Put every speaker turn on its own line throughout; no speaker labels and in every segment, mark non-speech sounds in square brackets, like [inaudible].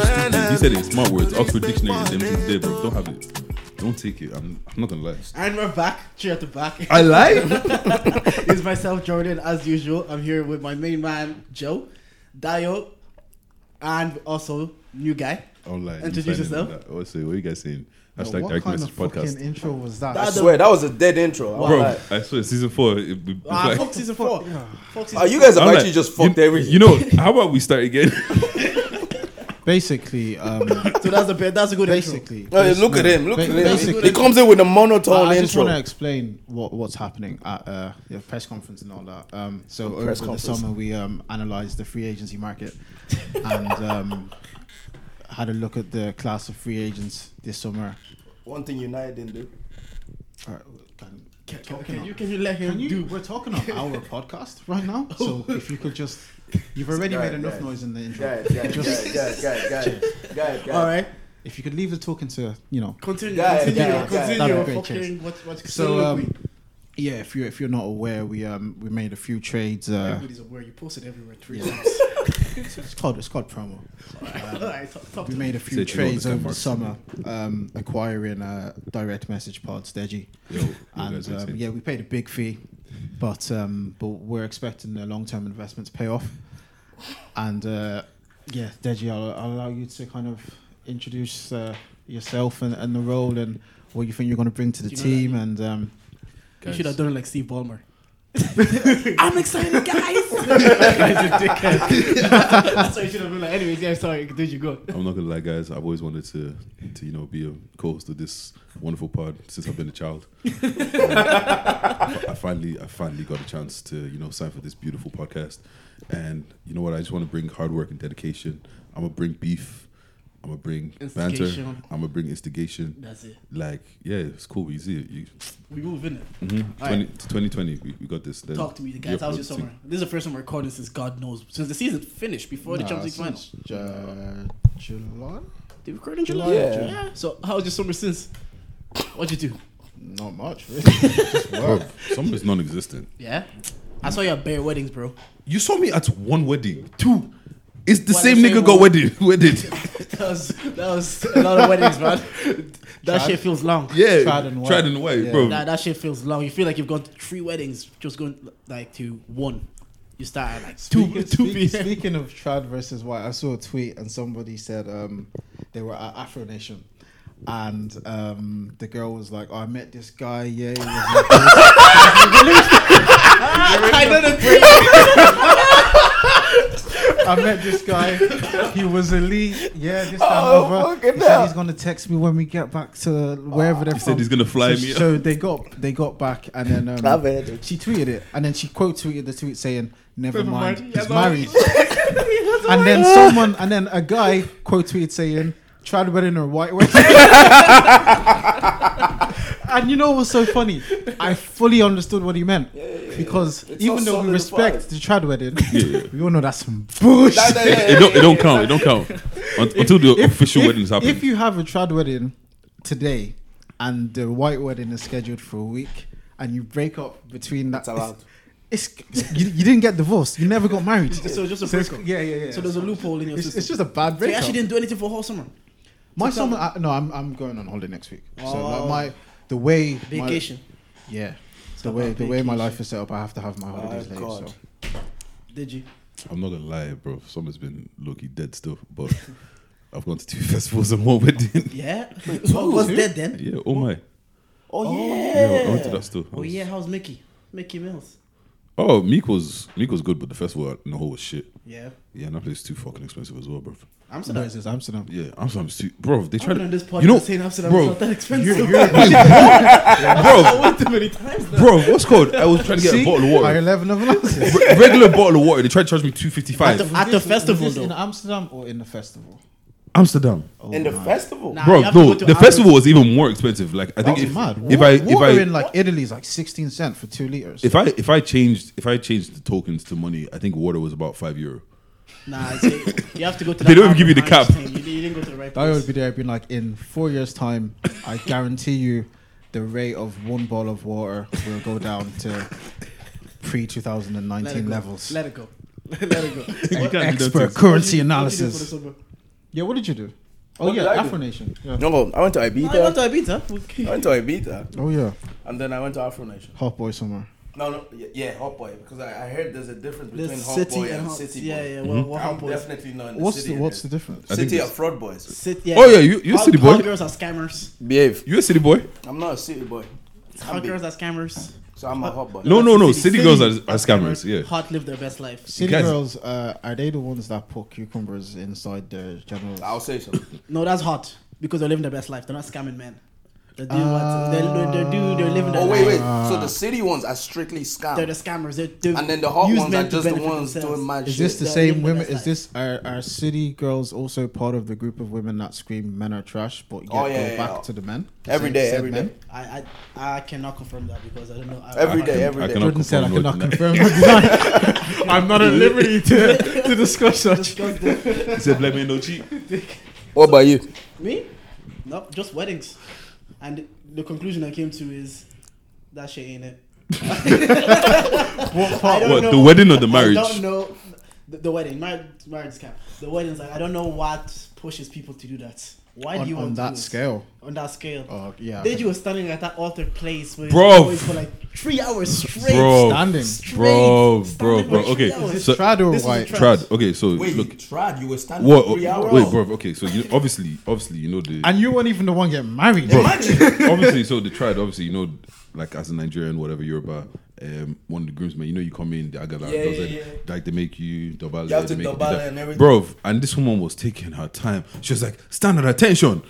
said it. Smart words. Oxford Dictionary is empty there, bro. Don't have it. Don't take it. I'm, I'm not gonna lie.
And we're back, cheer at the back.
I [laughs] lie.
[laughs] it's myself, Jordan, as usual. I'm here with my main man, Joe, Dayo, and also new guy.
Online.
Introduce yourself.
Oh, so what are you guys saying? Hashtag
what
direct
kind
message
of fucking
podcast.
intro was that?
That's
I swear that was a dead intro. I'm
Bro,
like-
I swear season four. It, it- it's
Ah,
like-
fuck season
[laughs]
four. Fuck season
Oh, you guys have
I'm like,
actually just fucked
you,
everything.
You know, how about we start again?
basically,
[laughs]
um,
four. So that's a bit. That's a good intro.
basically.
No, look at him. Look
Ba-
at him.
basically-
He comes in with a
I,
monotone
I just
intro.
want to explain what, what's happening at uh, the press conference and all that. Um, so over
press
the
conference.
summer, we um, analysed the free agency market and um, [laughs] had a look at the class of free agents this summer.
One thing United didn't do.
All right, can,
Can, can-
talking
can
on-
you can you let him
Can you,
do?
We're talking on [laughs] our podcast right [laughs] now, so if you could just, you've already
Guys,
made enough
guys.
noise in the intro.
Guys, guys, guys, guys, guys, guys, guys, guys.
All right,
If you could leave the talking to, you know,
continue,
Yeah,
continue,
yeah, yeah.
continue.
That'd be great,
fucking
cheers.
what, what,
So um, yeah, if you if you're not aware, we um we made a few trades. Uh,
everybody's aware. You posted everywhere three
[laughs] Yeah.
times.
it's called it's called promo.
[laughs] All right, talk, talk
We
to me.
made a
Say
few
it to all the
trades over the
Denmarks.
summer, um, acquiring uh, direct message pods, Deji,
Yo, you guys
and
are
um,
insane.
yeah, we paid a big fee, but um, but we're expecting the long term investment to pay off, and uh, yeah, Deji, I'll, I'll allow you to kind of introduce uh, yourself and, and the role and what you think you're going to bring to the
Do you know that
team and. Um,
You should have done it like Steve Ballmer.
I'm excited, guys.
That's what you should have been like. Anyways, yeah, sorry. Did you go?
I'm not gonna lie, guys. I've always wanted to, to you know, be a co-host of this wonderful pod since I've been a
[laughs]
child. Um, I finally, I finally got a chance to, you know, sign for this beautiful podcast. And you know what? I just want to bring hard work and dedication. I'm gonna bring beef. I'm gonna bring banter.
Instigation.
I'm gonna bring instigation.
That's it.
Like, yeah, it's cool. You see it. You,
We move in it.
20, 2020, we, we got this. Then
Talk to me,
you're
guys. How was your
productive.
summer? This is the first time we're recording since God knows since the season finished before the
Nah,
Champions League final.
since Ju- July?
They recorded in July.
Yeah.
So how was your summer since? What'd you do?
Not much, really. [laughs] Just work.
Bro, summer is non-existent.
Yeah. I saw you at bare weddings, bro. [laughs]
You saw me at one wedding, two. It's the
Well,
same
the same
nigga got
one.
wedded. [laughs]
[laughs]
Wedded.
That was that was a lot of weddings, man. That
Tried.
shit feels long.
Yeah,
Tried and
tried
wet.
and wet,
Yeah.
bro.
That, that shit feels long. You feel like you've gone to three weddings, just going like to one. You start at like two
Speaking,
two
speak-
p.m.
speaking of trad versus white, I saw a tweet and somebody said um, they were at Afro Nation, and um, the girl was like, oh, "I met this guy, yeah." He was like this."
[laughs] I know the
I met this guy. He was elite. Yeah, this time
Oh,
over.
fucking
He said
hell.
he's gonna text me when we get back to wherever they're
He
from.
said he's gonna fly
so,
me.
So they got they got back and then um,
I've heard it.
she tweeted it and then she quote tweeted the tweet saying, "Never,
Never
mind,
mind,
he's
yeah, no."
married." [laughs] and then someone and then a guy quote tweeted saying, "Tried wedding or white wedding." [laughs] And you know what's so funny? I fully understood what he meant because
It's
even
not
though we
solidified.
respect the trad wedding,
[laughs] Yeah.
we all know that's some bullshit.
That- that-
it, it don't. It don't count. It don't count Un- until the official
if,
weddings happen.
If you have a trad wedding today and the white wedding is scheduled for a week and you break up between that,
It's allowed.
It's, it's- you, you didn't get divorced. You never
[laughs]
got married.
So just a
it's-
breakup.
Yeah, yeah, yeah.
So there's a loophole in your
It's,
system.
it's just a bad
so you
breakup.
actually didn't do anything for whole summer.
my summer. I, no, I'm I'm going on holiday next week. So
Oh.
like my the way my-
Vacation.
yeah. The
Talk
way
about
the way my
vacation. Oh,
life is set up, I have to have my holidays
My
later.
God.
So.
Did you?
I'm not gonna lie, bro. Summer's been low-key dead still, but I've gone to two [laughs] festivals and one wedding.
Yeah. what was dead then?
[laughs] yeah. Oh my.
Oh
Yeah. I went to
yeah.
that still. I
Oh
was-
yeah, how's Mickey? Mickey Mills.
Oh, Meek was Meek was good, but the festival in the whole was shit.
Yeah.
Yeah, and that place is too fucking expensive as well, bro.
No,
Amsterdam.
it's just
[laughs]
Amsterdam.
Yeah, Amsterdam's too, bro. They
I've
tried
been on
to,
this podcast
you know,
saying Amsterdam
bro,
is not that expensive.
bro,
I went too many times now.
bro. What's called? I was trying to get a
See,
bottle of
Our
water,
eleven of us.
Re- regular bottle of water. They tried to charge me two fifty-five.
At the- at the festival
in
though.
Amsterdam or in the festival?
Amsterdam.
In the festival.
Nah,
bro,
you have to
no,
go to
the
Amsterdam.
festival was even more expensive. Like I think
That's
if,
mad.
if
Wa-
I if
water
I
in like Italy is like sixteen cent for two liters.
if I if I changed if I changed the tokens to money, I think water was about five euro.
Nah, it's it. you have to go to.
They
that
don't even give you the
Amsterdam
cap.
thing. You, you didn't go to the right
I
place.
would be there, being like, in four years' time, I guarantee you, the rate of one bottle of water will go down to pre two thousand and
Let it
nineteen
go.
levels.
Let it go. [laughs] Let it go.
You can't do that
[laughs] Expert
too.
What did
currency
you do for the
analysis.
summer?
Yeah, what did you do? Oh
What
yeah,
did I do?
Afro Nation. Yeah.
No, I went to
I went to
Ibiza.
Ibiza. [laughs]
I
Okay.
went to Ibiza,
Oh yeah,
and then I went to Afro Nation.
Hot Boy Summer.
No, no, y- yeah, Hot Boy, because I, I heard there's a difference
The
between Hot
city
Boy
and
and
hot.
City Boy.
Yeah, yeah. Well, what
I'm
hot boys?
definitely not in the
What's
city.
the
in
what's the
this.
difference?
I think
City
it's-
of fraud boys.
City, yeah.
Oh yeah, you you're a
Hot-
city boy.
hot girls are scammers.
Behave.
You're a city boy.
I'm not a city boy. I'm
Hot
big,
girls are scammers.
so I'm a hot boy.
No, no, no.
City-
City,
city
girls are, are scammers. Yeah.
Hot live their best life.
City
guys-
girls uh, are they the ones that put cucumbers inside their genitals?
I'll say something.
No, that's hot because they're living their best life. They're not scamming men. They do
Ah.
what they, they, they do. They're living their
Oh
life.
wait, wait. So the city ones are strictly scam,
They're the scammers. They, they
and then the hot
use
ones
men
are
to
just the
benefit
ones
themselves.
doing mad
Is
shit.
this the
They're
same
living their
women?
best
Is this are, are city girls also part of the group of women that scream men are trash, but yet
Oh, yeah,
go
yeah,
back
yeah.
to the men? The
Every
same
day,
said
every
men?
day.
I, I I cannot confirm that because I don't know. I,
Every
I
day,
can-
every
I
day.
cannot
Jordan said I
confirm nor
cannot
deny.
confirm. or
[laughs]
deny. [laughs] I'm not at liberty to to discuss such.
Because the-
He said black man no cheat.
What about you?
me, no, just weddings, and the conclusion I came to is that shit ain't it.
What
I don't
What
know.
the wedding or the
I
marriage?
don't know the, the wedding. Marriage, marriage scam. The wedding's like I don't know what pushes people to do that. Why do
on,
you want
on
to do
that
it?
scale?
On that scale.
Oh yeah. I
Deji
think-
was standing at that altar place with
Bruv.
his boys for like three hours straight.
Bro,
Standing.
Straight.
bro, bro,
Standing
bro.
for
Okay,
three hours.
so
Trad or
This is a
white?
trad.
trad. Okay, so
Wait,
look.
you tried. You were standing
What?
for three hours.
Wait, bro. Okay, so you obviously, obviously, you know the
And you weren't even the one getting married.
obviously, so the triad, obviously, you know, like as a Nigerian, whatever you're about, um, one of the groomsmen, you know, you come in, the agala,
Yeah,
does
yeah,
it,
yeah.
like they make you double,
You have
they
to
make
dobale
do that.
and everything.
bro. And this woman was taking her time. She was like, stand at attention,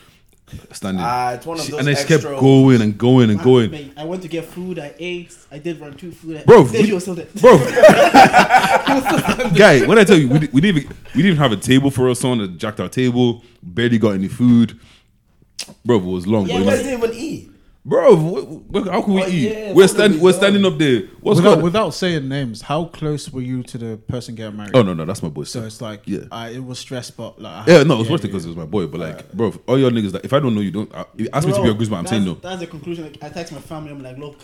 standing.
Ah, it's one of
She-
those Ah,
and then she kept
extra
going and going and
Man,
going.
mate, I went to get food. I ate. I did run two food. I-
Bro,
Deji
we-
was
[laughs]
still there.
[laughs]
Bro, guy, when I tell you, we, di- we didn't even, we didn't have a table for us. Someone that jacked our table, barely got any food. Bro, it was long. but it
Yeah,
You
it
was-
guys didn't even eat.
Bro, wh- wh- how can we
Oh,
eat?
yeah,
we're
fuck
standing.
it,
We're
dog.
standing up there. What's
without,
going?
without saying names, how close were you to the person getting married?
oh no, no, that's my boy.
So
sir.
it's like,
Yeah.
I, it was stress, but like, I
yeah,
had-
no, it was worth it because it was my boy. But like, bro, all your niggas, like, if I don't know you, don't uh, ask me to be your
Bro,
goosebump. I'm
that's-
saying no.
That's the conclusion. Like, I text my family. I'm like, look,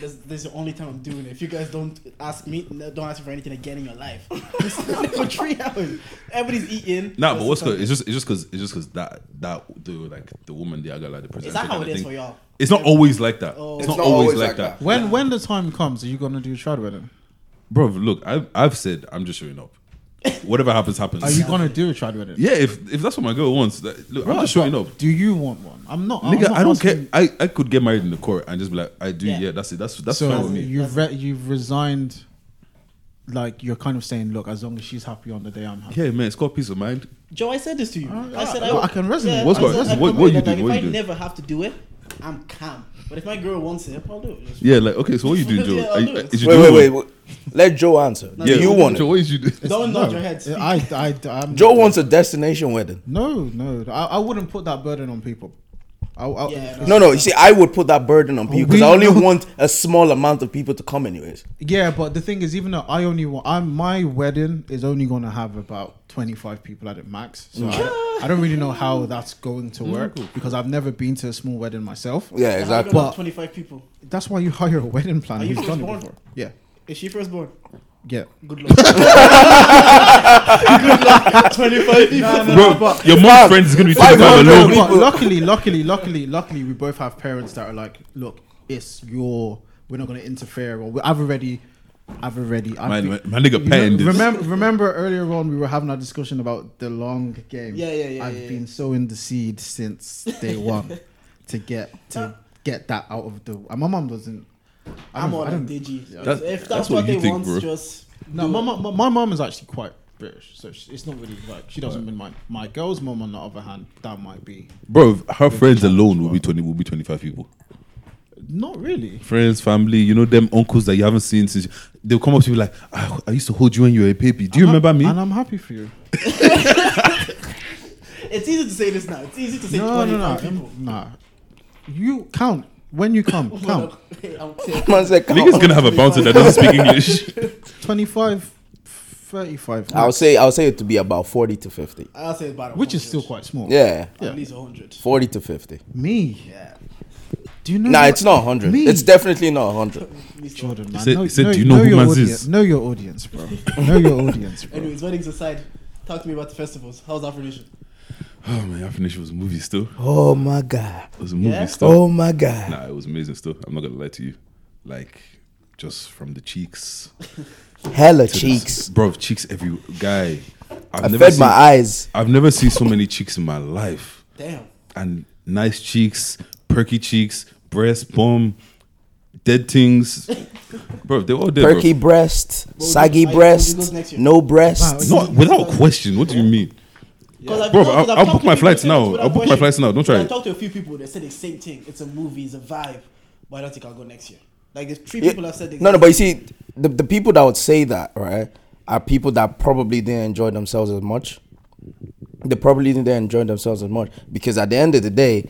this, this is the only time I'm doing it. If you guys don't ask me, no, don't ask me for anything again in your life. [laughs] It's not for three hours. Everybody's eating.
Nah, but
We're
what's
still
good? It's just, it's just because, it's just because that, that the like the woman, the agala, the presenter.
Is that how
kinda
it is
thing.
for y'all?
It's not always like that.
Oh.
It's, not, always, like that.
When when the time comes, are you gonna do trad wedding?
Bro, look, I've, I've said I'm just showing
[laughs]
up. Whatever happens, happens.
Are you gonna do a trad wedding?
yeah, if if that's what my girl wants, that, look, I'm just showing up.
Do you want one? I'm not. I'm
Nigga,
not
I don't
asking-
care. I, I could get married in the court and just be like, I do,
Yeah.
yeah, that's it. That's that's fine
so
with me.
you've re- you've resigned. Like you're kind of saying, look, as long as she's happy on the day, I'm happy.
Yeah, man, it's called peace of mind.
Joe, I said this to you.
Uh,
I said
uh, I can resonate.
What's
I
going-
said- I
what-
told
what
my
you
dad,
do,
like,
what you
if I
do?
never have to do it, I'm calm. But if my girl wants it, I'll do it. It's-
Yeah, like okay, so what you doing, Joe?
Yeah, I'll
Are
do
you,
it.
is you
Wait,
doing
wait,
one?
wait, wait. Let Joe answer. Do
Yeah,
you
what-
want
Joe,
it?
what is you doing?
Don't
No,
nod your head. speak.
I, I, I'm,
Joe wants a destination wedding.
No, no, I, I wouldn't put that burden on people. I, I,
Yeah,
yeah,
No, no. You see, I would put that burden on people because I
we
only
know.
want a small amount of people to come, anyways.
but the thing is, even though I only want, I'm, my wedding is only going to have about 25 people at it max. So I, I don't really know how that's going to work because I've never been to a small wedding myself.
Yeah,
How you
exactly.
gonna
But-
have 25 people.
That's why you hire a wedding planner
Are you
who's done it
firstborn?
before. Yeah,
Is she firstborn?
yeah.
Good
[laughs]
luck. Good luck. 25 people.
Bro, your mom's friends is gonna be twenty five
no, no,
alone.
But
no. people-
luckily, luckily, luckily, luckily, we both have parents that are like, look, it's your. We're not going to interfere. Or I've already, I've already. I've
My,
been-
my, my nigga
You
penned
know,
this.
remember, remember earlier on we were having our discussion about the long game.
Yeah, yeah, yeah,
I've
yeah,
been
yeah.
sowing the seed since
[laughs]
day one to get to get that out of the. And my mom doesn't. I
I'm
don't- I
on
don't-
a digi.
That's-
if that's,
that's
what,
what you
they
think,
want,
bro.
just
No, my mom, my- my mom is actually quite British, so she, it's not really like she doesn't mind. My, my girl's mom, on the other hand, that might be
Bro, her friends alone will be twenty will be twenty five people.
not really.
Friends, family, you know them uncles that you haven't seen since. They'll come up to you like, "Ah, I used to hold you when you were a baby. Do you
I'm ha-
remember me?
And I'm happy for you.
it's easy to say this now. It's easy to say
No,
25
no, no,
people.
um, nah. You count when you come. count
I'm saying-
Man said, come
Niggas
on.
gonna have a bouncer that doesn't speak
[laughs]
English. [laughs]
25, 35,
I'll say, I'll say it to be about forty to fifty.
I'll say about a
which is
100.
still quite small.
Yeah,
At least 100.
forty to fifty.
Me.
Yeah.
Do you know?
Nah,
what-
it's not hundred.
Me.
It's definitely not hundred.
At least
Jordan, man.
said-
know,
he said,
know,
"Do you know who
your
Mans
audience,
is?"
Know your audience, bro. know your audience, bro.
Anyways, weddings aside, talk to me about the festivals. How's Afro Nation?
Oh man, I finished. It was a movie still.
Oh my god.
It was a movie
Yeah?
still.
Oh my god.
Nah, it was amazing still. I'm not gonna lie to you. Like just from the cheeks,
Hella
to the-
cheeks.
bro. Cheeks every guy. I've
I fed
seen,
my eyes.
I've never seen so many cheeks in my life,
Damn.
and nice cheeks, perky cheeks, breast, bum, dead things, bro. They all dead,
Perky breast,
Well,
saggy
I- I- we'll
breast,
go next year.
no breast.
bro. No, without question. What do you mean?
'Cause I've-
Bro,
no, 'cause
I'll-
I've
I'll
talked
book
to
my
people
flights
since
now.
without
I'll book my
question.
flights now. Don't try
I
it.
talked to a few people that said the same thing. It's a movie. It's a vibe. But I don't think I'll go next year. Like there's three
Yeah.
people have said. the
No, no,
exact
but you see, the, the people that would say that, right, are people that probably didn't enjoy themselves as much. They probably didn't enjoy themselves as much because at the end of the day,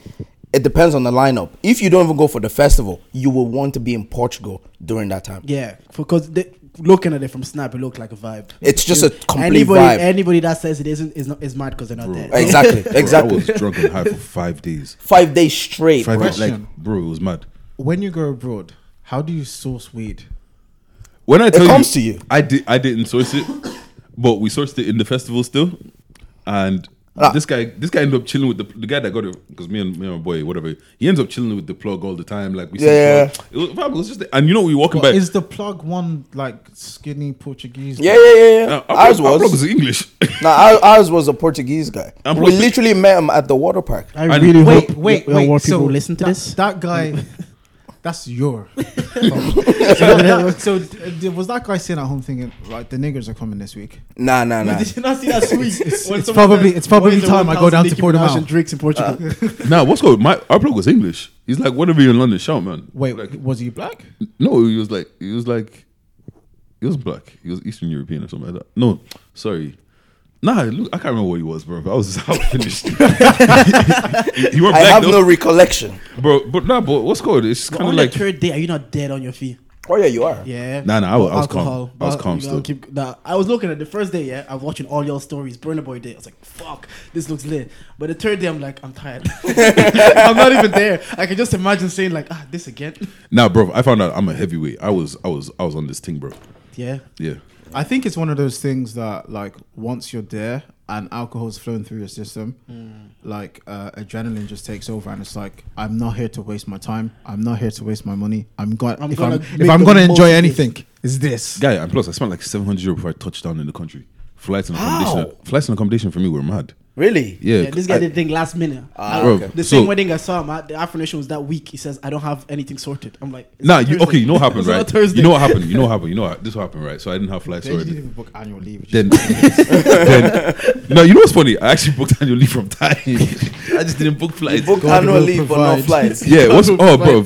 it depends on the lineup. If you don't even go for the festival, you will want to be in Portugal during that time.
Yeah, because they, looking at it from Snap, it looked like a vibe.
It's just a complete
anybody,
vibe.
Anybody that says it isn't is not is mad because they're not there.
[laughs] Exactly,
[laughs] Bro, I
exactly.
was drunk and high for five days.
Five days straight.
Five
bro.
days, like,
Question.
bro, it was mad.
When you go abroad, how do you source weed?
When I tell
comes to you.
I did. I didn't source it, but we sourced it in the festival still, and.
Ah.
This guy, this guy ended up chilling with the, the guy that got it because me and me and my boy, whatever. He ends up chilling with the plug all the time. Like we, see the
Yeah.
plug. It was, fam, it was just, and you know, we walking
But
by.
is the plug one like skinny Portuguese?
Yeah, yeah, yeah, yeah.
Uh, our
ours
plug- our plug
was.
English.
Nah, our- ours was a Portuguese guy.
I'm
we
Portu-
literally met him at the water park.
I
And-
really
Wait,
hope
wait,
your-
wait.
your word
so
people listen to
that,
this. [laughs]
That guy, that's your. so, that, so d- was that guy sitting at home thinking like the niggers are coming this week?
Nah, nah, nah.
Did you not see that tweet?
it's
When
it's
someone
probably-
said,
it's probably
"Why is there
time I go
1,000
down to Uh,
Nicki
Portimao?"
Minaj and drinks in Portugal.
[laughs] nah, what's going? My our plug was English. He's like, whatever you in London, shout man.
Wait,
Like,
was he black?
No, he was like he was like he was black. He was Eastern European or something like that. No, sorry. Nah, look, I can't remember what he was, bro. but I was I was
[laughs]
finished. [laughs] he, he weren't
I
black
have
though,
no recollection.
bro. But nah, but what's called? It's kind of
on like,
like
the third day, are you not dead on your feet?
Oh yeah, you are.
Yeah.
nah, nah. I was, I was calm.
Alcohol.
I was
But,
calm
you know,
still.
keep- nah, I was looking at the first day, yeah. I was watching all your stories. Burner Boy Day. I was like, fuck, this looks lit. But the third day, I'm like, I'm tired. [laughs] I'm not even there. I can just imagine saying, like, ah, this again.
Nah, bro. I found out I'm a heavyweight. I was I was I was on this thing, bro.
Yeah.
Yeah.
I think it's one of those things that like once you're there and alcohol's flowing through your system,
Hmm.
like uh, adrenaline just takes over and it's like I'm not here to waste my time. I'm not here to waste my money. I'm going
I'm
if
gonna
I'm
make
if I'm
the
gonna
most
enjoy
of this.
anything, is this.
Guy, and plus I spent like 700 euro before I touched down in the country. Flights and accommodation.
How?
Flights and accommodation for me were mad.
Really? Ah,
Yeah.
Yeah, this guy
I-
did thing last minute. I-
Bro,
okay.
The
so-
same wedding I saw him at, the affirmation was that week. He says, I don't have anything sorted. I'm like, it's
Nah,
not
you
Thursday.
okay?
[laughs]
You know what happened,
It's not
right?
Thursday.
You know what happened. You know what happened. You know what, this what happened, right? So I didn't have flights
Then you didn't
already.
even book annual leave. you
Then, then, no, you know what's funny? I actually booked annual leave from time. [laughs] I just didn't book
You
flights.
booked
God
annual
will
leave, but no
provide.
[laughs]
flights.
yeah, what's oh, bro?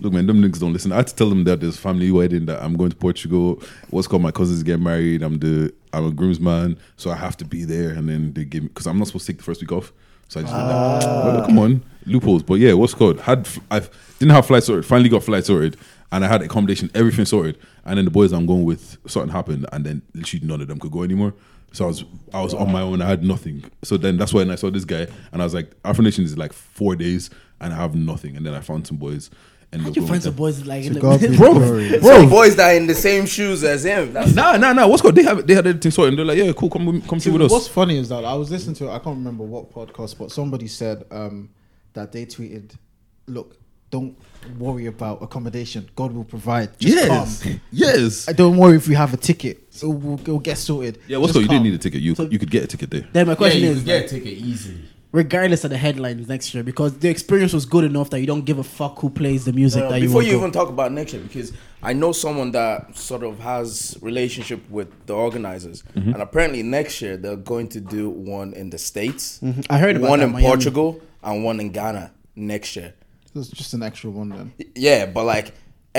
Look, man, them niggas don't listen. I had to tell them that there's family wedding that I'm going to Portugal. What's called my cousins get married. I'm the I'm a groomsman, so I have to be there. And then they give me because I'm not supposed to take the first week off. So I just did that. Well, come on, loopholes. But yeah, what's called? Had I didn't have flights sorted. Finally got flights sorted, and I had accommodation, everything sorted. And then the boys I'm going with something happened, and then literally none of them could go anymore. So I was I was on my own. I had nothing. So then that's when I saw this guy, and I was like, Afro Nation is like four days, and I have nothing. And then I found some boys. And
How'd you
[laughs]
find some boys like in the
To [laughs] God be
Bro,
glory.
Bro, Some boys that are in the same shoes as him. That's
Nah, nah, nah. What's called? They have they had everything sorted. And they're like, yeah, cool. Come with- come see with
What's
us.
funny is that I was listening to I can't remember what podcast, but somebody said um, that they tweeted, "Look, don't worry about accommodation. God will provide. Just
Yes,
come.
yes.
I don't worry if we have a ticket. It will, it will get sorted.
Yeah, what's
Just
called? You didn't
come."
need a ticket. You
So-
you could get a ticket there.
[laughs] Then my question
yeah, you
is,
can get a ticket easily.
regardless of the headlines next year, because the experience was good enough that you don't give a fuck who plays the music
Uh,
that you
before
want
you,
to.
even talk about next year, because I know someone that sort of has relationship with the organizers,
Mm-hmm.
and apparently next year they're going to do one in the states,
Mm-hmm. I heard about
one
that,
in
Miami.
Portugal and one in Ghana next year.
So It's just an extra one then.
Y- Yeah, but like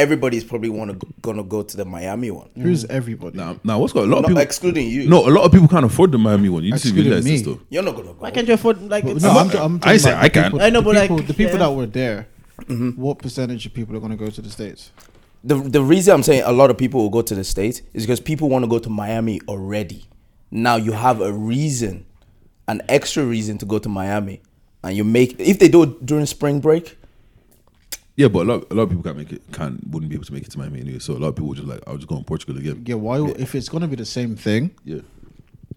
everybody's probably wanna gonna go to the Miami one,
Who's everybody?
Now, now what's called? A lot of
Not
people.
excluding you.
No, a lot of people can't afford the Miami one. You just
Excluding
realize this
me.
though.
you're not gonna go.
Why can't you afford like?
But
It's,
no, I'm,
not-
I'm
I
talking
said
about
I
the
can.
people-
I know, but
the
like,
people, the people
yeah.
that were there. What percentage of people are going to go to the states?
the the reason I'm saying a lot of people will go to the states is because people want to go to Miami already. Now you have a reason, an extra reason to go to Miami, and you make if they do it during spring break.
Yeah, but a lot, a lot of people can't make it. Can not wouldn't be able to make it to Miami anyway. So a lot of people were just like, I'll just go in Portugal again.
Yeah, why? If it's going to be the same thing,
Yeah.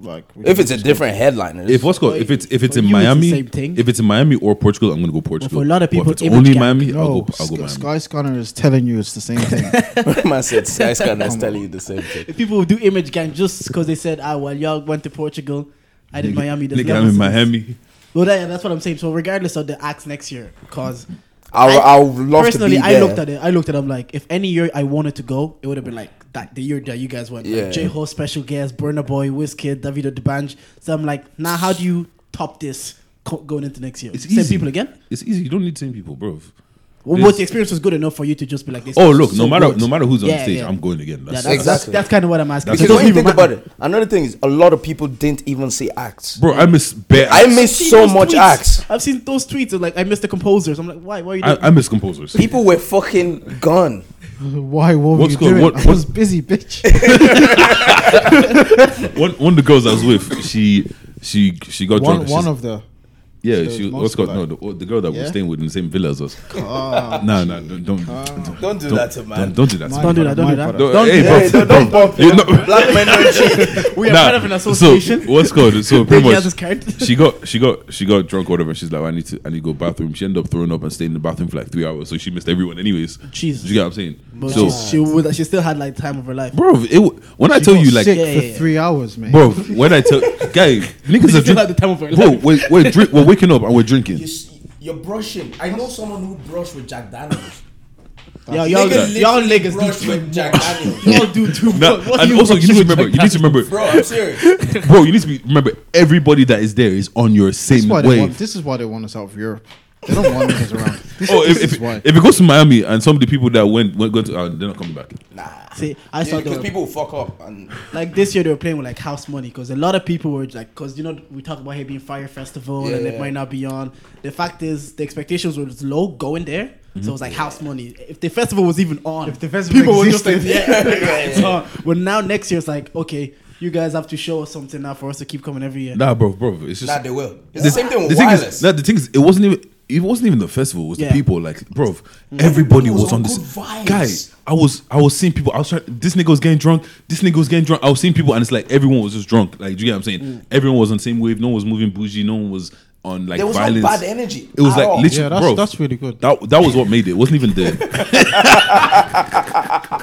Like we
If
can
it's a
just-
different headliner,
If what's called, if it's if it's
For
in
you, it's the
Miami,
same thing.
if it's in Miami or Portugal, I'm gonna go Portugal.
for a lot of
Or
people,
if it's
Image
only
Gang.
Miami, I'll
No,
go. I'll go
Sc-
Miami.
Sky Scanner is telling you it's the same thing.
man [laughs] said Sky Scanner is telling you the same thing.
If people would do image gang just because they said, ah, well, y'all went to Portugal, I did
Nigga-
Miami. there's
Nigga,
levels
I'm in
to this.
Miami.
Well, that, that's what I'm saying. So regardless of the acts next year, cause I-
I, I would love
personally,
to be
I
there.
looked at it. I looked at them like if any year I wanted to go, it would have been like that the year that you guys went.
Yeah.
Like, J Ho, special guest, Burna Boy, Wizkid, Davido Debanj. So I'm like, nah, how do you top this co- going into next year?
It's
Same
easy.
people again.
It's easy. You don't need same people, bro.
Well,
This-
but the experience was good enough for you to just be like, this
Oh
is
look, no
so
matter
good.
no matter who's on
Yeah,
stage,
yeah.
I'm going again.
Yeah,
That's,
that's,
that's-
Exactly.
that's kind of what I'm asking.
That's
It
Because
doesn't
when you
even
think about
matter.
it, another thing is a lot of people didn't even see acts.
bro. I miss bare.
I
acts.
miss
Seen
so
those
much
tweets.
acts.
I've seen those tweets of like I missed the composers. I'm like, why? Why are you doing?
I, I miss composers.
People were fucking gone.
Why? What were
What's
you
good?
doing?
What-
[laughs] I was busy,
[laughs]
bitch.
one one of the girls I was with, she she she got
one,
drunk.
one
She's-
[laughs]
of the.
yeah,
those
she what's
monster
called no
like-
the, oh, the girl that was
Yeah?
staying with in the same villa as us.
Ah,
Nah, nah, don't don't
Don't do that to man.
Don't, don't do that.
my
To
Don't do
brother,
that, don't
my
do that.
brother.
Don't,
Don't
hey,
do
bro,
Hey, don't, don't bump
You're
it.
not-
Black men [laughs] don't cheat.
We are
Nah,
part of an
so, [laughs]
association.
what's called
[laughs]
so pretty
Pinky has his
much
card.
[laughs] she got she got she got drunk or whatever. She's like, "Oh, I need to I need to go bathroom. She ended up throwing up and stayed in the bathroom for like three hours, so she missed everyone anyways.
Jesus.
you get what I'm saying?
But
so,
she, she, would, she still had like time of her life.
bro, it, w- when I
She
tell
got
you like
sick
Yeah,
for
yeah, yeah.
three hours, man.
Bro, when I
[laughs]
tell guy, niggas are
still
drink-
had the time of her
Bro,
life.
we're we're, drink, we're waking up and we're drinking.
You're brushing. I know someone who brushed with Jack
[laughs]
Daniels.
Y'all, y'all,
Nigga
y'all
literally
niggas
brushed
do too
with Jack Daniels.
[laughs]
Y'all do too
Nah,
much. [laughs] What
and
do
also
want
you need to
do
remember,
with
you need to remember,
Bro, I'm serious.
bro, you need to be, remember everybody that is there is on your
That's
same
why they want,
wave.
this is why they want us out of Europe. They don't want
[laughs]
us around. This,
Oh, if
this
if,
is why.
if it goes to Miami and some of the people that went went go to, uh, they're not coming back.
Nah.
See, I saw
Because
them.
people fuck up. And
like this year they were playing with like house money because a lot of people were like because you know we talk about here being fire festival and it
Yeah.
might not be on the fact is the expectations were low going there so it was like house money if the festival was even on
If the festival existed.
yeah, it's on but now next year it's like okay you guys have to show us something now for us to keep coming every year
Nah, bro, bro, it's just
nah, they will. It's the same thing with
thing
wireless.
is, nah, the thing is, it wasn't even. It wasn't even the festival. It was
Yeah.
the people. Like, bro, everybody
was
was,
on
on this.
good vibes.
Guy, I was, I was seeing people. I was trying. This nigga was getting drunk. This nigga was getting drunk. I was seeing people, and it's like everyone was just drunk. Like, do you get what I'm saying? Everyone was on the same wave. No one was moving bougie. No one was on like
There was no
violence.
bad energy
It was
at
like
all.
literally,
yeah, that's,
bro.
that's really good.
that, that was what made it. It wasn't even the.
this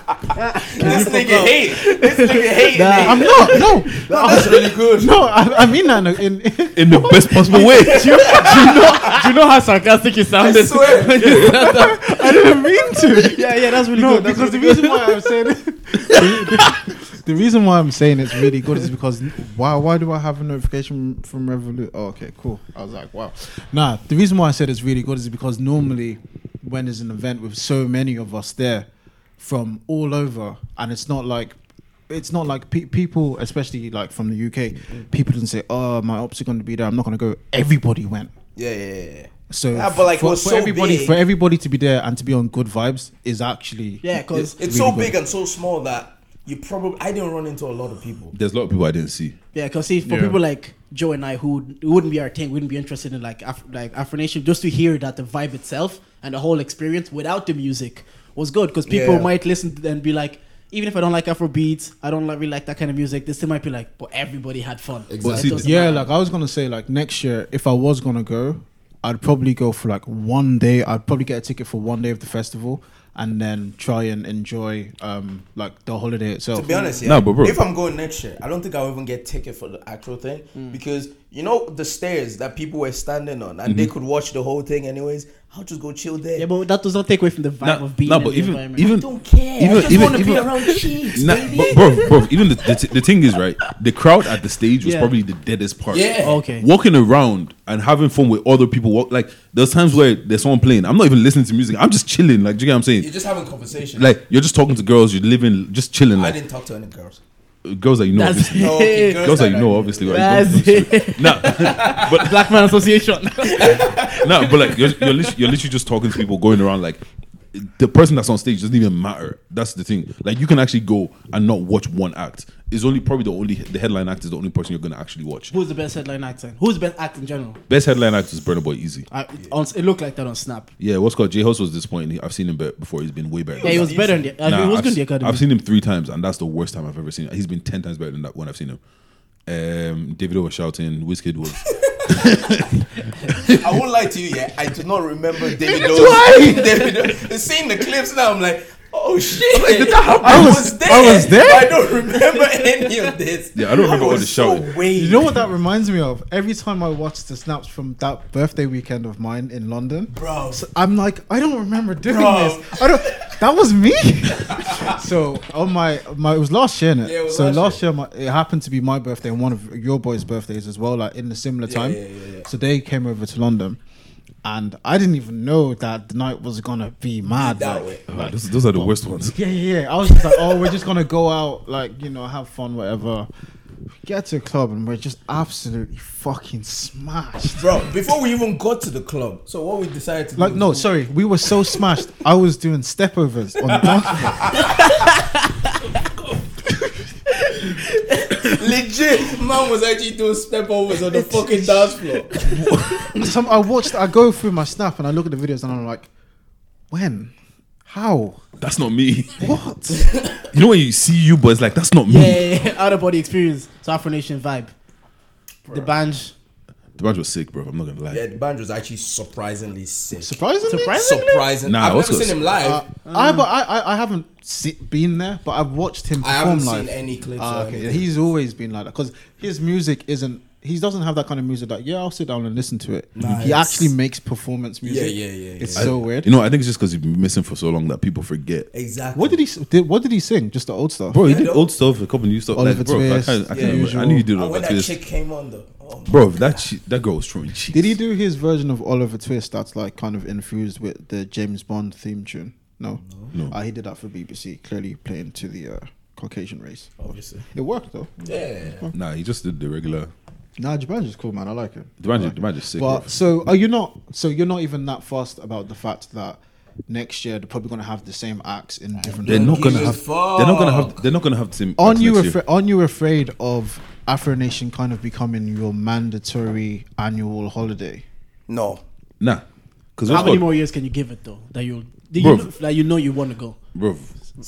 nigga hate. This nigga hate.
Nah.
I'm not. No,
That's really
[laughs]
good.
no. I, I mean that. In, in, [laughs]
in the best possible way.
do you know how sarcastic you sounded
I swear.
I didn't mean to.
yeah yeah that's really
No,
good that's
because the
really
reason why I'm
[laughs]
saying the, the reason why I'm saying it's really good is because why why do I have a notification from Revolut? Oh, okay, cool. I was like, wow. Nah, the reason why I said it's really good is because normally when there's an event with so many of us there from all over, and it's not like it's not like pe- people, especially like from the UK, people didn't say, "Oh, my ops are going to be there. I'm not going to go." Everybody went.
Yeah, yeah, yeah, yeah.
So,
Yeah, but, like, it
for,
was
for
so
everybody,
big.
for everybody to be there and to be on good vibes is actually
Yeah, 'cause-
It's
really
so
good.
big and so small that you probably I didn't run into a lot of people.
There's a lot of people I didn't see.
Yeah, because see, for
Yeah.
people like Joe and I, who would- it wouldn't be our thing, wouldn't be interested in like Af- like Afro Nation, just to hear that the vibe itself and the whole experience without the music was good. Because people
Yeah.
might listen and be like, even if I don't like Afro beats, I don't like, really like that kind of music. This thing might be like, but everybody had fun. So
But
it
see,
doesn't
Yeah,
matter.
like I was gonna say, like next year, if I was gonna go, I'd probably go for like one day. I'd probably get a ticket for one day of the festival, and then try and enjoy um like the holiday itself.
To be honest, yeah.
No, but bro-
If I'm going next year, I don't think I'll even get ticket for the actual thing because you know the stairs that people were standing on and they could watch the whole thing anyways. I'll just go chill there.
yeah, but that does not take away from the vibe
Nah,
of being
nah,
in
but
the
even-
environment.
even-
I don't care.
Even-
I just
even-
want to be
even-
around cheeks,
[laughs] Nah,
baby.
but bro, bro, even the, the, t- the thing is, right? The crowd at the stage was
Yeah.
probably the deadest part.
Yeah.
[laughs] Okay.
Walking around and having fun with other people. Walk, like, there's times where there's someone playing. I'm not even listening to music. I'm just chilling. Like, do you get what I'm saying?
You're just having conversation.
like, you're just talking to girls. You're living, just chilling.
I
Like,
didn't talk to any [laughs] girls.
girls that you know.
That's
obviously.
it.
No, okay, girls,
Girls that you
I-
know, obviously. Right?
That's it.
Nah, [laughs] but
Black Man
[laughs]
Association.
no, but like you're you're literally, you're literally just talking to people going around like the person that's on stage doesn't even matter. That's the thing. Like you can actually go and not watch one act. It's only probably the only the headline act is the only person you're gonna actually watch.
Who's the best headline actor? Who's the best act in general?
Best headline act is Burna Boy Easy.
I, it, on, it looked like that on Snap.
Yeah, what's called J House was disappointing. I've seen him be- before. He's been way better.
Yeah, he was better in the. I mean, he was
I've,
good in
se-
the academy.
I've seen him three times, and that's the worst time I've ever seen. him. He's been ten times better than that when I've seen him. Um, Davido was shouting. Wizkid was.
I won't lie to you, yeah. I do not
[laughs]
remember David Why? [laughs] David seeing the clips now, I'm like, oh shit. I, was, there.
I was there?
but I don't remember [laughs] any of this.
Yeah, I don't remember all the shouting.
So weird.
You know what that reminds me of? Every time I watch the snaps from that birthday weekend of mine in London,
Bro.
so I'm like, I don't remember doing
Bro.
this. I don't. That was
[laughs]
me. so on my my it was last year, innit?
Yeah, it was
so
last
last, year, my, it happened to be my birthday and one of your boys' birthdays as well, like in the similar time.
yeah, yeah, yeah.
So they came over to London, and I didn't even know that the night was gonna be mad.
that
like-
way.
Ah, those, those are the worst
[laughs]
ones.
yeah, yeah, yeah. I was just like, oh, we're just gonna go out, like you know, have fun, whatever. Get to a club and we're just absolutely fucking smashed.
Bro, before we even got to the club, so what we decided to
Like,
do
no, sorry, we were so smashed. I was doing stepovers on the donkey.
[laughs] legit man was actually doing step overs on the fucking dance floor.
Some I watched. I go through my snap and I look at the videos and I'm like, when, how,
That's not me.
what?
You know when you see you, but it's like that's not me.
Yeah, yeah, yeah. [laughs] out of body experience. So Afro Nation vibe. The band.
The band was sick, bro. I'm not gonna lie.
Yeah, the band was actually surprisingly sick.
Surprisingly,
Surprisingly?
Surprising.
Nah,
I've
what's
never
good?
seen him live.
Uh, I but I, I I haven't se- been there, but I've watched him
I
perform
haven't
live.
seen any clips.
Ah,
or
okay.
anything.
He's always been like that because his music isn't. He doesn't have that kind of music. Like, yeah, I'll sit down and listen to it. He
Nice.
actually makes performance music.
Yeah, yeah, yeah,
It's
yeah.
so weird.
You know, I think it's just because you've been missing for so long that people forget.
exactly.
what did he? s- Did, what did he sing? Just the old stuff.
Bro, you
Yeah,
did
no.
old stuff, a couple new stuff.
Oliver
Like, bro, I
Twist,
can't, I
yeah.
can't remember. I knew you did
And
Oliver
when that
Twist.
chick came on though, oh my
Bro, that she, that girl was throwing cheeks.
did he do his version of Oliver Twist? That's like kind of infused with the James Bond theme tune. No,
No.
Ah, he did that for BBC. Clearly playing to the uh, Caucasian race.
Oh.
obviously.
It worked though.
Yeah.
Nah, he just did the regular.
Nah, Japan's just cool, man. I like it.
The man,
I
ju-
like
the man just sick.
But
bro.
so are you not? So you're not even that fast about the fact that next year they're probably going to have the same acts in different.
they're not
give
gonna
a
have.
fuck.
They're not gonna have. They're not gonna have Tim.
Aren't you
next year.
afraid? Aren't you afraid of Afro Nation kind of becoming your mandatory annual holiday?
No.
Nah, because
How many more years can you give it though? That you'll that
Bro.
you, know, that you know you want to go.
bro?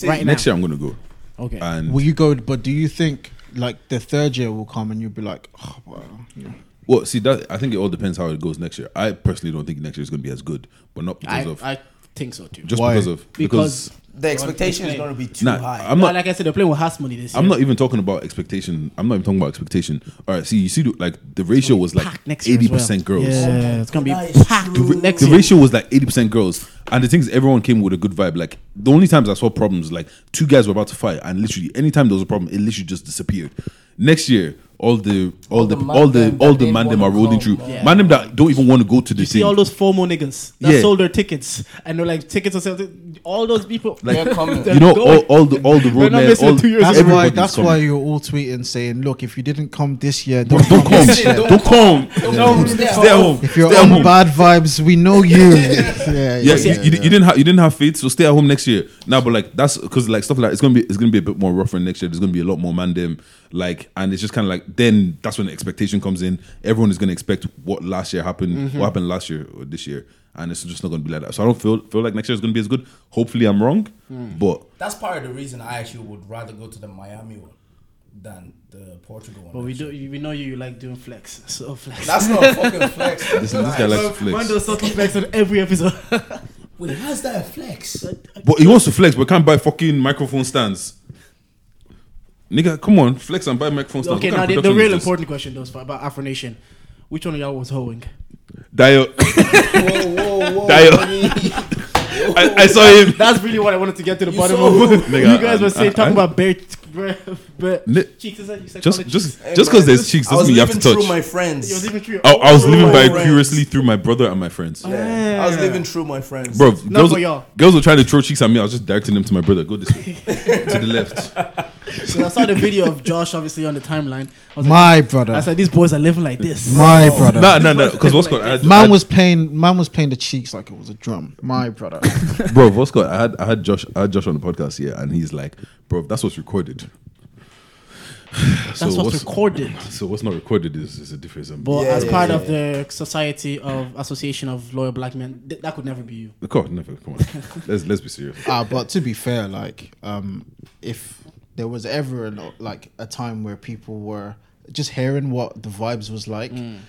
right
next
now.
year I'm gonna go,
Okay.
and
Will you go? But do you think like the third year will come and you'll be like, oh, well, you know.
well, see that I think it all depends how it goes next year. I personally don't think next year is gonna be as good, but not because
I,
of
I think so too.
just
Why?
because of
because
The expectation is going to be too
nah,
high.
I'm
Nah,
not.
like I said, they're playing with house money this year.
I'm not even talking about expectation. I'm not even talking about expectation. All right, see, you see, the- like the ratio was like
packed next year as
eighty percent
well.
girls.
Yeah, it's gonna be
That is
packed
true.
The,
next
the
year.
ratio was like eighty percent girls, and the thing is, everyone came with a good vibe. Like the only times I saw problems, like two guys were about to fight, and literally anytime there was a problem, it literally just disappeared. Next year, all the all, the,
the man
all the
them that
all the
didn't
man them
wanna
are rolling
come,
through.
man.
Man them that don't even want to go to the
See
thing.
all those FOMO niggas that
Yeah.
sold their tickets and they're like tickets or something. All those people,
Like,
They're coming.
you know, all,
going.
all the all the
They're not
roadmen,
missing
all
two years
That's why.
everybody's
That's
coming.
why you're all tweeting saying, look, if you didn't come this year, don't,
Don't come,
come.
Don't come.
don't come,
come.
stay at home.
If you're
Stay at
on
home.
bad vibes, we
[laughs]
know you. yeah,
Yeah, you, you, you didn't have you didn't have faith, so stay at home next year. Now, but like that's because like stuff like it's gonna be it's gonna be a bit more rougher next year. There's gonna be a lot more mandem, like, and it's just kind of like then that's when the expectation comes in. Everyone is gonna expect what last year happened,
Mm-hmm.
what happened last year or this year, and it's just not gonna be like that. So I don't feel feel like next year is gonna be as good. Hopefully, I'm wrong,
Mm.
but
That's part of the reason I actually would rather go to the Miami one than the Portugal one.
But we
actually.
do. We know you, you like doing flex. So flex.
That's not a fucking [laughs] flex.
this, this guy likes to
Mine
flex.
does subtle flex on every episode.
Wait, how's that a [laughs] flex?
But he wants to flex, but can't buy fucking microphone stands. Nigga, come on, flex and buy microphone stands.
okay,
What
now
kind
the,
of
the
production
real
is this?
important question though is about Afro Nation. Which one of y'all was hoeing?
Dio,
whoa, whoa, whoa.
Dio.
buddy.
[laughs] I, I saw him.
[laughs] [laughs] That's really what I wanted to get to the
You
bottom
saw
of.
who?
Nigga,
[laughs] you guys
I-
were saying
I-
talking
I-
about bare, bare, bare
Ni-
cheeks. Is that you said?
just
called it
just
Hey,
just
man,
because there's
this-
cheeks
I
doesn't
was
mean you have to
living
touch.
through my
cheeks? It was
friends.
even true.
I,
[laughs]
I was living
my
by
friends.
curiously through my brother and my friends.
Yeah. I was living through my friends.
Bro, girls,
for y'all.
girls were trying to throw cheeks at me. I was just directing them to my brother. Go this
[laughs]
way, to the left.
So I saw the video of Josh obviously on the timeline. I was like,
My brother.
I said these boys are living like this.
My brother.
Nah, nah, nah. Because what's called, "Oh." I had, I
Man
had-
was playing. Man was playing the cheeks like it was a drum.
[laughs]
My brother.
bro. What's called, I had I had Josh I had Josh on the podcast here, and he's like, bro, that's what's recorded. [sighs]
That's what's recorded.
So what's not recorded is, is a difference. um,
But
Yeah,
as
yeah,
part
yeah,
of the Society of Association of Loyal Black Men, th- that could never be you.
the court never. Come on,
[laughs]
let's let's be serious.
Uh,
Ah, but to be fair, like, um, if there was ever an, like a time where people were just hearing what the vibes was like,
Mm.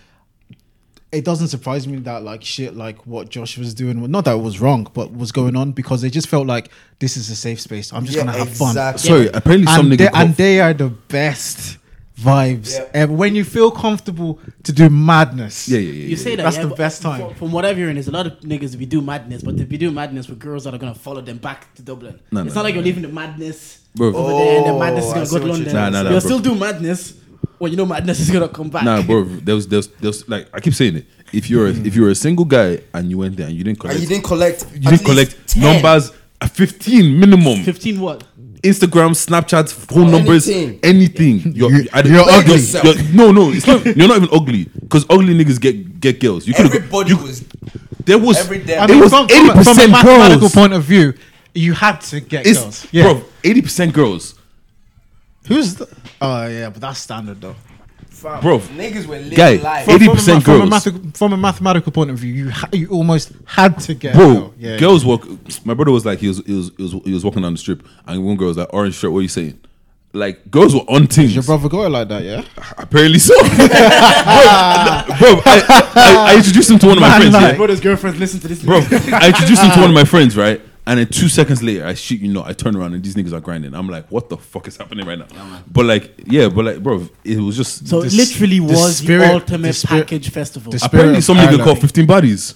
it doesn't surprise me that like shit like what Josh was doing. Not that it was wrong, but was going on because they just felt like this is a safe space. I'm just
Yeah,
gonna have fun.
exactly.
Sorry, apparently some
And
nigga
they,
called-
and they are the best vibes.
Yeah.
And when you feel comfortable to do madness,
Yeah, yeah, yeah.
You say that
That's
yeah,
the
but
best
from-
time.
From what I've hearing, is a lot of niggas we do madness, but they be doing madness with girls that are gonna follow them back to Dublin.
No,
it's
no,
not like
no,
you're leaving the madness
Bro.
over there, and the
Oh,
madness
I
is gonna
see
go
what
to
you're
London.
Nah, nah, nah,
you'll
bro.
still do madness, well, you know madness is gonna come back.
Nah, bro, there was, there was there was like I keep saying it. If you're a, if you're a single guy and you went there and you didn't collect,
And you didn't collect.
you didn't collect numbers, uh, fifteen minimum,
[laughs] Fifteen what?
Instagram, Snapchat, phone
Or
numbers,
anything.
anything. You're,
You-
I don't-
you're
you're-
ugly.
you're- no, no, it's not. You're not even ugly because ugly niggas get get girls. You could've-
Everybody
you-
was.
There was
every damn-
I
it
mean,
was
from, from,
eighty
a- from a
percent
mathematical
girls.
point of view, you had to get
It's
girls. Yeah.
bro, eighty percent girls.
Who's the? Oh yeah, but that's standard though.
Fam,
Bro.
Niggas were living
Guy,
life.
it-
From- from a
80%
ma- from a,
girls.
mathe- from a mathematical point of view, you ha- you almost had to get a
Bro,
girl. Yeah,
girls walk. My brother was like, he was, he was he was he was walking down the strip, and one girl was like, "Orange shirt, what are you saying?" Like girls were on
yeah.
things.
Your brother got it like that, yeah.
Apparently so. [laughs] bro, bro I, I, I introduced him to one of my
Man,
friends.
like-
Yeah?
My brother's girlfriend listen to this.
Bro, I introduced him to one
[laughs]
of my friends, right? And then two seconds later, I shit you know, I turn around and these niggas are grinding. I'm like, what the fuck is happening right now? But like, yeah, but like, bro, it was just.
So
this-
it literally
the
was
spirit-
the ultimate
the spirit-
package festival.
the spirit-
apparently some nigga
Parallel.
caught 15 bodies.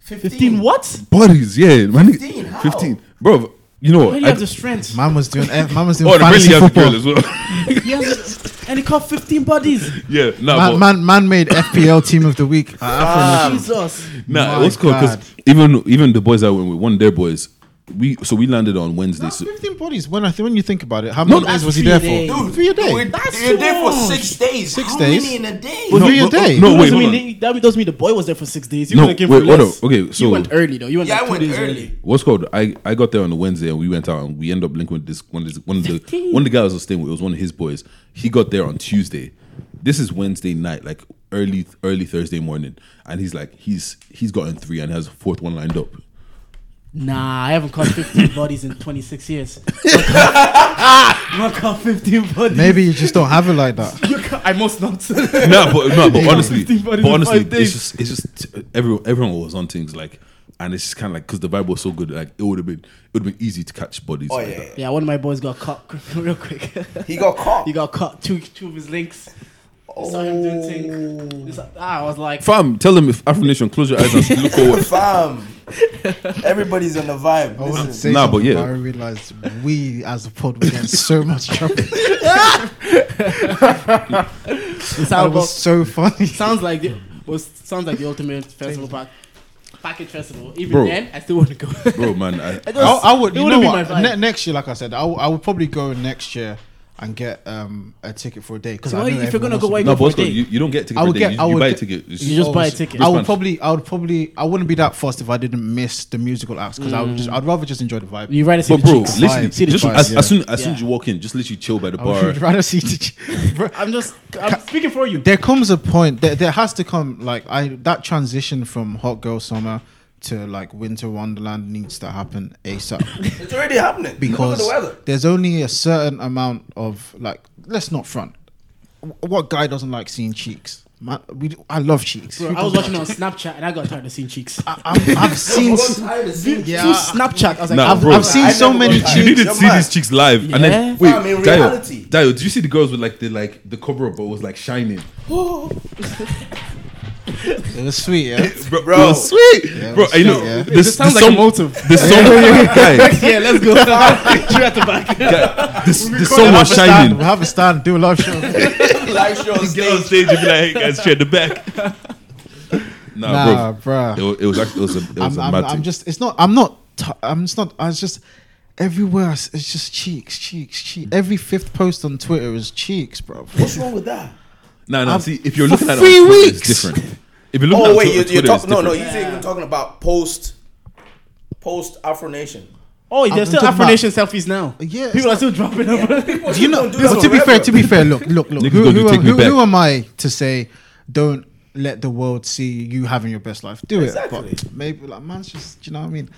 15.
Fifteen what?
Bodies, yeah, man.
15, how?
15. Bro, you know
Why do
what?
you
I,
have the strength?
Man was doing. eh, Man was doing
oh, the
fantasy
really has a
football.
girl as well. [laughs]
He has- and he caught fifteen bodies.
yeah, nah,
Man,
but,
man, man made FPL team of
[laughs]
the week. at Afro
Ah, Um,
Nation.
Jesus.
nah,
my
what's cool because
God.
even even the boys I went with, one of their boys, we so we landed on Wednesday.
That's
So,
Fifteen bodies. When I th- when you think about it, how
No,
many days
that's
was he
three
there
days.
eh.
for?
Dude,
Three a
you were-
day.
You were there for six days.
Six
How
days?
many in a day?
Well,
No,
three a
but-
day.
no,
That
wait,
doesn't
hold on.
mean that doesn't mean the boy was there for six days. You
No,
could have came
wait,
for
hold
less.
on. Okay, so-
you went early though. You went
Yeah,
like
I
two
went
days
early.
early.
What's called? I, I got there on a Wednesday and we went out and we ended up linking with this one. Of this, one
[laughs]
of the one of the guys I was staying with it was one of his boys. He got there on Tuesday. This is Wednesday night, like early early Thursday morning, and he's like he's he's gotten three and has a fourth one lined up.
Nah, I haven't [laughs] caught 15 bodies in 26 years. I'm not caught 15 bodies.
Maybe you just don't have it like that.
You ca- I must not.
no, but no, but honestly,
Fifteen
but
bodies in
honestly,
five
it's
days.
just it's just everyone everyone was on things like, and it's just kind of like because the vibe was so good, like it would have been it would have been easy to catch bodies.
Oh,
like
yeah.
that.
[laughs] yeah, one of my boys got caught [laughs] qu- real quick.
He got caught.
he got caught. Two two of his links. Oh. Saw him doing thing. Just, ah, I was like,
Fam, tell them if Afro Nation close your eyes and look forward. [laughs]
Fam. Everybody's on the vibe.
I want to
Listen.
say
Nah, but
something,
yeah.
I realized we as a pod were getting so much trouble.
sounds,
that was so funny.
sounds like the, was sounds like the ultimate festival pack, package festival. Even
Bro.
then, I still wouldn't go. [laughs]
bro, man. I,
I
I,
just-
I would.
it
You know
wouldn't be
what?
my vibe.
Ne- next year, like I said, I, w- I would probably go next year and get um, a ticket for a day. Because
So why- if you're gonna go, why
No, but what's
for a
good,
day.
You, you don't get tickets.
I would
day.
get-
You,
I
you
would
buy a
get-
ticket. It's
You just buy a ticket.
I
Just
would
punch.
probably, I would probably, I wouldn't be that fussed if I didn't miss the musical acts because I would just, I'd rather just enjoy the vibe.
Mm. You right to see
But
the
bro,
cheeks.
listen.
Fine. See the
Just
cheeks.
as,
Yeah.
as soon as soon as you
Yeah.
walk in, just literally chill by the
I
bar.
would [laughs] rather see. The,
[laughs]
bro,
I'm just I'm speaking for you.
there comes a point that there has to come like I that transition from hot girl summer to like winter wonderland needs to happen asap.
It's already happening.
because
Look at the weather.
there's only a certain amount of like let's not front W- what guy doesn't like seeing cheeks Man, we, i love cheeks
Bro, I was watching on Snapchat and I got tired of seeing cheeks.
[laughs] I, I've,
[laughs]
I've seen s-
Yeah.
Through Snapchat, I was like,
Nah,
I've,
bro.
I've
I've seen
I
so
never
many
got
You
tired.
cheeks
didn't
You're
see
mad.
these cheeks live, and then wait,
Fam, in
Dio,
reality.
Dio, do you see the girls with like the like the cover up, but it was like shining,
it was sweet yeah
bro?
Bro.
it was sweet,
it
bro.
was
I know
sweet, yeah.
this
sounds
the
like a
song-
motive.
The song, guy,
yeah, let's go. You're at the back.
guy, this the
We'll
song
have
was
a stand,
shining.
we'll have a stand do a live show
Live show on
Get on
stage.
stage and be like, "Hey guys, check the back."
nah
Nah, bro. It
bruh
wa- It was actually it was a it was
I'm,
a
I'm,
mad
I'm
thing.
just it's not i'm not t- i'm just not i was just everywhere it's it's just cheeks cheeks cheeks every fifth post on twitter is cheeks bro
What's wrong with that?
No, no.
I've-
See, if you're
for
looking at
three
it on Twitter,
weeks.
it's different. If you're looking at
Oh
it
wait,
on
you're,
Twitter,
you're
it's
talking. No, no,
different.
you're even talking about post, post Afro Nation.
Oh,
I'm
there's still
talking
Afro
about-
Nation selfies now.
Yeah,
people are still dropping them. [laughs]
Do you know?
But to be fair, to be fair,
[laughs]
look, look, look.
Niggas
who,
gonna do
who,
Take Me
who- who
Back.
am I to say don't let the world see you having your best life? Do it,
Exactly.
but maybe like man's just, do you know what I mean?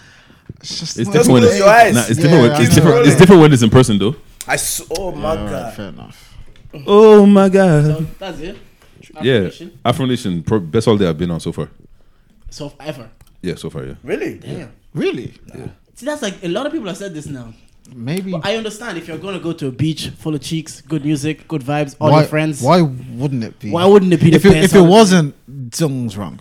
It's just
It's
not-
different when
close
it's,
your eyes.
Nah, it's
Yeah,
different.
I
When, it's
know.
different. It's different when it's in person, though.
I saw. Oh my
Alright,
god.
fair enough.
Oh my god.
So that's it.
yeah,
Application.
Afro Nation, pro- best holiday I've been on so far.
So ever.
Yeah, so far, yeah.
Really?
Damn.
Really?
See, that's like a lot of people have said this now.
Maybe.
But I understand if you're gonna go to a beach full of cheeks, good music, good vibes, all
why,
your friends.
Why wouldn't it be?
Why wouldn't it be the
if it,
best
if it
holiday?
wasn't? Something's wrong.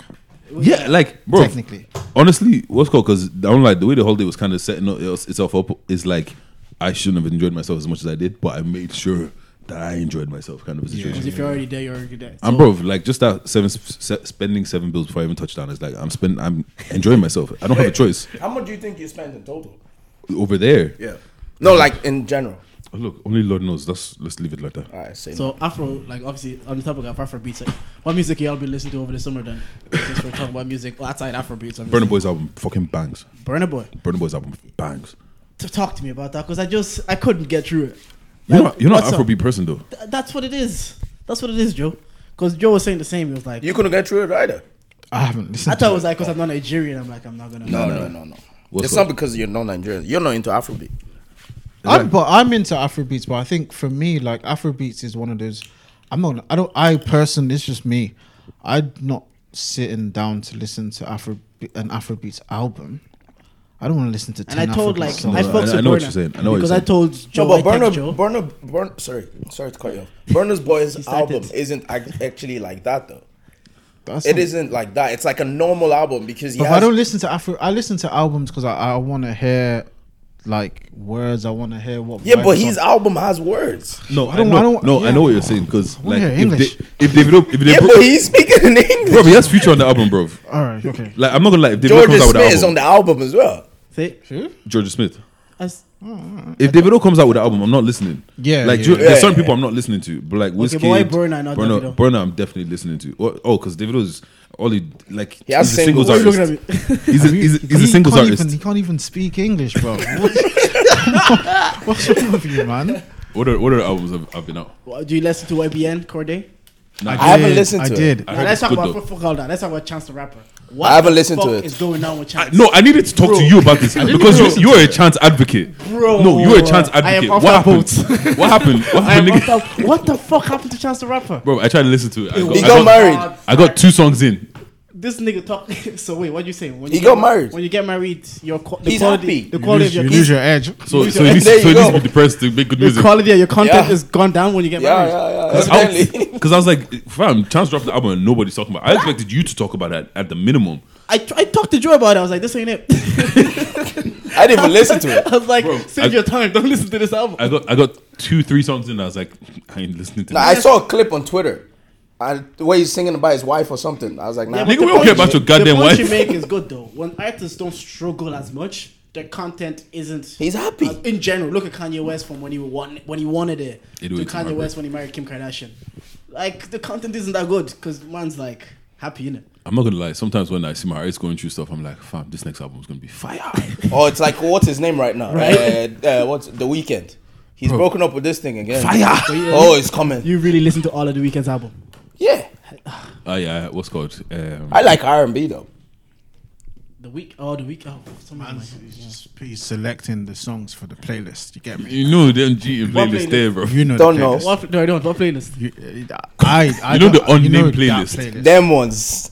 Yeah, like bro.
Technically,
honestly, what's cool because I don't like the way the holiday was kind of setting up- itself up is like I shouldn't have enjoyed myself as much as I did, but I made sure that I enjoyed myself, kind of a situation.
Because if you're already there, you're already there.
And bro, like just that seven se- spending seven bills before I even touchdown is like I'm spend I'm enjoying myself. I don't have a choice
How much do you think you spent in total?
over there.
Yeah.
No, like in general.
Oh, look, only Lord knows. That's let's leave it like that.
All right, same.
So Afro, like obviously on the topic of Afro beats, like, what music y'all been listening to over the summer then? Since we're talking about music well, outside Afro beats,
Burner Boy's album fucking bangs.
Burner Boy.
Burner Boy's album bangs.
To talk to me about that because I just I couldn't get through it.
You're
Like,
not you're not
what's
an
up?
Afrobeat person though.
Th- that's what it is. That's what it is, Joe. Because Joe was saying the same. He was like,
You couldn't get through it either.
I haven't
I
listened.
thought
to
it was like because I'm not Nigerian. I'm like I'm not gonna.
No, no, no, no.
What's
it's
up?
not because you're not Nigerian. You're not into Afrobeat.
I'm, but I'm into Afrobeats. But I think for me, like Afrobeats is one of those. I'm not. I don't. I personally, it's just me. I'm not sitting down to listen to Afro an Afrobeats album. I don't want to listen to. 10
And I told
Afrobeats
like
songs.
I
No,
spoke
I-
to
I know what
Burna
you're saying. I know what
because
you're
I told Joe.
No, but
I text
Burner,
Joe.
Burner, Burn, sorry, sorry to cut you off. Burner's Boy's
started.
album isn't ac- actually like that though.
That's
It
not-
isn't like that. It's like a normal album because he
But if
has
I don't listen to Afro, I listen to albums because I, I want to hear like words. I want to hear what.
Yeah, but
vibes
his
are-
album has words.
No, I
don't-
know,
I don't-
no, I
yeah.
know what you're saying because
wanna
like
hear
if
English.
they, if they don't if they
Yeah, but he's speaking in English.
bro, he has future on the album, bro.
All right. Okay.
Like I'm not gonna lie, if Davido
Georgia
comes out with
Smith
an
is on
album,
the album as well.
See,
Georgia Smith.
as,
If Davido comes out with an album, I'm not listening.
Yeah,
like
yeah,
Geor-
yeah.
there's
Yeah,
certain
yeah,
people I'm not listening to, but like Whiskey,
but why Burna and not
Burna,
Davido?
Burna I'm definitely listening to. Or- Oh, because Davido's all he like.
He has
he's a singles
singles.
artist.
Look at
He's a, he's a, he's a singles
can't
artist.
Even, he can't even speak English,
[laughs]
bro. [laughs] What- What's wrong with you, man?
What are what are the albums I've, I've been out?
Well, do you listen to YBN Corday?
Nah,
did,
I,
haven't listened
I
to it.
did.
I
Now,
heard
let's
it's
talk
good
about
though.
fuck all that. Let's talk about Chance the Rapper. What
I haven't
the
listened to
fuck
it.
Is going on with Chance?
no, I needed to talk to you about this because you, you are a chance advocate.
Bro.
no, you are a chance
I
advocate.
am off
What
that
happened? [laughs] what happened? What
I am
happened? nigga?
off the- what the fuck happened to Chance the Rapper?
Bro, I tried to listen to it. I got,
He got
I got-
married.
I got two songs in.
This nigga talk. [laughs] so wait, what you saying? When
He
you
got
get-
married.
When you get married, your qu- the
He's
quality,
happy.
the
You
quality
lose-
of
you
your
lose your edge.
So, so
your-
at least, so
There
at
you go.
least be depressed to make good
the
music.
quality of your content
Yeah.
is gone down when you get
Yeah,
married.
yeah, yeah.
Because I,
Definitely.
was- [laughs] 'cause I was like, fam, Chance dropped the album and nobody's talking about it. I expected you to talk about that at the minimum.
I, tr- I talked to Joe about it. I was like, this ain't it. [laughs]
[laughs] I didn't even listen to it.
I was like,
Bro,
save
I-
your time. Don't listen to this album.
I got I got two, three songs in and I was like, [laughs] I ain't listening to
Nah,
that.
I saw a clip on Twitter. I, the way he's singing about his wife or something. I was like, nah.
Yeah,
Nigga,
but
we
the
don't care
point-
about your
the
goddamn
point
wife.
you make is good though. When artists don't struggle as much, their content isn't.
He's happy.
Uh, in general, look at Kanye West from when he won when he wanted it
It
to
was
Kanye
hard,
West when he married Kim Kardashian. Like the content isn't that good because man's like happy in it.
I'm not gonna lie. Sometimes when I see my artists going through stuff, I'm like, fam, this next album is gonna be fire.
Oh, it's like what's his name right now?
Right?
Uh, uh, what's the weekend? He's broken up with this thing again.
Fire.
Oh, it's coming.
You really listen to all of the weekend's album.
Yeah,
Oh yeah, what's called? Um,
I like R and B though.
The week, oh the week, oh some of my-
He's just he's selecting the songs for the playlist. You get me?
you know the MG
What
playlist there, bro.
You know. the
Don't know.
playlist.
What no, I don't. What playlist?
You, I, I
You know the
don't-
unnamed
that
playlist.
them ones.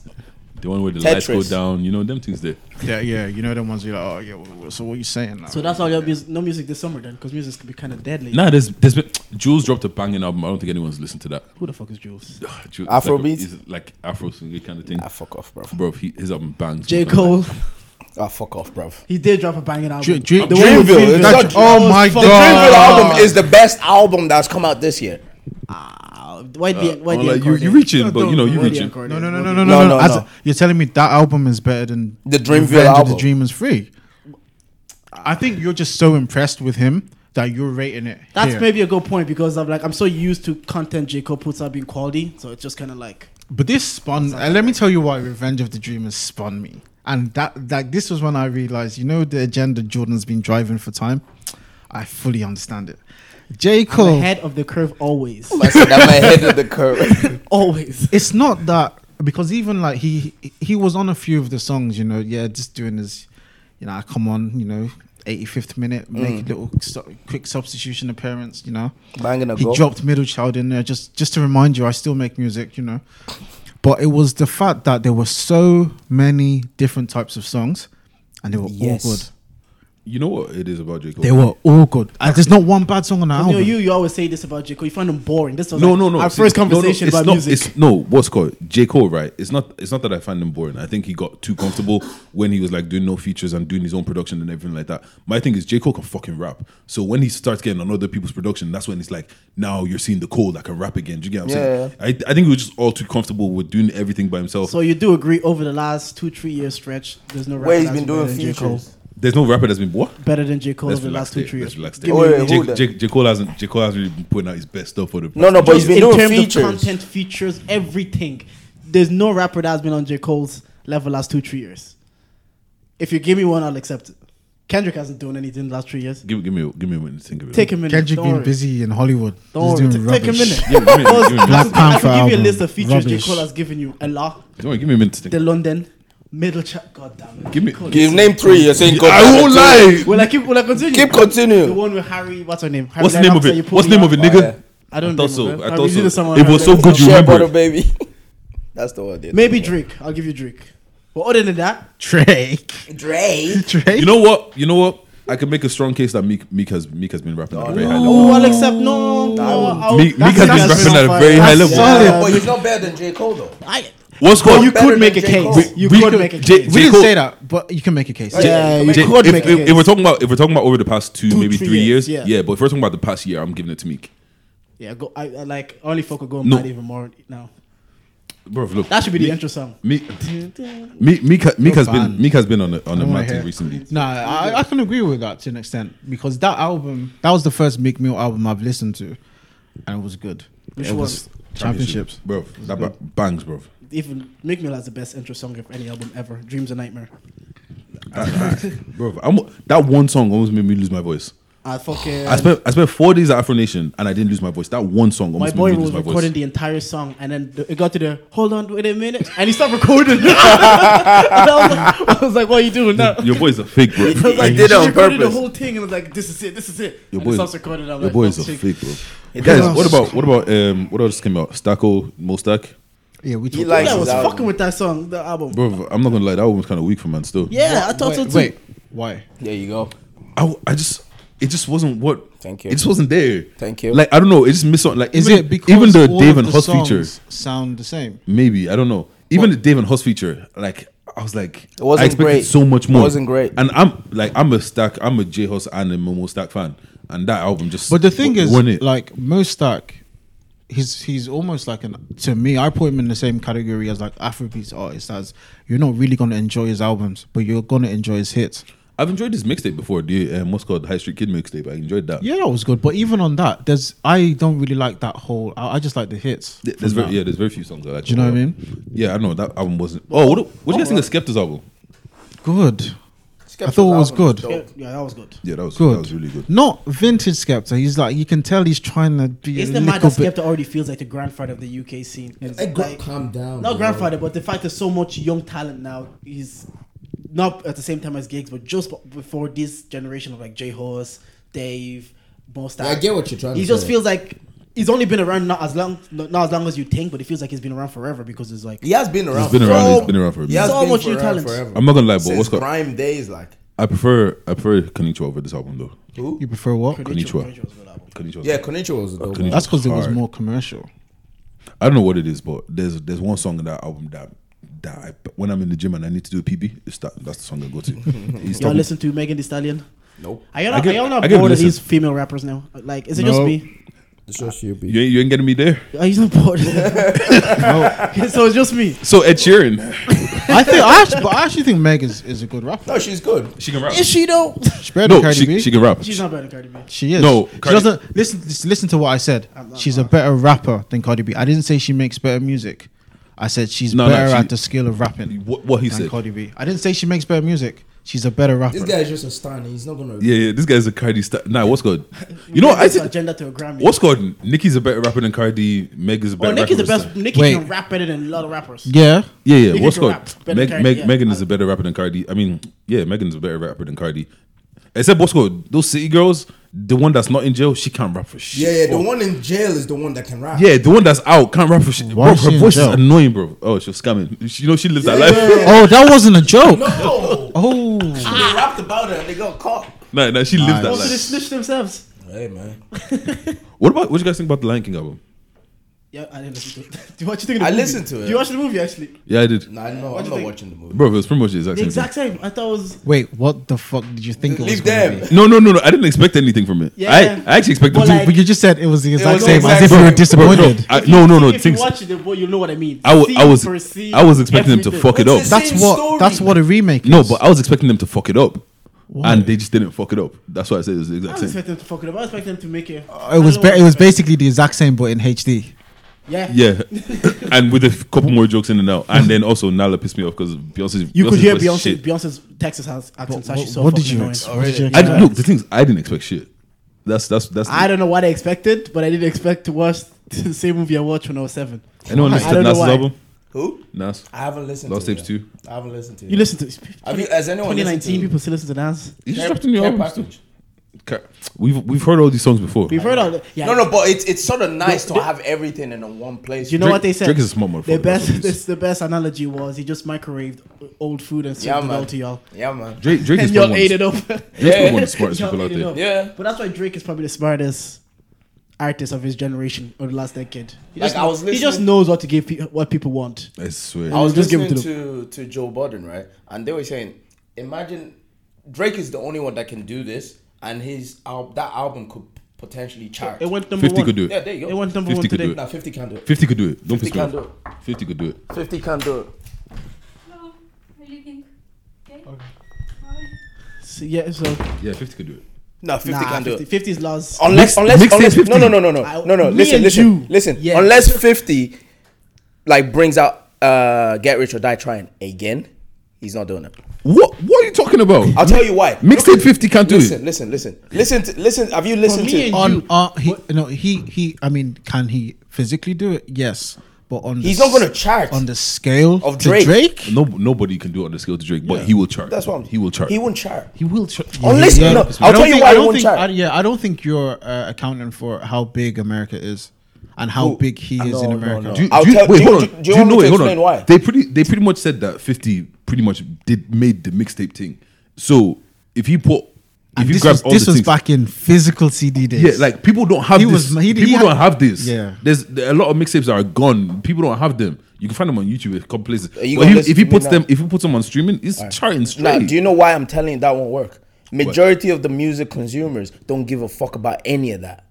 The one where the lights go
Tetris.
down. You know them things there.
Yeah, yeah. You know the ones you're like, oh yeah. wh- wh- So what you saying? Like,
So that's all your music. No music this summer then, because music could be kind of deadly.
Nah, there's there's been Jules dropped a banging album. I don't think anyone's listened to that. [sighs]
Who the fuck is Jules?
Jules,
Afrobeat?
like, is like Afro singer kind of thing.
Ah, fuck off, bro.
Bro, he, his album bangs.
J Cole.
Ah, fuck off, bro.
He did drop a banging album.
Dr- Dr-
The one with
Dreamville, it's
That-
not-
oh my
The
god.
The Dreamville album is the best album that's come out this year.
Ah, why the
Uh,
why
I'm like,
the
you
Encore
you
there?
reaching, but you know you
Why the
reaching.
Encore
No,
there?
no, no,
Why the-
no, no, no, no.
No, no,
As
no.
you're telling me that album is better than
The Dreamville
Revenge of
album.
The Dream is Free. I think you're just so impressed with him that you're rating it.
That's
here.
maybe a good point because I'm like I'm so used to content J Cole puts out being quality, so it's just kind of like
But this spun. Uh, let me tell you why Revenge of the Dreamers spun me. And that, like, this was when I realized, you know, the agenda Jordan's been driving for time. I fully understand it. J.
I'm
Oh.
Cole.
ahead of the curve always,
I said that my head of the
[laughs]
curve.
[laughs] always.
It's not that because even like he he was on a few of the songs, you know. Yeah, just doing his you know, I come on, you know, 85th minute, make a little su- quick substitution appearance, you know.
Banging a
He
goal.
dropped middle child in there just just to remind you, I still make music, you know. But it was the fact that there were so many different types of songs, and they were
Yes.
all good.
You know what it is about J Cole?
They were all good. And there's not one bad song on the
You, know,
album.
you you always say this about Jacob. You find him boring. This was
no,
like
no, no.
Our
See,
first
no, no,
conversation
it's
about
not,
music.
It's, no, what's called J Cole, right? It's not. It's not that I find him boring. I think he got too comfortable when he was like doing no features and doing his own production and everything like that. My thing is J Cole can fucking rap. So when he starts getting on other people's production, that's when it's like now you're seeing the Cole that can rap again. Do you get what I'm saying? I, I think he was just all too comfortable with doing everything by himself.
so you do agree over the last two three year stretch, there's no rapper
Where he's
that's
been doing
better than J. Cole.
features.
There's no rapper that's been what.
Better than J Cole
Let's
over the
relax
last two
it.
three
Let's
years.
relax
Give
it.
me
Wait,
a
wait,
reason.
who
J, J,
then?
J Cole hasn't. J Cole hasn't really been putting out his best stuff for the.
No, no, but he's been
in
doing
terms
features.
of content, features, everything. There's no rapper that's been on J Cole's level last two three years. If you give me one, I'll accept it. Kendrick hasn't done anything the last three years.
Give, give me, give me a minute to think of it.
Take a minute.
Kendrick
don't
being
worry.
busy in Hollywood,
Don't
just
worry.
[laughs] doing
Take a
rubbish.
minute.
Give me a minute, give me
[laughs]
a minute.
Black
I can
Panther
give you a
album,
list of features J
rubbish.
Cole has given you. Allah,
Don't worry, Give me a minute to think.
the London, middle chat. God damn it.
Give me-
Cole
Give
is-
name three. You're saying God.
I won't lie.
Will I keep? Will I continue?
Keep
The
continuing.
one with Harry. What's her name? Harry
What's the name of
Lennart, that you
it?
pulled
What's the
me
name
off.
of it, nigga?
I don't
I thought so.
remember.
I
I'll
thought
give you
so.
the someone
It
I
was so
remember.
good you
Shea butter,
remember. it.
baby. [laughs] That's the one. Maybe.
Maybe Drake. I'll give you Drake. But other than that, [laughs]
Drake.
Dre.
[laughs] Drake.
You know what? You know what? I can make a strong case that Meek, Meek has Meek has been rapping at a very high
oh,
level.
I'll accept. No, no. I'll,
Meek, Meek
Oh, that's-
has been
that's
rapping at a
fine.
very high level.
solid.
but he's not better than J Cole though.
I,
What's
but
called?
you
better
could
than
make a
J. Cole.
case. You
We
could
could-
make a
J-
case.
We
J. Cole-
didn't say that, but you can make a case.
Yeah, you
J-
could
if,
make a
if-
case.
if we're talking about if we're talking about over the past two,
Two,
maybe
three
three,
years,
years,
yeah.
yeah. But if we're talking about the past year, I'm giving it to Meek.
Yeah, go. I, I like only folk are going
No.
mad even more now.
Bro, look,
That should be the
Meek-
intro song.
Meek, Meek, Meek, ha- Meek has
banned.
been Meek has been on a, on a
wanna
mountain
hear.
recently.
No, I, I can agree with that to an extent because that album, that was the first Meek Mill album I've listened to, and it was good.
Which
it
one?
was championships.
bro. That ba- bangs, bro.
Even Make Me Laugh is the best intro song of any album ever. Dreams a Nightmare.
Bro, I'm, that one song almost made me lose my voice.
I fucking.
I spent I spent four days at Afro Nation and I didn't lose my voice. That one song
my
almost
boy
made me
was
lose my
recording
voice.
the entire song, and then th- it got to the hold on, wait a minute, and he stopped recording. [laughs] And I, was like, I was like, what are you doing now?
Your voice is a fake,
[laughs]
bro.
I was like,
did it on
she recorded
purpose.
The whole thing, and I was like, this is it, this is it.
Your
and it
boy,
stops recording.
your
I'm like,
boy is
oh,
a
shit.
fake, bro. Guys,
does.
what about what about um what else came out? Stacko, Mostak,
Yeah, we
He
talked.
likes
Yeah, I
his
was
album.
fucking with that song, the album.
bro. I'm not gonna lie, that album's kind of weak for man. Still,
Yeah, I thought so
wait,
too.
wait, why?
There you go.
I, w- I just it just wasn't what.
Thank you.
It just wasn't there.
Thank you.
Like I don't know, it just missed on. Like
Is
even,
it because
even the
all
Dave
of
and
the
Huss feature?
songs sound the same?
Maybe I don't know. Even the Dave and Huss feature, like I was like,
It wasn't
I expected
great.
so much
It
more.
wasn't great.
And I'm like, I'm a Stack, I'm a J Huss and a Momo Stack fan, and that album just.
But the thing
w-
is,
won it.
like Mostak, he's he's almost like an to me. I put him in the same category as like Afrobeats artists. As you're not really gonna enjoy his albums, but you're gonna enjoy his hits.
I've enjoyed this mixtape before, the um, what's called High Street Kid mixtape. I enjoyed that.
Yeah, that was good. But even on that, there's I don't really like that whole. I, I just like the hits.
Th- There's
from
very,
that.
yeah, there's very few songs I like.
Do you know what I mean?
Yeah, I know that album wasn't. Oh, what, what do you guys think of Skepta's album?
Good. I thought it was good.
Yeah, yeah, that was good.
Yeah, that was
Good.
That was really good.
Not vintage Skepta. He's like you can tell he's trying to be
It's
a
the mad
little
that
bit.
Skepta already feels like the grandfather of the UK scene. It's
Hey,
like-
calm down.
not
bro.
grandfather, but the fact there's so much young talent now is not at the same time as gigs, but just b- before this generation of like J Horse, Dave, Mostar.
Yeah, I get what you're trying
He
to
just
say.
feels like he's only been around not as long, not, not as long as you think, but it feels like he's been around forever because it's like
He has been around.
He's been
for-
around.
So-
he's been around for a
He
minute.
has
So
been
much you
around
talent.
forever.
I'm not gonna lie, but
Since
what's called?
prime days, like
I prefer I prefer Konichiwa over this album though.
who?
You prefer what?
Konnichiwa.
was a good album.
Konichiwa.
Yeah, Konichiwa was a dope.
Konnichiwa.
one.
That's because it was
Hard.
more commercial.
I don't know what it is, but there's there's one song in that album that that I, when I'm in the gym and I need to do a PB, it's that that's the song I go
[laughs]
to. He's
Y'all
talking-
listen to Megan Thee Stallion?
Nope.
Are y'all
I
not,
get-
are y'all
I
not
get
bored of
listen.
these female rappers now? Like, is it just
No.
me?
It's just you, B.
you ain't, you ain't getting me there.
Are you not
[laughs]
bored? [laughs] so it's just me.
So Ed Sheeran,
I think. I actually, but I actually think Meg is, is a good rapper.
No, she's good.
she can rap.
Is she though?
She's better than
No,
Cardi
she,
B.
she can rap.
She's not better than Cardi B.
She is.
No,
she
Cardi-
doesn't listen. just Listen to what I said. She's a better rapper than Cardi B. I didn't say she makes better music. I said she's
No, no,
better
she-
at the skill of rapping
What, what he
than
said.
Cardi B. I didn't say she makes better music. She's a better rapper.
This guy is just a star. and He's not gonna.
Yeah, yeah. This guy's a Cardi star. Nah, what's
[laughs]
good? You know, what, I
This
said
agenda to a Grammy.
what's good. Nicki's a better rapper than Cardi. Meg is a
Oh,
better.
Nicki's
rapper
the
than
best.
Stan.
Nicki
Wait.
can rap better than a lot of rappers.
yeah.
Yeah, yeah.
Nicki
what's
can
good?
rap better
Meg,
than Cardi,
Meg,
yeah.
Megan is a better rapper than Cardi. I mean, yeah, Megan's a better rapper than Cardi. Except what's good? Those city girls. The one that's not in jail, she can't rap for shit.
Yeah, yeah. The
Fuck.
one in jail is the one that can rap.
Oh. Yeah, the one that's out can't rap for shit.
Why
Bro,
is she
her
in
voice is
jail?
annoying, bro. Oh, she's scamming. She, you know, she lives that life.
Oh, that wasn't a joke.
No,
Oh,
they rapped about it and they got caught.
[laughs] Nah, nah, she lives that
Also, Oh, they
life.
snitch themselves.
Hey man,
What about what you guys think about the Lion King album?
Yeah, I didn't listen to it. [laughs] Do you watch you think of the
I
movie?
listened to it.
Do you watch the movie actually?
Yeah, I did.
nah, no, I'm
What do you
not
think?
watching the movie.
Bro, it was pretty much the exact
The
same.
exact same. I thought it was.
wait. What the fuck did you think? it was
Leave
gonna
them.
be?
No, no, no, no. I didn't expect anything from it.
Yeah.
I, I actually expected.
But
to- [laughs]
like-
But you just said it was the exact
was the
same,
exact
as if you were
same.
bro, no,
disappointed.
I, no, no, no.
if you
Things,
watch it, boy, you know what I mean.
I, w- I
See,
was,
perceive,
I was expecting them to
everything.
fuck it up.
What's
That's
Same
what.
story.
That's what a remake. Is.
No, but I was expecting them to fuck it up, and they just didn't fuck it up. That's why I said it was the
I
exact
was
same.
expecting them to fuck it up. I was expecting them to make it.
it was. Ba- it was basically the exact same, but in HD.
Yeah.
Yeah,
[laughs]
and with a f- couple more jokes in and out, and then also Nala pissed me off because Beyonce.
You could hear
was
Beyonce.
shit.
Beyonce's Texas has accent.
What,
so she's so
what did
fucking
you?
annoying.
Ex- what did you
I,
expect?
look, the things I didn't expect shit. That's that's that's.
I don't know what I expected, but I didn't expect to watch [laughs] the same movie I watched when I was seven.
Anyone
I
listen to
don't know
Nas's
why.
album?
Who?
Nas
I haven't listened.
Lost
to
Tapes
it.
too.
I haven't listened to it.
You listen to
Have you, has anyone
2019.
listened
People still listen to dance.
to
You just
it?
dropped a new
Care
album.
package.
Ca- We've we've heard all these songs before.
We've heard all. the- Yeah.
No, no, but it's it's sort of nice to
the-
have everything in a one place.
You know
Drake-
what they said?
Drake is a smart motherfucker,
The
that's what
best,
it is.
this, the best analogy was he just microwaved old food and served
Yeah,
it
man.
all to y'all,
Yeah, man.
Drake Drake
[laughs]
is
and y'all
probably
ate it
one
up.
[laughs] of- Drake's probably one of the smartest
Y'all
people out
ate it up.
there.
Yeah.
But that's why Drake is probably the smartest artist of his generation or the last decade. He
Like,
just,
I
kno-
was
he just
listening-
knows what to give, pe- what people want.
I swear.
I was
Just give it
listening to, to Joe Budden, right? And they were saying, imagine Drake is the only one that can do this, and his al- that album could potentially chart.
It went number
Fifty
one.
could do it.
yeah, there you go.
It went number
50
one
could do
today.
it.
Nah, 50 can do it.
Fifty could do it.
50
Don't piss me
can do
off.
it.
Fifty could do it.
50 can do it.
Hello, we're leaving. Okay? Bye.
So, yeah, so
Yeah, fifty could do it.
No, 50
nah,
can do
50,
it.
50 is Laz.
Unless,
Mix-
unless,
mixtape
unless, no,
50.
no, no, no, no,
I-
no, no.
me
Listen,
and
listen,
you.
listen.
Yeah.
Unless 50, like, brings out uh, Get Rich or Die Trying again, he's not doing it.
What What are you talking about?
I'll tell you why.
Mixtape fifty can't do
Listen,
it.
listen, listen, listen, to, listen. Have you listened to?
me
Oh,
and
on
you-
uh, he no he he i mean can he physically do it yes but on
He's
the
not gonna
s-
chart
on the scale
of
to
Drake.
drake
No, nobody can do it on the scale to Drake, but he will chart.
That's what I'm.
he will chart.
He won't chart.
He will chart.
Unless-
Yeah.
no,
I
I'll
don't
tell you
think-
why
I
he
don't
won't
think,
chart.
I- yeah i don't think you're uh, accounting for how big america is and how big he is in
no,
america
no.
Do you,
I'll
do you,
tell-
wait,
do you-
hold
do
on.
you want me
know
to
it? Hold
explain
on.
why?
They pretty they pretty much said that fifty pretty much did made the mixtape thing. So if he put if
and
he
this
grabs
was,
all
this
the
was
things,
back in physical cd days
yeah, like people don't have
He
this.
was- he- he
people
had-
don't have this.
Yeah.
there's there, are a lot of mixtapes that are gone. People don't have them. You can find them on YouTube a couple places. But
you gonna
if,
listen
if he
to me
puts
now?
them, if he puts them on streaming, it's charting
Nah,
straight.
do you know why I'm telling you that won't work? Majority of the music consumers don't give a fuck about any of that.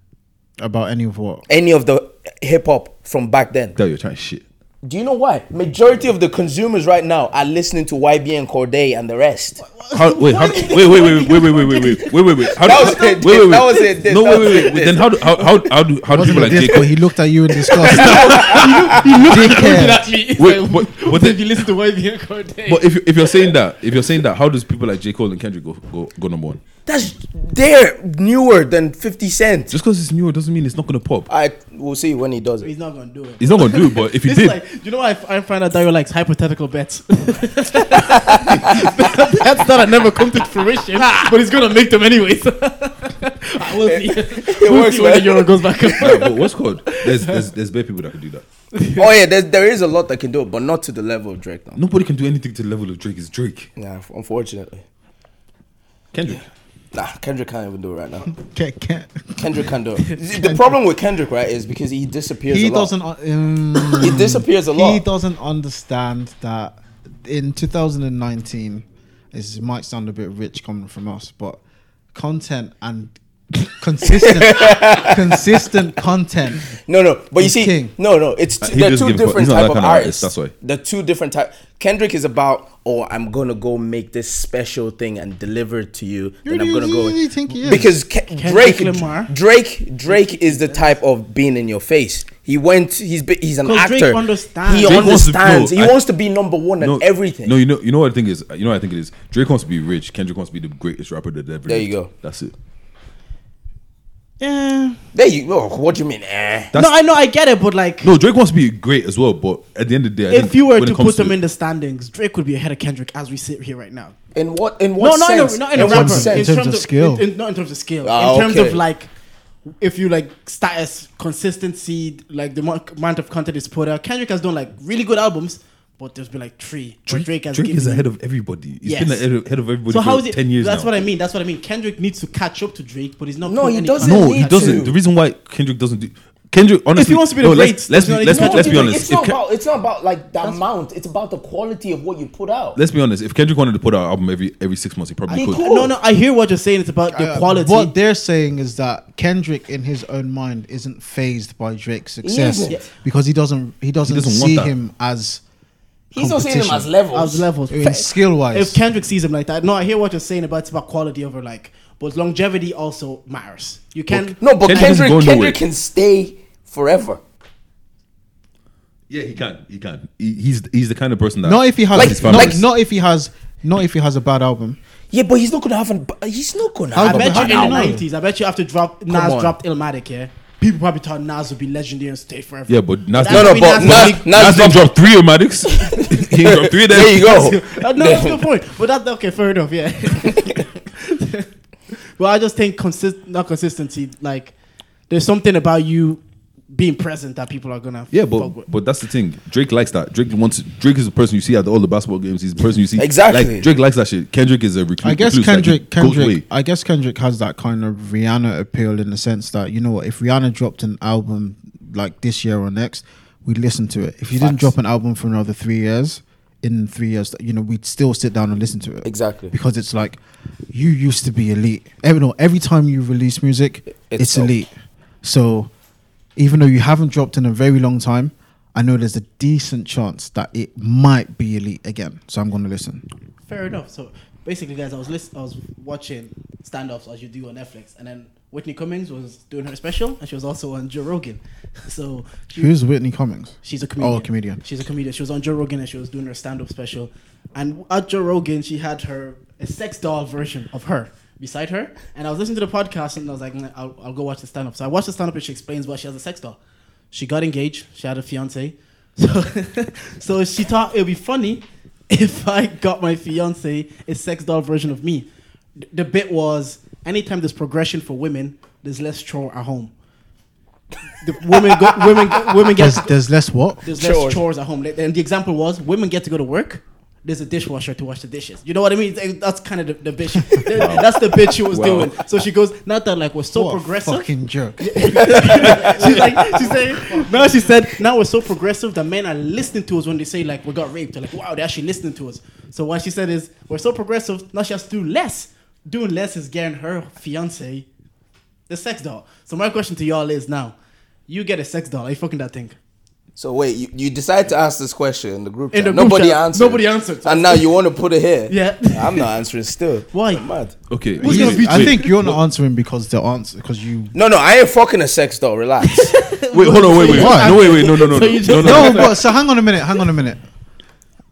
about any of what
Any of the hip hop from back then.
Tell you, you're trying shit.
[laughs] Do you know why? Majority of the consumers right now are listening to YBN Corday and the rest.
How, wait, how, wait, wait, wait, wait, wait, wait, wait, wait, wait, wait, wait. How
That
do-
was
how-
it,
wait, wait, wait.
that was it,
No,
that
wait,
was
wait,
it,
wait. Then how do how how how do how do
wasn't
people
it
like
this, but
Jake?
he looked at you in
[laughs]
disgust Dickhead.
Wait, but but then
if you listen to YBN Cordae.
But if you, if you're saying that, if you're saying that, how does people like J Cole and Kendrick go go, go number one?
That's they're newer than 50 Cent.
Just because it's newer doesn't mean it's not gonna pop.
I will see when he does it.
He's not gonna do it.
It's not gonna do it. But if you
[laughs] It's
did,
like you know what I, f- I find out that you likes hypothetical bets. [laughs] That's that had never come to
[laughs]
fruition, but he's gonna make them anyways. [laughs] we'll see. It [laughs] we'll
works,
see when the
man.
euro goes back up.
Nah, but what's called? There's there's there's bare people that can do that.
Oh yeah, there's, there is a lot that can do it, but not to the level of Drake now.
Nobody can do anything to the level of Drake. Is Drake
Yeah, unfortunately.
[laughs] Kendrick?
Nah, Kendrick can't even do it right
[laughs]
now.
can't, can't.
Kendrick can do it.
[laughs]
The problem with Kendrick, right, is because he disappears
he
a lot. [coughs]
doesn't um,
He disappears a lot.
He doesn't understand that in 2019, this might sound a bit rich coming from us, but content and [laughs] consistent,
[laughs]
consistent content.
No, no, but you
He's
see,
king.
no, no, it's
Uh,
two,
he
they're
just
two
give a fuck.
different
He's not
type
that
of
kind of
artists.
artist, that's why.
The two different type. Kendrick is about, oh, I'm gonna go make this special thing and deliver it to you.
Who
Then
do
I'm
you
gonna go
really think he is?
because Ke- Drake,
Lamar.
Drake, Drake is the type of being in your face.
He went. He's be- he's an
'Cause Drake
actor.
understands.
He
Drake wants to-
understands.
no,
he
I-
wants to be number one and everything.
No, you know, you know what I think is. You know what I think it is. Drake wants to be rich. Kendrick wants to be the greatest rapper that ever.
There you
lived.
go.
That's it.
Yeah.
There you
oh,
go. what do you mean? Eh.
That's-
no, I know, I get it, but like,
No, Drake wants to be great as well. But at the end of the day, I
if
think
you were
when it
to
comes
put them in the standings, Drake would be ahead of Kendrick as we sit here right now.
In what? In
No,
what
no, no,
sense?
not in a
In terms
rapper.
of- in terms of skill.
in- in- not in terms of skill.
Ah,
in terms
okay.
of like, if you like status, consistency, like the mo- amount of content is put out. Kendrick has done like really good albums, but there's been like three. Drake, Drake has
Drake
given
is
you-
ahead of everybody. He's been
Yes.
ahead of, ahead of everybody
So
for
how is it?
ten years
that's
now.
what I mean. That's what I mean. Kendrick needs to catch up to Drake, but he's not.
No,
putting
he
any
doesn't
content.
No,
need
he doesn't.
to.
The reason why Kendrick doesn't do Kendrick honestly.
wants to be the
no,
great,
let's, let's, be,
doesn't he?
let's, be-
No,
let's be
it's
honest.
It's
If
not,
Ke-
about, it's not about like the amount. It's about the quality of what you put out.
let's be honest. If Kendrick wanted to put out an album every every six months, he probably
He
could.
could.
No, no. I hear what you're saying. It's about the
Uh,
quality.
What they're saying is that Kendrick, in his own mind, isn't phased by Drake's success
isn't. Yeah.
because he doesn't he doesn't,
doesn't want
see
that.
him as
He's not seeing him as
competition.
levels.
as levels.
I mean, skill wise.
if Kendrick sees him like that, no, I hear what you're saying about it's about quality over like, but longevity also matters. You can
No, but
Kendrick isn't
Kendrick,
going
Kendrick,
nowhere.
can stay forever.
Yeah, he can. He can. He, he's he's the kind of person that.
not if he has
Like-
his
not,
family.
like-
not if he has not if he has a bad album.
Yeah, but he's not gonna have an. He's not gonna.
How
I
Have a
bet
about-
bad
you in the
album.
nineties. I bet you after drop Nas
on.
dropped Illmatic, yeah, people probably thought Nas would be legendary and stay forever.
yeah, but Nas.
No, no,
Nas-
but Nas-
Nas, Nas didn't drop three [laughs] Omatics. he dropped three. Then.
There you go.
[laughs] Uh, no, that's a good point. But that's okay. Fair enough. Yeah. [laughs] well, I just think consist not consistency. Like, there's something about you being present that people are gonna.
[laughs] Yeah,
fuck with.
but but that's the thing. Drake likes that. Drake wants. Drake is the person you see at the, all the basketball games. He's the person you see.
Exactly.
Like, Drake likes that shit. Kendrick is a recluse.
I guess
recluse, like, he
Kendrick,
goes
Kendrick,
away.
I guess Kendrick has that kind of Rihanna appeal in the sense that you know what, if Rihanna dropped an album like this year or next, we'd listen to it. If you didn't
Facts.
drop an album for another three years, in three years, you know, we'd still sit down and listen to it
Exactly.
because it's like you used to be elite. Every no, every time you release music,
It's
it's,
dope.
elite. So even though you haven't dropped in a very long time. I know there's a decent chance that it might be elite again, so I'm going to listen.
Fair enough. So basically, guys, I was list- I was watching stand-ups as you do on Netflix, and then Whitney Cummings was doing her special, and she was also on Joe Rogan. [laughs] So she,
Who's Whitney Cummings?
she's a comedian.
Oh, a comedian.
She's a comedian. She was on Joe Rogan, and she was doing her stand-up special. And at Joe Rogan, she had her a sex doll version of her beside her, and I was listening to the podcast, and I was like, "Nah, I'll, I'll go watch the stand-up. So I watched the stand-up, and she explains why she has a sex doll. She got engaged. She had a fiance. [laughs] So, so she thought it would be funny if I got my fiance a sex doll version of me. Th- The bit was anytime there's progression for women, there's less chore at home. The women, go, women, women get
There's, there's less what?
there's less chores at home. Like, And the example was women get to go to work. There's a dishwasher to wash the dishes. You know what I mean? And That's kind of the, the
[laughs]
bitch. That's the bitch she was doing. So she goes, not that like we're so
What a
progressive.
Fucking jerk.
[laughs] she's like, she's saying, now she said, now we're so progressive that men are listening to us when they say like we got raped. They're like, wow, they're actually listening to us. So what she said is, we're so progressive now she has to do less. Doing less is getting her fiance the sex doll. So my question to y'all is now, you get a sex doll, are you fucking that thing?
So wait, you, you decide to ask this question in the group
In
chat.
the group
nobody
chat.
answered.
Nobody answered.
And now you want to put it here.
Yeah.
I'm not answering still.
Why?
I'm mad.
Okay.
Who's
wait,
gonna beat
I
wait,
think you're not answering because the answer because you.
No, no, I ain't fucking a sex
[laughs]
doll. Relax.
Wait, hold on. Wait, wait.
Why?
No, wait, wait. No, no, no,
So
no,
you just-
no, no.
No, but so hang on a minute. Hang on a minute.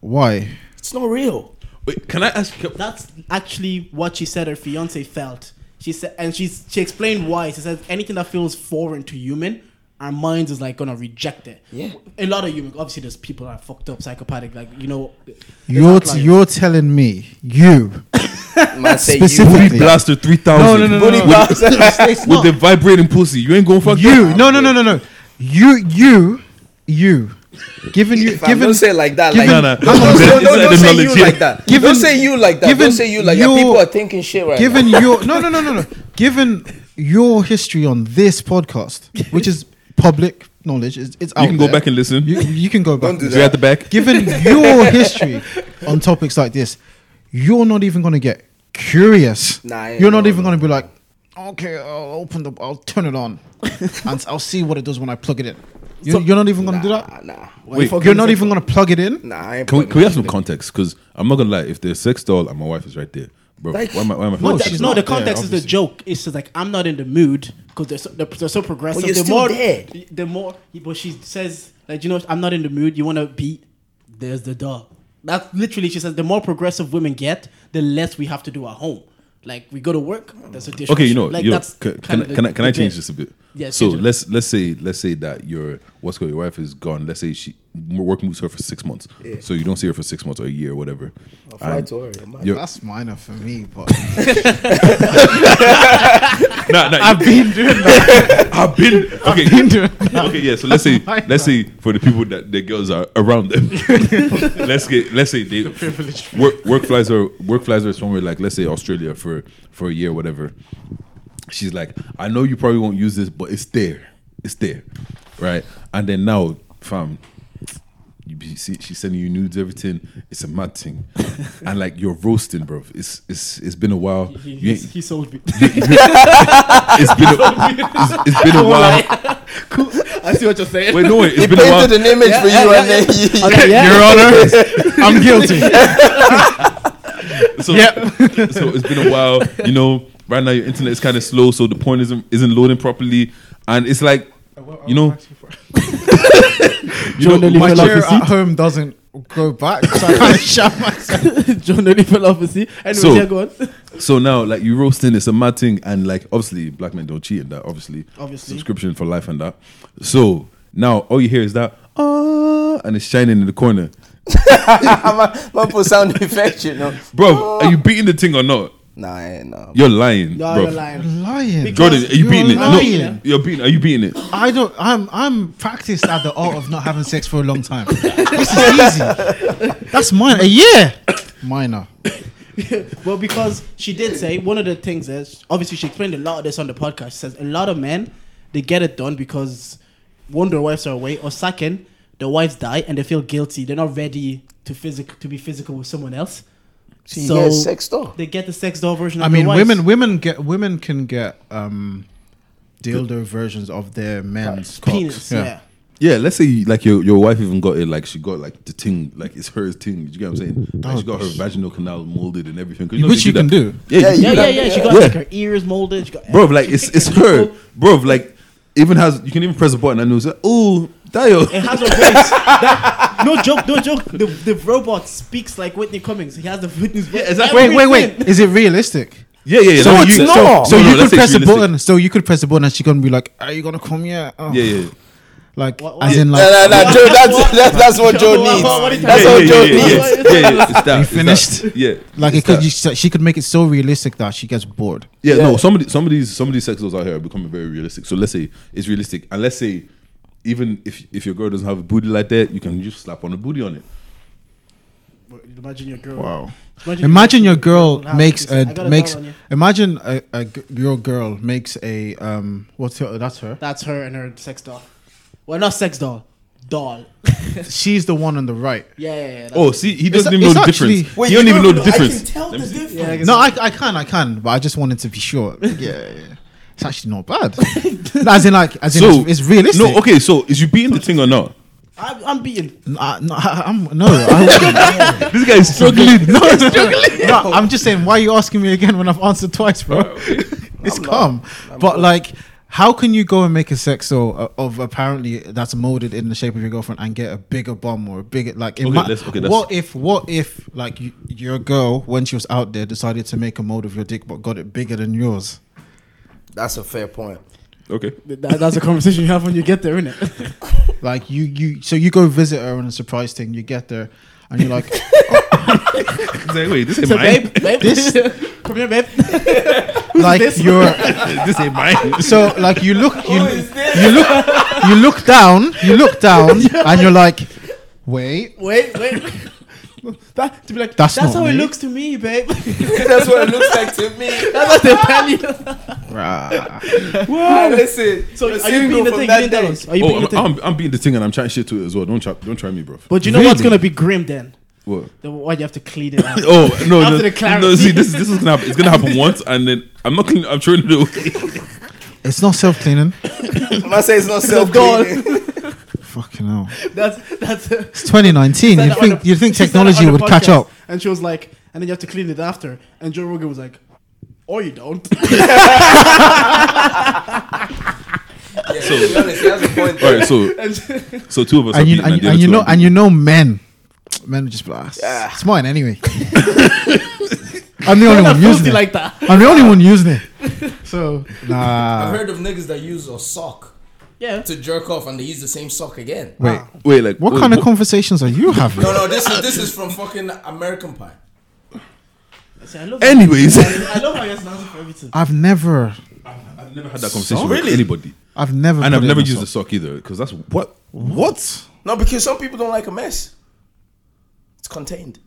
Why?
it's not real.
Wait, can I ask?
That's actually what she said her fiance felt. She said, and she's she explained why. She says anything that feels foreign to human, our minds is like gonna reject it.
Yeah.
a lot of human. Obviously, there's people that are fucked up, psychopathic. Like you know,
You're
outliers.
t- you're telling me you
Man, say you.
Specific-
Booty Blaster three
no
thousand.
no no no,
Booty
no,
blast.
It's
With
not
the vibrating pussy, you ain't going fuck
you
that?
no no no no no you you you given you
Fam,
given
don't say it like that.
Nah,
Like,
nah.
No, no,
It's
no,
like
no,
the
don't say
knowledge,
you
yeah.
like that.
Given-
don't say you like that.
given
Don't say you like that.
your-
People are thinking shit right
given your no no no no no given your history on this podcast which is public knowledge it's, it's out
You can go
there.
back and listen.
you, you can go back
Don't do
You're at the back.
[laughs]
given your history on topics like this, you're not even going to get curious.
Nah, yeah,
you're not
no,
even
no.
going to be like, okay, I'll open the, I'll turn it
[laughs]
on, and I'll see what it does when I plug it in. You, you're not even going
now.
to
Nah,
do
nah.
Wait,
that. You're not even going to plug it in.
Nah, I ain't
Can we,
putting
can we
it
have
in
some
there.
context? Because I'm not gonna lie, if there's sex doll and my wife is right there, Bro,
Like-
why am I, why am I
No,
No,
that-
she's
no,
not
the
there,
context is the
obviously.
joke. It's just like I'm not in the mood because they're so, they're, they're so progressive.
But you're
the
still
more,
there.
the more. But she says like, you know, I'm not in the mood. You want to beat? There's the dog. That literally, she says. The more progressive women get, the less we have to do at home. Like we go to work. There's a dish.
okay, you know,
like
you know,
that's
ca- can,
kinda
I-
the-
can I can
the
I change
bit.
this a bit?
Yeah,
So
change it.
let's let's say let's say that your what's called your wife is gone. Let's say she work moves her for six months. So you don't see her for six months or a year or whatever.
Fly
And-
to her. yeah, man.
Yo-
That's minor for me,
[laughs]
but
Nah, nah, I've been doing that. [laughs] I've been okay. Okay, yeah. So let's [laughs] say let's say for the people that their girls are around them. [laughs] let's get let's say they work work flies or work flies are somewhere like let's say Australia for for a year whatever. She's like, I know you probably won't use this, but it's there, it's there, right? And then now, fam. You be, see, she's sending you nudes, everything. It's a mad [laughs] thing, and like you're roasting, bro. It's it's it's been a while.
He,
You
he,
ain't-
he sold
[laughs]
me.
it's been a, it's, it's been a while.
[laughs] I see what you're saying.
Wait, no, wait, it's been a while.
Painted an image for you and then [laughs] you-
Okay, yeah.
[laughs] Your Honor,
[laughs] I'm
[laughs]
guilty.
so, so it's been a while. You know, right now your internet is kind of slow, so the point isn't isn't loading properly, and it's like, you know, [laughs] you know,
my
my uh,
chair at home doesn't go back,
[laughs]
so I can't shout myself.
[laughs] John only fell off a seat. Anyways,
So-
yeah, go on.
So now, like you roasting, it's a mad thing, and like obviously, black men don't cheat in that. Obviously,
Obviously.
subscription for life and that. So now, all you hear is that ah, and it's shining in the corner,
man, man put sound effects, you know.
bro.
Ah.
Are you beating the thing or not?
Nah, I ain't, nah.
You're lying,
No,
bro.
you're lying.
Lying.
Jordan, are you
You're
beating it? No,
lying.
you're beating. Are you beating it?
I don't. I'm. I'm practiced at the art of not having sex for a long time. This is easy. That's mine. A year. Minor.
well, because she did say one of the things is obviously she explained a lot of this on the podcast. She says a lot of men they get it done because one their wives are away, or second their wives die and they feel guilty. They're not ready to physic to be physical with someone else.
So you get sex doll.
They get the sex doll version. Of
I mean,
their wives.
women. Women get. Women can get um, dildo versions of their men's cocks.
penis. Yeah.
Yeah, let's say like your your wife even got it, like she got like the thing, like it's her thing. You get what I'm saying? Like, she got her vaginal canal molded and everything. 'cause know
Which
they
you can
that.
do.
Yeah, you
yeah,
can do
yeah,
that.
yeah, She got
Yeah.
like her ears molded. She got
bro. Like it's
[laughs]
it's her,
It
bro. Like even has you can even press a button and it's like, oh, Dio.
has a voice. That- no joke, no joke. The, the robot speaks like Whitney Cummings. He has the Whitney's voice.
exactly.
Wait, wait,
Everything.
wait. Is it realistic?
[laughs] Yeah, yeah, yeah.
So
that's
it's
what you-
not.
So
no, no,
you
let's
could
say it's
press a
realistic.
button. So you could press a button, and she gonna be like, "Are you gonna come here?" Oh.
Yeah, yeah.
Like,
What-
as in,
Nah,
like,
nah, nah, [laughs] Joe, that's, that's, that's what Joe
What- what- what are
needs.
you
That's
talking
yeah,
what
yeah, yeah,
Joe
yeah,
[laughs]
[laughs]
needs.
yeah, yeah, yeah, It's that. it's
finished?
that. Yeah,
like
it's
it could.
that.
You, she could make it so realistic that she gets bored.
Yeah,
Yeah.
no, some of, the, some of these some of these sex dolls out here are becoming very realistic. So let's say it's realistic, and let's say even if if your girl doesn't have a booty like that, you can just slap on a booty on it.
Imagine your girl.
Wow.
Imagine,
Imagine your girl
Nah,
makes
listen, I got
a
a
makes.
girl on you.
Imagine a, a g- your girl makes a um. What's her? That's her.
That's her and her sex doll. Well, not sex doll. Doll.
She's the one on the right.
Yeah, yeah, yeah. that's-
Oh, see, he doesn't
It's-
even know
it's
the difference.
actually-
he don't even know the difference.
yeah, I guess-
No, I, I can, I can, but I just wanted to be sure. [laughs] Yeah, yeah, yeah. it's actually not [laughs] bad. No, as in, like, as in,
So
it's, it's realistic.
No, okay, so is you beating the thing or not?
I, I'm beaten.
N- I, no, I, I'm no.
[laughs]
I,
This guy is struggling.
[laughs] no, no, I'm just saying. Why are you asking me again when I've answered twice, bro? [laughs] it's calm, but like. How can you go and make a sex doll uh, of apparently that's molded in the shape of your girlfriend and get a bigger bum or a bigger like? in
Okay,
my-
let's- okay, that's-
what if what if like you, your girl when she was out there decided to make a mold of your dick but got it bigger than yours?
That's a fair [laughs] point.
Okay.
That, that's a conversation you have when you get there, isn't it?
Like you, you. So you go visit her on a surprise thing. You get there, and
[laughs]
you're like,
He's like, wait, this ain't
[laughs] So,
mine.
babe, babe, [laughs] come here, babe.
like
this?
you're.
[laughs] this ain't mine.
So like you look, you you look, you look down, you
[laughs]
look down, and you're like, wait,
Wait, wait. [laughs] That, to be like,
That's
that's,
not
how it
me."
looks to me, babe. [laughs]
That's what it looks like to me.
that's what they tell you.
rah.
Now listen,
So,
you're
are you
single
being the
from
thing? You
that
didn't tell
day.
us. Are you
Oh,
being the
I'm,
thing?
I'm, I'm beating the thing and I'm trying shit to it as well. Don't try, don't try me, bro.
but you know what's
Really?
gonna be grim then?
What?
The, why you have to clean it out?
Oh no,
After
no,
the clarity.
no! See, this is this is gonna happen. It's gonna happen once, and then I'm not. Gonna, I'm trying to do.
It's not self cleaning.
I'm not saying
[laughs]
it's not self
doll.
cleaning.
Fucking hell.
[laughs] That's that's.
It's 2019.
said
You
that on
think
the-
you think
she said that
technology
on the
would catch
podcast,
up?
And she was like, and then you have to clean it after. And Joe Rogan was like, or you
[laughs]
don't.
Yeah, to be honest, he has a point.
All
there.
right, so so two of us are
and you
beaten, the
and,
other
you- and you
two
know
are
and you know men, men would just be like, "Ah, it's
[laughs]
mine anyway. I'm the only
Not
one using
filthy
it.
like that.
I'm the only one
[laughs]
using it. So
I've
nah.
heard of niggas that use a sock
Yeah.
to jerk off and they use the same sock again.
Wait,
beaten. wait, like
what
wait,
kind of conversations are you having?
No, no, this is this is from fucking American Pie.
See, I love
Anyways,
I love how he has an answer for everything.
I've never,
I've never had that conversation with
Really?
anybody,
I've never,
and
put
I've
it in
never
my
used a
sock.
sock either because that's what what.
No, because some people don't like a mess. It's contained.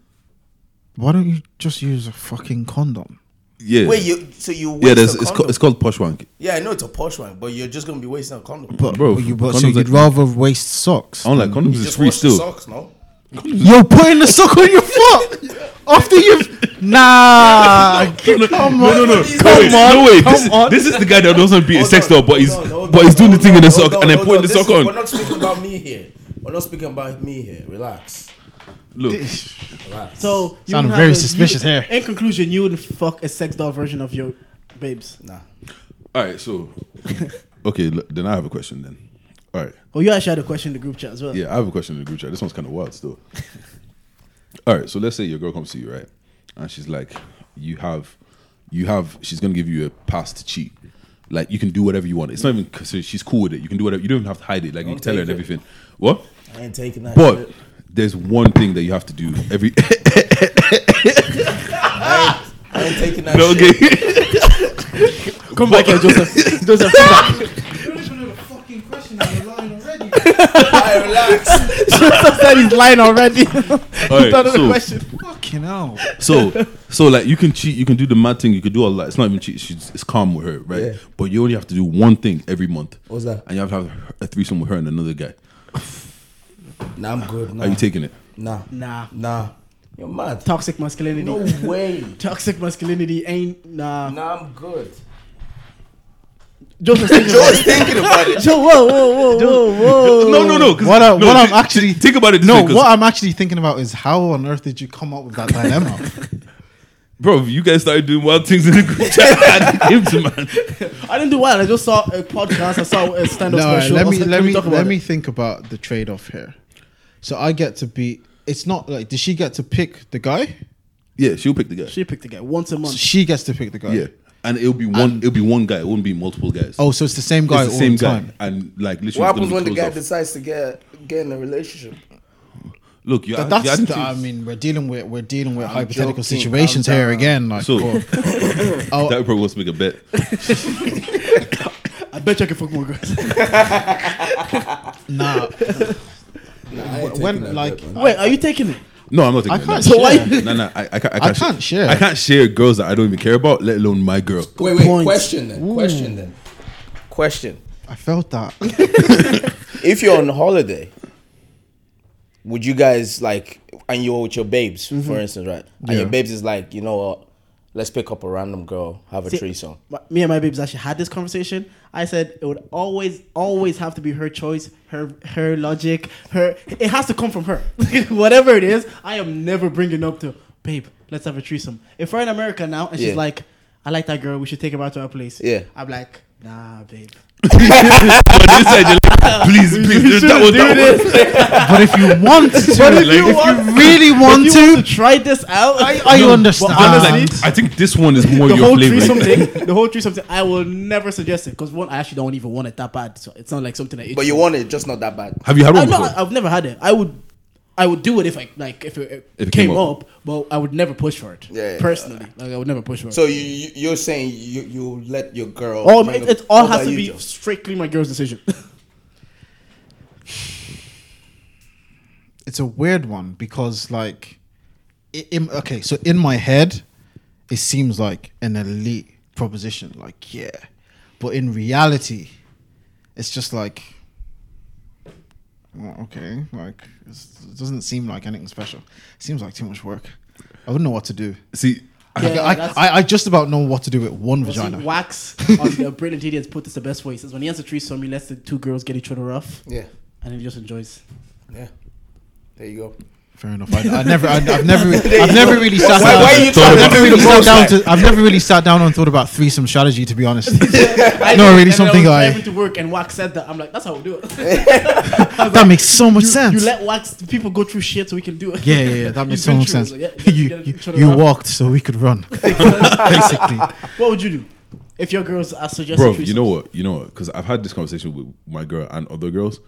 Why don't you just use a fucking condom?
Yeah,
Wait, you so you waste
yeah. There's
a
it's,
condom.
called, it's called poshwank.
yeah, I know it's a posh one, but you're just gonna be wasting a condom.
Bro,
But you, but, so
Oh, condoms
you'd
are-
rather waste socks.
I don't like condoms. It's
just
free
wash the
still.
socks, no?
You're putting the sock on your foot after you've nah. Come
[laughs]
on,
No, no, no.
Come
Come on, no way. This,
come on.
this is the guy that doesn't beat a
Hold
sex
on.
doll, but he's
No, no,
but he's
no,
doing the
no,
thing in
no,
the sock
no,
and then
no,
putting
no,
the
this
sock
is- We're
on.
not speaking about me here. We're not speaking about me here. Relax,
Look,
relax.
So you
Sounded
wouldn't
very
have a-
suspicious
you,
here.
In conclusion, you would fuck a sex doll version of your babes.
nah,
all right. So, okay, look, then I have a question. Then, all right.
Oh, you actually had a question in the group chat as well.
Yeah, I have a question in the group chat. This one's kind of wild still. [laughs] All right, so let's say your girl comes to you, right? And she's like, you have, you have, she's going to give you a pass to cheat. Like, you can do whatever you want. It's not even considered, she's cool with it. You can do whatever, you don't even have to hide it. Like, you
Don't
can tell her
take
and
it.
everything. What?
I ain't taking that.
But
shit.
there's one thing that you have to do every. [laughs]
I ain't taking that.
no,
shit.
[laughs] okay.
Come back
[laughs]
here, Joseph. Joseph,
Alright, relax.
said he's lying already. [laughs]
All right,
Thought of the
so-
question.
fucking hell.
So, [laughs] so like you can cheat, you can do the mad thing, you can do all that. It's not even cheat. She's it's calm with her, right?
Yeah.
But you only have to do one thing every month.
What's that?
And you have to have a threesome with her and another guy.
Nah, I'm good. Nah.
Are you taking it?
Nah,
Nah.
nah. You're mad.
Toxic masculinity.
No way.
Toxic masculinity ain't nah.
Nah, I'm good.
Joseph's thinking about it.
Thinking about it.
Joe, whoa, whoa, whoa, whoa, whoa.
No, no, no. 'cause-
What, I,
no,
what I'm
thi-
actually
think about it. This
no,
way, 'cause,
what I'm actually thinking about is how on earth did you come up with
[laughs]
that dilemma?
bro? You guys started doing wild things in the group
[laughs]
chat. and it came to man.
I didn't do well. I just saw a podcast. I saw a stand-up
no, all right,
special. I
let
was
me
like,
let
can we
me
talk about
let
it?
me think about the trade off here. So I get to be. It's not like does she get to pick the guy?
Yeah, she'll pick the guy.
She picked a guy once a
So
month.
she gets to pick the guy.
yeah, and it'll be one. it'll be one guy. It won't be multiple guys.
Oh, so it's the same guy
it's the
all
same
the
guy.
time.
And like literally,
What happens
it's
when
gonna
the
be
guy
closed off.
decides to get get in a relationship?
Look, you.
But
are
that's Uh, the, um, I mean, we're dealing with we're dealing with hypothetical
joking,
situations
I'm
here
down.
again. Like,
So-
oh,
[laughs]
oh,
that probably wants to make a bet.
I bet you I can fuck more girls.
[laughs]
nah.
I ain't taking
When
that
like,
bet, man.
[laughs] Wait, are you taking it?
No, I'm not taking
I
it.
can't
No.
So why-
share.
No, no, I, I, can't, I, can't,
I can't share.
I can't share girls that I don't even care about, let alone my
[laughs]
girl.
wait, wait.
point.
Question then. Question then. Question.
I felt that. [laughs]
if you're on holiday, would you guys like, and you're with your babes,
Mm-hmm.
for instance, right? And your
Yeah.
babes is like, you know what? Let's pick up a random girl, have a
See-
threesome.
My- me and my babes actually had this conversation. I said it would always, always have to be her choice, her, her logic, her. It has to come from her, [laughs] whatever it is. I am never bringing up to, babe. Let's have a threesome. If we're in America now and
Yeah.
she's like, I like that girl. We should take her out to our place.
Yeah.
I'm like, nah, babe.
But this side, you're like, please, please, that was that was-
but if you
[laughs]
want to,
if you
if you really want
if you
to,
want to try this out,
I, I
No,
understand.
but honestly, I think this one is more
the
your
whole
flavor.
threesome thing, the whole threesome thing, I will never suggest it because one, I actually don't even want it that bad. So it's not like something that.
But you want it, just not that bad.
Have you had
I
one
no,
before?
I've never had it. I would, I would do it if I like if it, it
If it
came,
came up.
up, but I would never push for it.
Yeah, yeah,
personally, like I would never push for
So
it.
you, you you're saying you you let your girl?
All
bring
it,
a-
it all
What
has
about
to
you,
be
Joe?
strictly my girl's decision.
it's a weird one because like i- in, okay so in my head it seems like an elite proposition like yeah but in reality it's just like well, okay like it's, it doesn't seem like anything special it seems like too much work i wouldn't know what to do
See, I-
Yeah,
[laughs] I,
that's-
I, I just about know what to do with one
But see,
vagina
wax on the brilliant idiots put this the best way. He says when he has a threesome, he lets the two girls get each other off,
Yeah,
and he just enjoys.
yeah. There you go.
Fair enough. I, I never, I,
[laughs]
I've never, I've never really sat
Why-
down.
why are you
trying
I've
to
never
put
really
the
sat
box
down
back?
to. I've never really sat down and thought about threesome strategy. To be
[laughs]
honest,
did,
no,
and
really
then
something
I was
I.
driving to work and Wax said that. I'm like, that's how we do it.
[laughs]
That makes so much sense.
You let wax people go through shit so we can do it.
yeah, yeah, yeah, that
[laughs] You've
makes so
been
much
through it,
sense.
like, yeah, you
[laughs] You,
gotta
you,
shut it
you
up.
walked so we could run, [laughs] basically.
What would you do if your girls are suggesting?
bro. You know
threesomes?
what? You know what? Because I've had this conversation with my girl and other girls.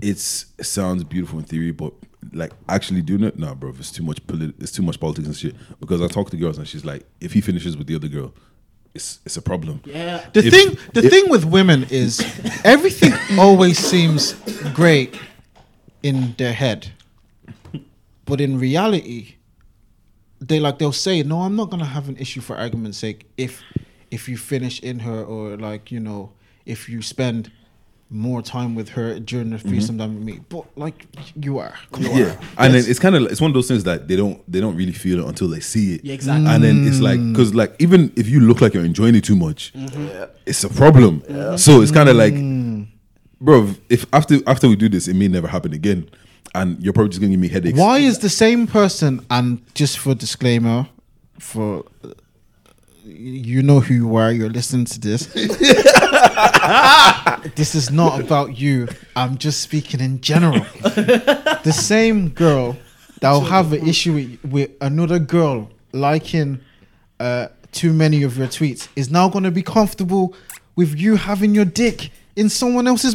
It's, it sounds beautiful in theory, but like actually doing it, nah, bro. It's too much. Polit- it's too much politics and shit. Because I talk to girls and she's like, if he finishes with the other girl, it's it's a problem.
Yeah.
The
If-
thing, the
if-
thing with women is
[coughs]
everything always seems great in their head, but in reality, they like they'll say, "No, I'm not gonna have an issue for argument's sake if if you finish in her or like you know if you spend." More time with her during the threesome than with me, but like you are, you
Mm-hmm. Yeah,
are.
and then it's kind of it's one of those things that they don't they don't really feel it until they see it.
Yeah, exactly.
And then it's like
Mm.
because like even if you look like you're enjoying it too much,
Mm-hmm.
it's a problem. So it's kind of like,
Mm.
bro, if after after we do this, it may never happen again, and you're probably just gonna give me headaches.
Why is the same person? And just for disclaimer, for uh, you know who you are, you're listening to
[laughs]
this. this is not about you. I'm just speaking in general. the same girl that will have an issue with, with another girl liking uh, too many of your tweets is now going to be comfortable with you having your dick in someone else's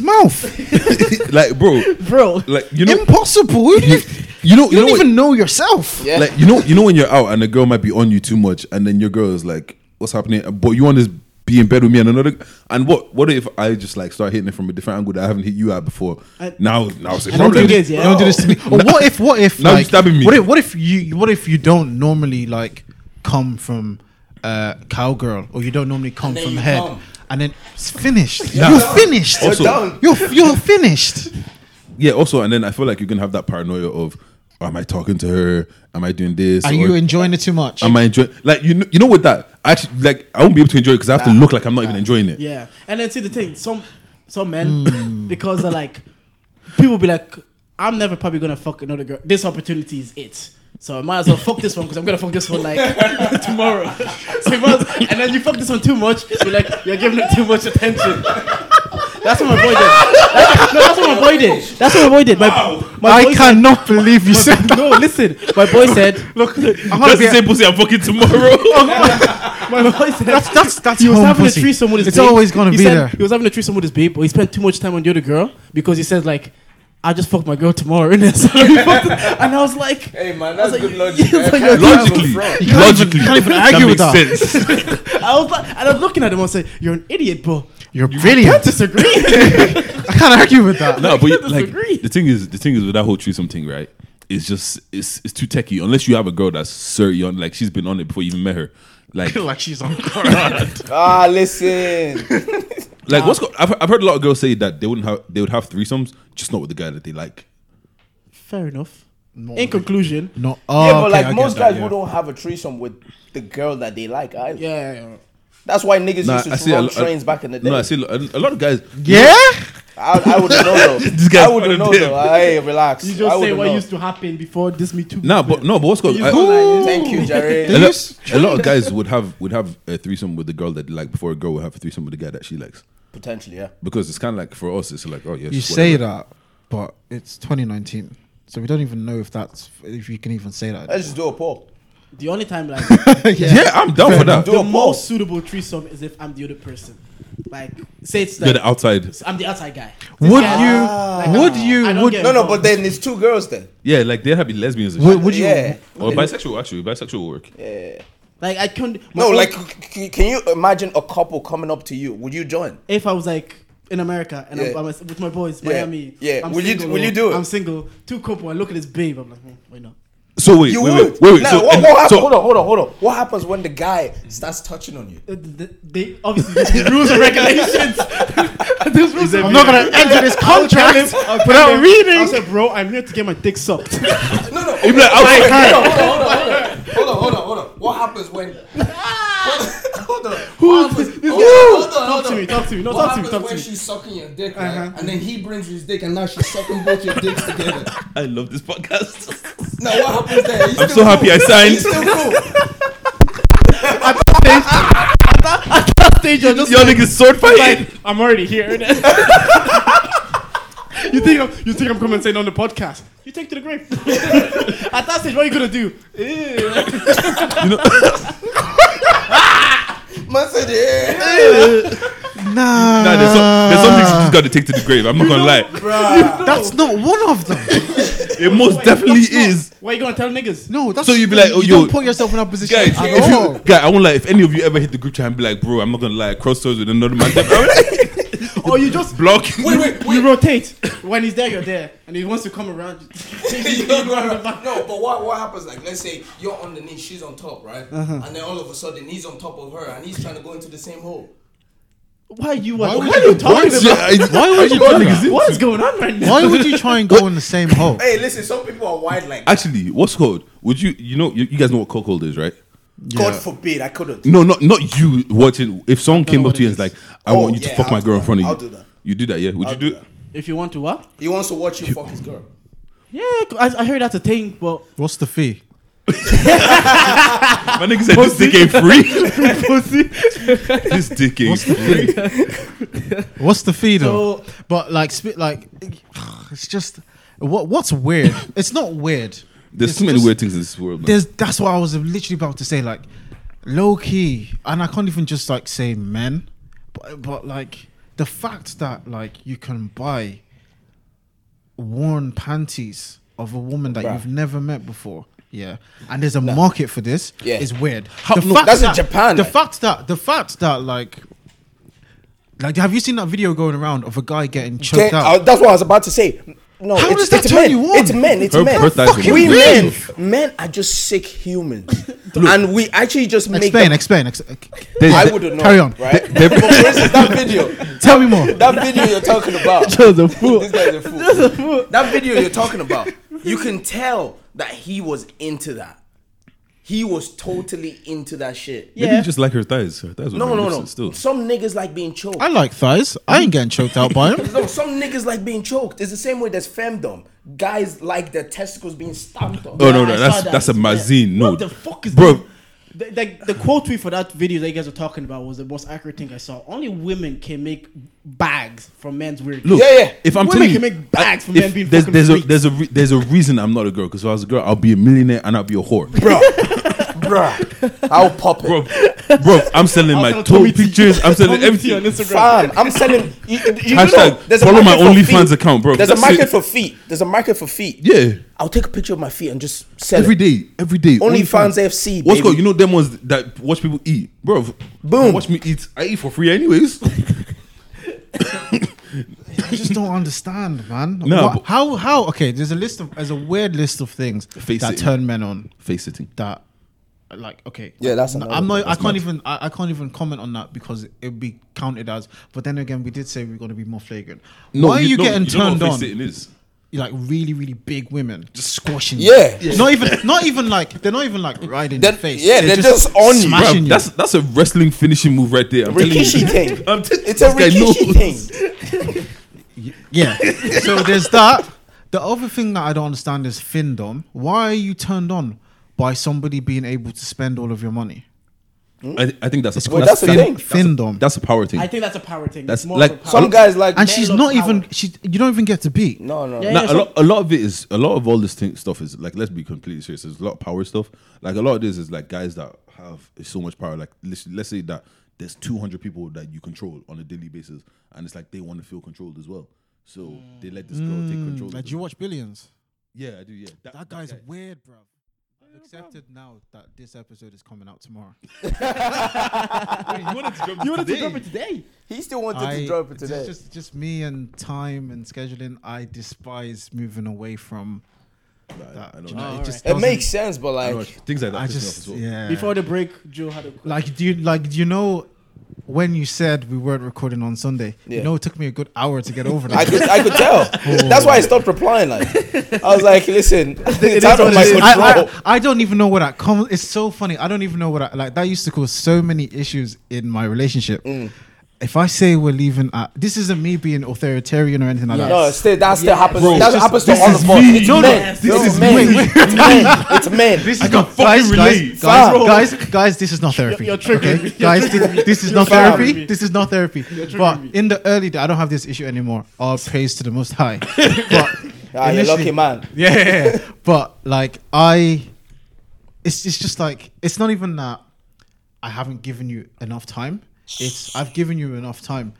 [laughs]
mouth.
like, bro,
bro?
like you know,
Impossible. Who do you,
you know,
you don't
know what-
even know yourself.
Yeah.
Like you know, you know when you're out and a girl might be on you too much, and then your girl is like, "What's happening?" But you want to be in bed with me and another. And what? What if I just like start hitting it from a different angle that I haven't hit you at before?
I-
now, now it's a
I don't
problem.
think it is, yeah.
Don't do this to me. Or what if? What if?
Now you're
like,
stabbing me.
What if? What if you? What if you don't normally like come from uh, cowgirl, or you don't normally come
then
from
you
head,
come.
and then it's finished.
Yeah.
You're finished.
Also-
done.
You're you're finished.
Yeah. Also, and then I feel like you can have that paranoia of, "Am I talking to her? Am I doing this?
Are
Or
you enjoying it too much?
am I enjoying?" Like you, know, you know, with that, I actually, like I won't be able to enjoy it because I have to look like I'm not even enjoying it.
Yeah, and then see the thing, some some men [laughs] because they're like people be like, I'm never probably gonna fuck another girl. This opportunity is it. So I might as well fuck this one because I'm gonna fuck this one like [laughs] tomorrow. [laughs] So you might as- and then you fuck this one too much. You're like you're giving it too much attention. That's what I'm avoiding. That's, no, that's what I'm avoiding. That's what I'm avoiding. My, my
I
boy
cannot believe you said
[laughs] Said,
that.
no, listen. My boy said. [laughs] Look,
That's the same pussy I'm fucking
[laughs]
tomorrow.
Oh,
my boy said.
That's that's that's
he was
home
having
pussy.
a threesome with his
It's
babe.
always gonna
he
be
said
there.
He was having a threesome with his babe, but he spent too much time on the other girl because he said like, I just fucked my girl tomorrow, [laughs] innit? So he fucked it. and I was like,
Hey man,
I was
that's good
like,
logic. man.
yes, like,
Can't
[laughs]
you're-
logically,
have a
You can't
logically,
even- can't even argue with
that
that.
makes sense.
I was like, and I was looking at him and said, "You're an idiot, bro.
You're
Can't
brilliant.
disagree." [laughs]
I can't argue with that.
no, but you-
can't
like
disagree.
the thing is, the thing is with that whole threesome thing, right? It's just it's it's too techie. Unless you have a girl that's sir on, like she's been on it before you even met her.
[laughs]
Like,
like she's on.
Ah, [laughs] listen.
like what's go- I've, I've heard a lot of girls say that they wouldn't have they would have threesomes, just not with the guy that they like.
Fair enough. In conclusion,
No,
Yeah, but
oh, okay, I
like
get
most
that,
guys
yeah.
wouldn't have a threesome with the girl that they like either.
yeah, yeah, yeah.
That's why niggas
Nah,
used
I
to
see a
run
uh,
lo-
trains back in the day.
No, I see a lo- a lot of guys.
Yeah.
I, I wouldn't know
[laughs]
though.
This guy's
I wouldn't
full
know
of
though. Hey, relax.
you just
I
say
wouldn't
what
know.
used to happen before this Me Too.
Nah, but no, but what's called
You
I-
go like-
Thank you,
[laughs]
Jared.
a, lot, a lot of guys would have would have a threesome with the girl that they like before a girl would have a threesome with the guy that she likes
Potentially, yeah.
because it's kind of like for us, it's like oh yeah,
You
it's
say
whatever.
that, but it's 2019, so we don't even know if that's if you can even say that.
Uh,
[laughs]
Let's just do a poll.
the only
[laughs]
time like
Yeah, I'm down for that.
Do
the
a poll.
most suitable threesome is if I'm the other person. Like, say it's
You're
like,
the outside.
I'm the outside guy.
Would you?
Ah.
would you?
I don't
Would,
get
No, no, but then it's two girls then.
Yeah, like they have lesbians. And
would,
shit.
would you?
Yeah.
or bisexual actually, bisexual will work.
Like I couldn't. my
No,
own-
like, c- c- can you imagine a couple coming up to you? Would you join?
if I was like in America and I'm
Yeah.
by mys- with my boys,
Yeah.
Miami.
Yeah.
I'm
Will you-
single,
will you do it?
I'm single. Two couple. I look at this babe. I'm like, hmm, why not?
So wait,
You
wait,
would.
wait, wait, wait.
Now,
so,
what,
and-
what hap-
so-
hold on, hold on, hold on. What happens when the guy starts touching on you?
Uh, th- th- They obviously there's rules and regulations. There's rules and
I'm not gonna enter
[laughs]
this contract without
I
reading.
said, bro, I'm here to get my dick [laughs] sucked.
[laughs] No, no.
You'd be like, outside
[laughs] Hold on, hold on, hold on, hold on, hold on, hold on. What happens when? Hold on.
Who?
happens-
This- this
hold
guy-
on, hold on,
Talk
hold
to
on.
me, talk to me, no,
What
talk to me,
happens
talk to
when
me.
she's sucking your dick, right?
Uh-huh.
And then he brings his dick, and now she's sucking both your dicks [laughs] together.
I love this
[laughs]
podcast.
Now what happens there? He's
I'm
still
so happy I
He's
signed.
still [laughs] cool.
Stage, you're just
Y'all niggas sword fighting.
like, I'm already here.
[laughs]
you think I'm, you think I'm commenting on the podcast? You take to the grave. [laughs] At that stage, what are you gonna do?
Man said, yeah.
Nah,
Nah, there's, some, there's some things you just got to take to the grave. I'm not gonna lie.
that's not one of them.
It most definitely is.
What are you gonna tell niggas?
No, that's
So you'd be like, oh,
you
yo.
don't put yourself in that position
Guys,
at
[laughs] if
all.
you, guy, I won't lie. If any of you ever hit the group chat and be like, bro, I'm not gonna lie, cross swords with another
[laughs]
man,
Or you just
block.
Wait, wait, wait.
you rotate. When he's there, you're there, and he wants to come around.
[laughs] You
[laughs]
you
don't
go
know.
around the back.
no, but what what happens? Like, let's say you're underneath, she's on top, right? And then all of a sudden, he's on top of her, and he's trying to go into the same hole.
Why are you? Why,
would
are you talking about?
Why would you
do that?
What is going on right now?
Why would you try and go in the same
[laughs]
hole?
Hey, listen, some people are wild like.
Actually, what's called? Would you you know you, you guys know what cuckold is, right?
God forbid, I couldn't.
No, not not you watching. If someone came
know
up
what
to you
it
and is like,
is.
"I
Oh,
want you to
yeah,
fuck my
I'll do
girl in
that.
front of you,"
I'll do that.
You do that, yeah? Would you
do
do?
that.
it?
If you want to what?
He wants to watch you fuck his girl.
Yeah, I, I heard that's a thing, but [laughs]
What's the fee?
My nigga said this dick ain't
[laughs]
free.
Oh,
this dick ain't
What's the
free.
fee? What's the fee though?
So-
but like, spit like, [sighs] it's just what what's weird. It's not weird.
There's
It's
too many
just-
weird things in this world. Man.
There's that's what I was literally about to say. Like, low key, and I can't even just like say men, but but like the fact that like you can buy worn panties of a woman that you've never met before. Yeah, and there's a market for this.
Yeah.
is weird.
no, that's in Japan,
The
like.
fact that the fact that like like, have you seen that video going around of a guy getting choked
Then-
out?
uh, that's what I was about to say. No,
How
it's,
does that
it's
turn
men.
you on?
It's men. It's
Her-
men.
her thighs are
we
weird.
men. Men are just
[laughs]
sick humans, and we actually just make.
explain,
them-
explain, ex- ex-
I wouldn't know.
Carry on.
Right?
But for instance, that video,
[laughs] Tell me more.
[laughs] that video you're talking
[laughs]
about.
a fool.
This guy is a fool. That video you're talking about, you can tell that he was into that. He was totally into that shit.
Maybe
yeah.
you just like her thighs. Her thighs were
No, no, no.
magnificent Still,
Some niggas like being choked.
I like thighs. I ain't getting choked out by him.
No, some niggas like being choked. It's the same way there's femdom. Guys like their testicles being stamped on.
Oh no,
Yeah, I
no,
saw
that's
that.
that's a
Yeah.
magazine. No,
What the fuck is
bro?
that? The, the, the quote tweet for that video that you guys were talking about was the most accurate thing I saw. Only women can make bags from men's weird.
Look,
Yeah, yeah.
If I'm
Women
telling
can
you,
make bags
I-
from
if
men being
there's,
fucking
there's a
freaks.
there's a re- there's a reason I'm not a girl. Because if I was a girl, I'll be a millionaire and I'll be a whore,
Bruh. Bruh. I'll pop it.
bro. bro, I'm selling my
sell
toe
Tommy T.
pictures. I'm selling
Tommy T on
everything.
Instagram.
Fam, I'm selling. You, you- you know,
Hashtag
there's a
follow my
market for
OnlyFans
feet.
account, bro.
There's a
That's
market
it.
for feet. There's a market for feet.
Yeah,
I'll take a picture of my feet and just sell
every
it.
day, every day.
OnlyFans FC.
What's
baby.
called? You know them ones that watch people eat, bro.
Boom.
Watch me eat. I eat for free, anyways.
[laughs] I just don't understand, man.
No,
What-
but-
how? How? Okay, there's a list of there's a weird list of things
Face
that
it.
turn men on.
Face sitting.
That, like, okay.
Yeah, that's
I'm
another
not. I can't even. I, I can't even comment on that because it would be counted as. But then again, we did say we are going to be more flagrant. Why are you
no,
getting
don't know
turned
what face
on?
sitting is.
You're like really, really big women just squashing.
Yeah.
you. Not even. Not even like they're not even like right in
They're-
your face.
yeah, they're just on you.
Bruv,
Smashing you.
that's that's a wrestling finishing move right there. I'm telling you.
Rikishi thing.
[laughs] I'm t-
It's a
this guy
Rikishi
knows.
thing.
Yeah. [laughs] so there's that. The other thing that I don't understand is Findom. Why are you turned on by somebody being able to spend all of your money?
I, I think that's a
Well,
that's,
that's the
fin-
thing.
Findom.
that's a power thing.
I think that's a power thing.
That's
It's more
like-
of a power
Some
thing.
guys like.
and
men
she's
love
not
power.
even. She. You don't even get to beat.
No, no.
Yeah,
Nah,
yeah,
a
some-
lot, a lot of it is a lot of all this thing stuff is like let's be completely serious. There's a lot of power stuff. Like a lot of this is like guys that have so much power. Like let's, let's say that there's 200 people that you control on a daily basis, and it's like they want to feel controlled as well. So they let this girl take control. of
Like,
the-
do Mm, you watch Billions?
yeah, I do. Yeah,
That guy's weird, bro. I've accepted now that this episode is coming out tomorrow.
[laughs]
[laughs]
You wanted to drop it today.
He still wanted
I-
to drop it
just-
today.
Just, just me and time and scheduling. I despise moving away from. That.
I know.
Do you know,
Oh,
it just
it makes
doesn't-
sense, but
I know,
like,
things like that.
I
piss me off
just
as well.
yeah.
Before the break, Joe had a
like do you like do you know when you said we weren't recording on Sunday,
Yeah.
you know, it took me a good hour to get over
I
that.
could, I could tell. That's why I stopped replying. Like, I was like, listen, it's out of my
[laughs] I,
control.
I, I don't even know where that comes. It's so funny. I don't even know what I, like that used to cause so many issues in my relationship.
Mm.
If I say we're leaving, at, this isn't me being authoritarian or anything like that.
no, still, that still happens.
Bro,
that
it's
happens to
just-
all
this
of
is
us.
me.
It's
No,
no,
men.
this
it's
is
men.
me.
It's
[laughs]
men. It's men.
This
I
is
can
not
fucking
guys,
relate.
guys, guys,
Fam.
guys, guys, This is not therapy.
you're triggering me.
okay? guys, thi- this is not
triggering
therapy.
me.
This is not therapy. But in the early, day, I don't have this issue anymore. All praise to the
[laughs]
Most High. But
Ah, you're
initially-
lucky, man.
[laughs] Yeah, but like I, it's it's just like it's not even that I haven't given you enough time. It's I've given you enough time,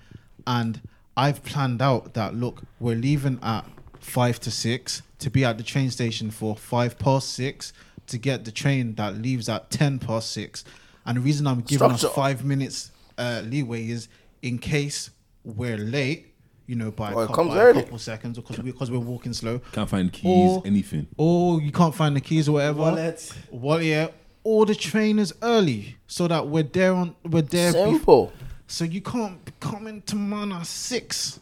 and I've planned out that look, we're leaving at five to six to be at the train station for five past six to get the train that leaves at ten past six. And the reason I'm giving us
Structure.
five minutes uh, leeway is in case we're late, you know, by,
Or
a,
it
cou-
comes
by a
early.
couple seconds because we, 'cause we're walking slow
Can't find keys,
Or-
anything.
or Oh, you can't find the keys or whatever.
Wallet.
Well, yeah. Or the train is early, so that we're there on we're there. bef-
Simple.
so you can't be coming to Mana six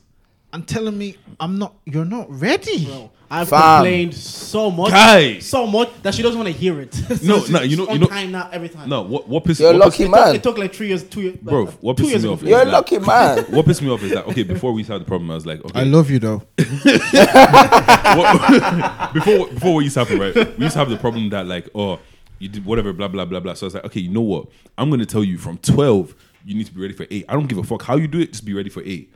and telling me I'm not. You're not ready.
Bro, I've
Fam.
complained so much,
Guy.
so much that she doesn't want to hear it. [laughs] So
No,
it's
no, you know-
on
you know-
time now every time.
No, what what pisses
You're
what
lucky,
pisses-
it
man.
Took, it took like three years, two years.
Bro,
like,
what
two
pisses
years
me
ago.
off is
You're a
that-
lucky
[laughs]
man.
What pissed me off is that okay before we started the problem I was like okay
I love you
[laughs]
though.
what, before before we used to happen, right? We used to have the problem that like, oh, you did whatever, blah blah blah blah. So I was like, okay, you know what? I'm gonna tell you from twelve, you need to be ready for eight. I don't give a fuck how you do it, just be ready for eight.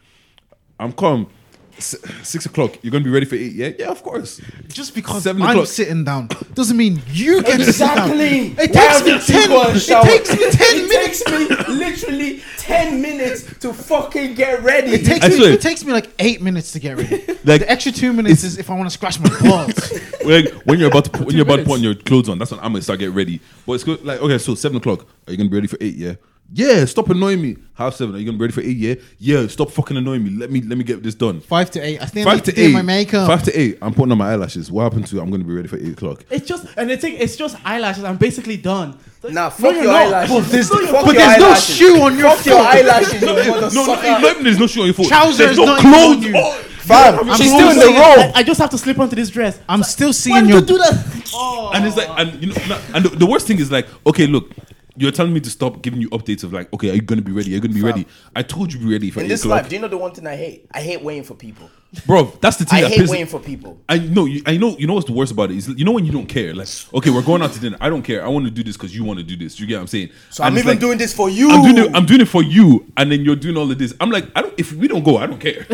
I'm calm. S- six o'clock, you're gonna be ready for eight, yeah? Yeah, of course.
Just because
Seven
I'm
o'clock.
sitting down doesn't mean you get
Exactly.
to sit down. It
Why
takes me
haven't you
ten.
gone
It
shower?
takes me ten
It
minutes.
takes me literally ten minutes to fucking get ready.
It takes
I
me.
swear.
It takes me like eight minutes to
[laughs]
get ready.
Like-
the extra two minutes is if I want to scratch my balls.
[laughs] Like, when you're about to put, when you're about to put on your clothes on, that's when I'm gonna start getting ready. But it's good, like okay, so seven o'clock, are you gonna be ready for eight? Yeah, yeah. Stop annoying me. Half seven, are you gonna be ready for eight? Yeah, yeah. Stop fucking annoying me. Let me let me get this done.
Five to eight. I think I
Five
need
to
do
eight.
my makeup.
Five to eight. I'm putting on my eyelashes. What happened to? I'm gonna be ready for eight o'clock.
It's just and the thing, it's just eyelashes. I'm basically done.
Nah, fuck
No, you're
your
not.
eyelashes.
But there's-
Fuck
but
your
there's no
eyelashes.
shoe on your
Fuck your
foot.
eyelashes, you
No, no, no,
motherfucker.
not even there's no shoe on your foot.
Trousers
There's no
not
clothes. Oh,
even on you.
on.
Fam, she's still in the
Saying,
Oh.
room.
like, I just have to slip onto this dress.
I'm still
Why
seeing
did
your.
you do that? Oh,
And it's like, and you know, nah, and the, the worst thing is like, okay, look, you're telling me to stop giving you updates of like, okay, are you gonna be ready? You're gonna be ready. I told you be ready for
In
eight
this
o'clock,
life, do you know the one thing I hate? I hate waiting for people.
bro. That's the thing.
I
that
hate
pisses-
waiting for people.
I know, you, I know, you know what's the worst about it is, you know, when you don't care, like, okay, we're going out to dinner. I don't care. I want to do this because you want to do this. You get what I'm saying?
So I'm
And it's
even
like,
doing this for you.
I'm doing it. I'm doing it for you, and then you're doing all of this. I'm like, I don't. If we don't go, I don't
[laughs]
care.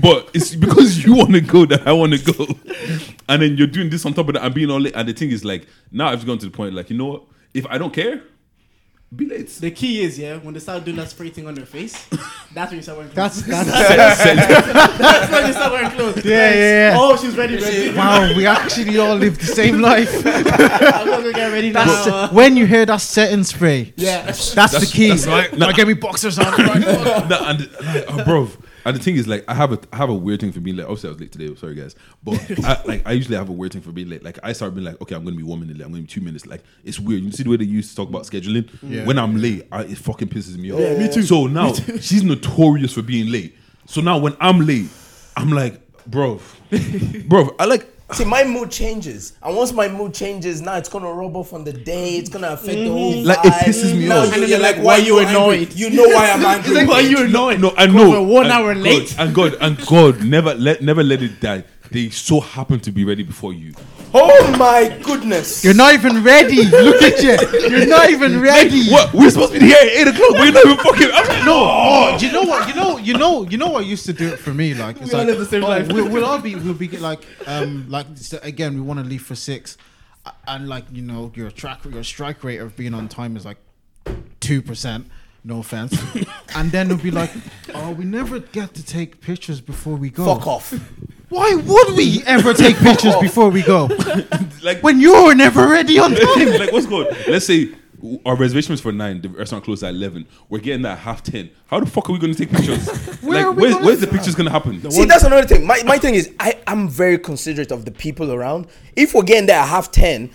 but it's because you want to go that I want to go, and then you're doing this on top of that. I'm being all late. And the thing is, like, now I've gone to the point, like, you know what? If I don't care, be late.
the key is yeah, when they start doing that spray thing on their face, that's when you start wearing.
That's [laughs]
clothes. [laughs]
that's.
that's when you start wearing clothes.
Yeah, yeah, yeah.
Oh, she's ready, ready.
[laughs] wow, we actually all live the same
[laughs]
life.
I'm gonna get ready now.
That's
Uh,
when you hear that setting spray.
yeah.
That's, the key.
that's right.
Now get me
[laughs]
boxers on. Right?
no, and like, oh, bro, and the thing is, like, I have a I have a weird thing for being late. Obviously, I was late today. Sorry, guys, but I, like, I usually have a weird thing for being late. Like, I start being like, okay, I'm gonna be one minute late. I'm gonna be two minutes. Like, it's weird. You see the way they used to talk about scheduling. When I'm late, I, it fucking pisses me off. Yeah, me too. So now she's notorious for being late. So now when I'm late, I'm like, bro, bro, I like.
See, my mood changes, and once my mood changes, now it's gonna rub off on the day. It's gonna affect the whole
Like, it pisses me
vibe. Now
off.
you-
[laughs] And
you're
then they're
like,
like,
why
why
you
you
annoyed?
annoyed?
You know why I'm angry.
But you know it. [laughs] No, I know.
we're one
And
hour
God-
late.
And God, and God, never let, never let it die. They so happen to be ready before you.
Oh my goodness!
You're not even ready. Look at you. You're not even ready.
What? We're supposed to be here at eight o'clock. We're not even fucking. I'm like, no.
Oh, do you know what? You know, you know, you know what used to do it for me. Like, it's
all
like
live the same
oh,
life.
We'll, we'll all be, we'll be like, um, like so again, we want to leave for six, a- and like you know, your track, your strike rate of being on time is like two percent. No offense.
[laughs]
and then we'll be like, oh, we never get to take pictures before we go.
Fuck off.
Why would we ever take pictures before we go?
Like,
when you're never
[laughs]
ready on time.
like what's going? Let's say our reservation was for nine. The restaurant closed at eleven. We're getting that half ten. How the fuck are we going to take
[laughs]
pictures?
Where
like,
are we
where's,
gonna-
where's the pictures going to happen?
See, that's another thing. My, my thing is, I, I'm very considerate of the people around. If we're getting there at half 10,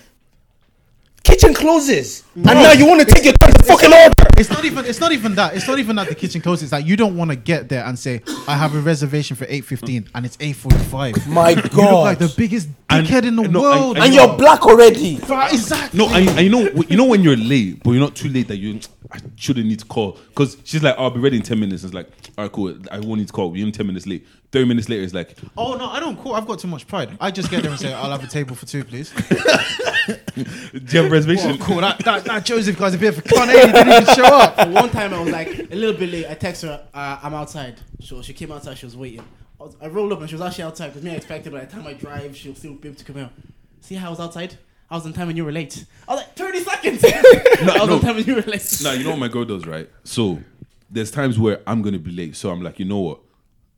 kitchen closes, and now you want to take your time to fucking order.
It's not even. It's not even that. It's not even that the kitchen closes. That you don't want to get there and say, "I have a reservation for 8.15 and it's 8.45.
[laughs] My
You look like
God.
the biggest
And-
dickhead in the
no, I-
world.
I-
And you're black already.
Bruh, exactly.
No, and, and you know, you know when you're late, but you're not too late that you I shouldn't need to call because she's like, "Oh, "I'll be ready in ten minutes." It's like, "All right, cool, I won't need to call." We're in ten minutes late. Thirty minutes later, it's like,
Oh no, I don't call. I've got too much pride. I just get there and say, "I'll have a table for
[laughs]
two, please."
"Do you have a
Oh,
reservation?"
cool. That, that, that Joseph guy's a bit of a cunt. eh? He didn't even
[laughs]
show up.
But one time I was like a little bit late. I text her, uh, I'm outside. So she came outside, she was waiting. I, was- I rolled up and she was actually outside because me, I expected by the time I drive, she'll still be able to come out. See how I was outside? I was on time and you were late. I was like, 30 seconds! [laughs] I was
[laughs] no.
on time and you were late.
No, you know what my girl does, right? So there's times where I'm gonna be late, so I'm like, you know what?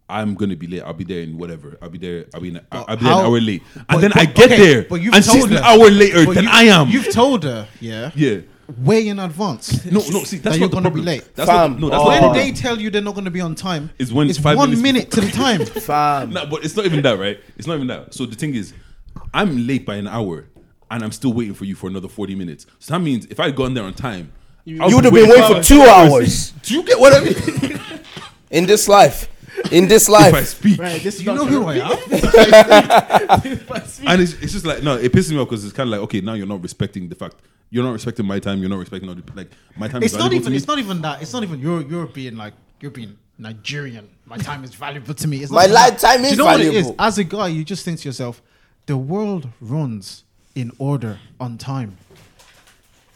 I'm gonna be late. I'll be there in whatever. I'll be there. I'll be. In, I'll be there an
how-
hour late,
But-
and then
but-
I get
okay,
there, and she's an hour later
but
than
you-
I am.
You've told her, yeah,
yeah.
way in advance.
No, no. See, that's
That
not
you're
the
gonna
problem.
be late.
That's not,
Fam,
no, that's
oh.
not the
when
problem.
they tell you they're not going to be on time,
Is when it's
it's
five
one minute
minutes
to the
[laughs]
time.
Fam.
No, but it's not even that, right? It's not even that. So the thing is, I'm late by an hour, and I'm still waiting for you for another forty minutes. So that means if I had gone there on time, I
You would have been waiting for two hours.
Do you get what [laughs] I mean?
In this life. In this
if I
life.
speak,
[laughs] Right, this is
You
not
know who
correct.
I am.
[laughs]
and it's, it's just like no, it pisses me off because it's kind of like okay, now you're not respecting the fact. You're not respecting my time. You're not respecting other, like my time.
It's
is
not
valuable to
even.
me.
It's not even that. It's not even. You're you're being like you're being Nigerian. My time is valuable to me. It's
My
not even that.
lifetime
Do
is
you know What it is?
valuable.
As a guy, you just think to yourself, the world runs in order on time.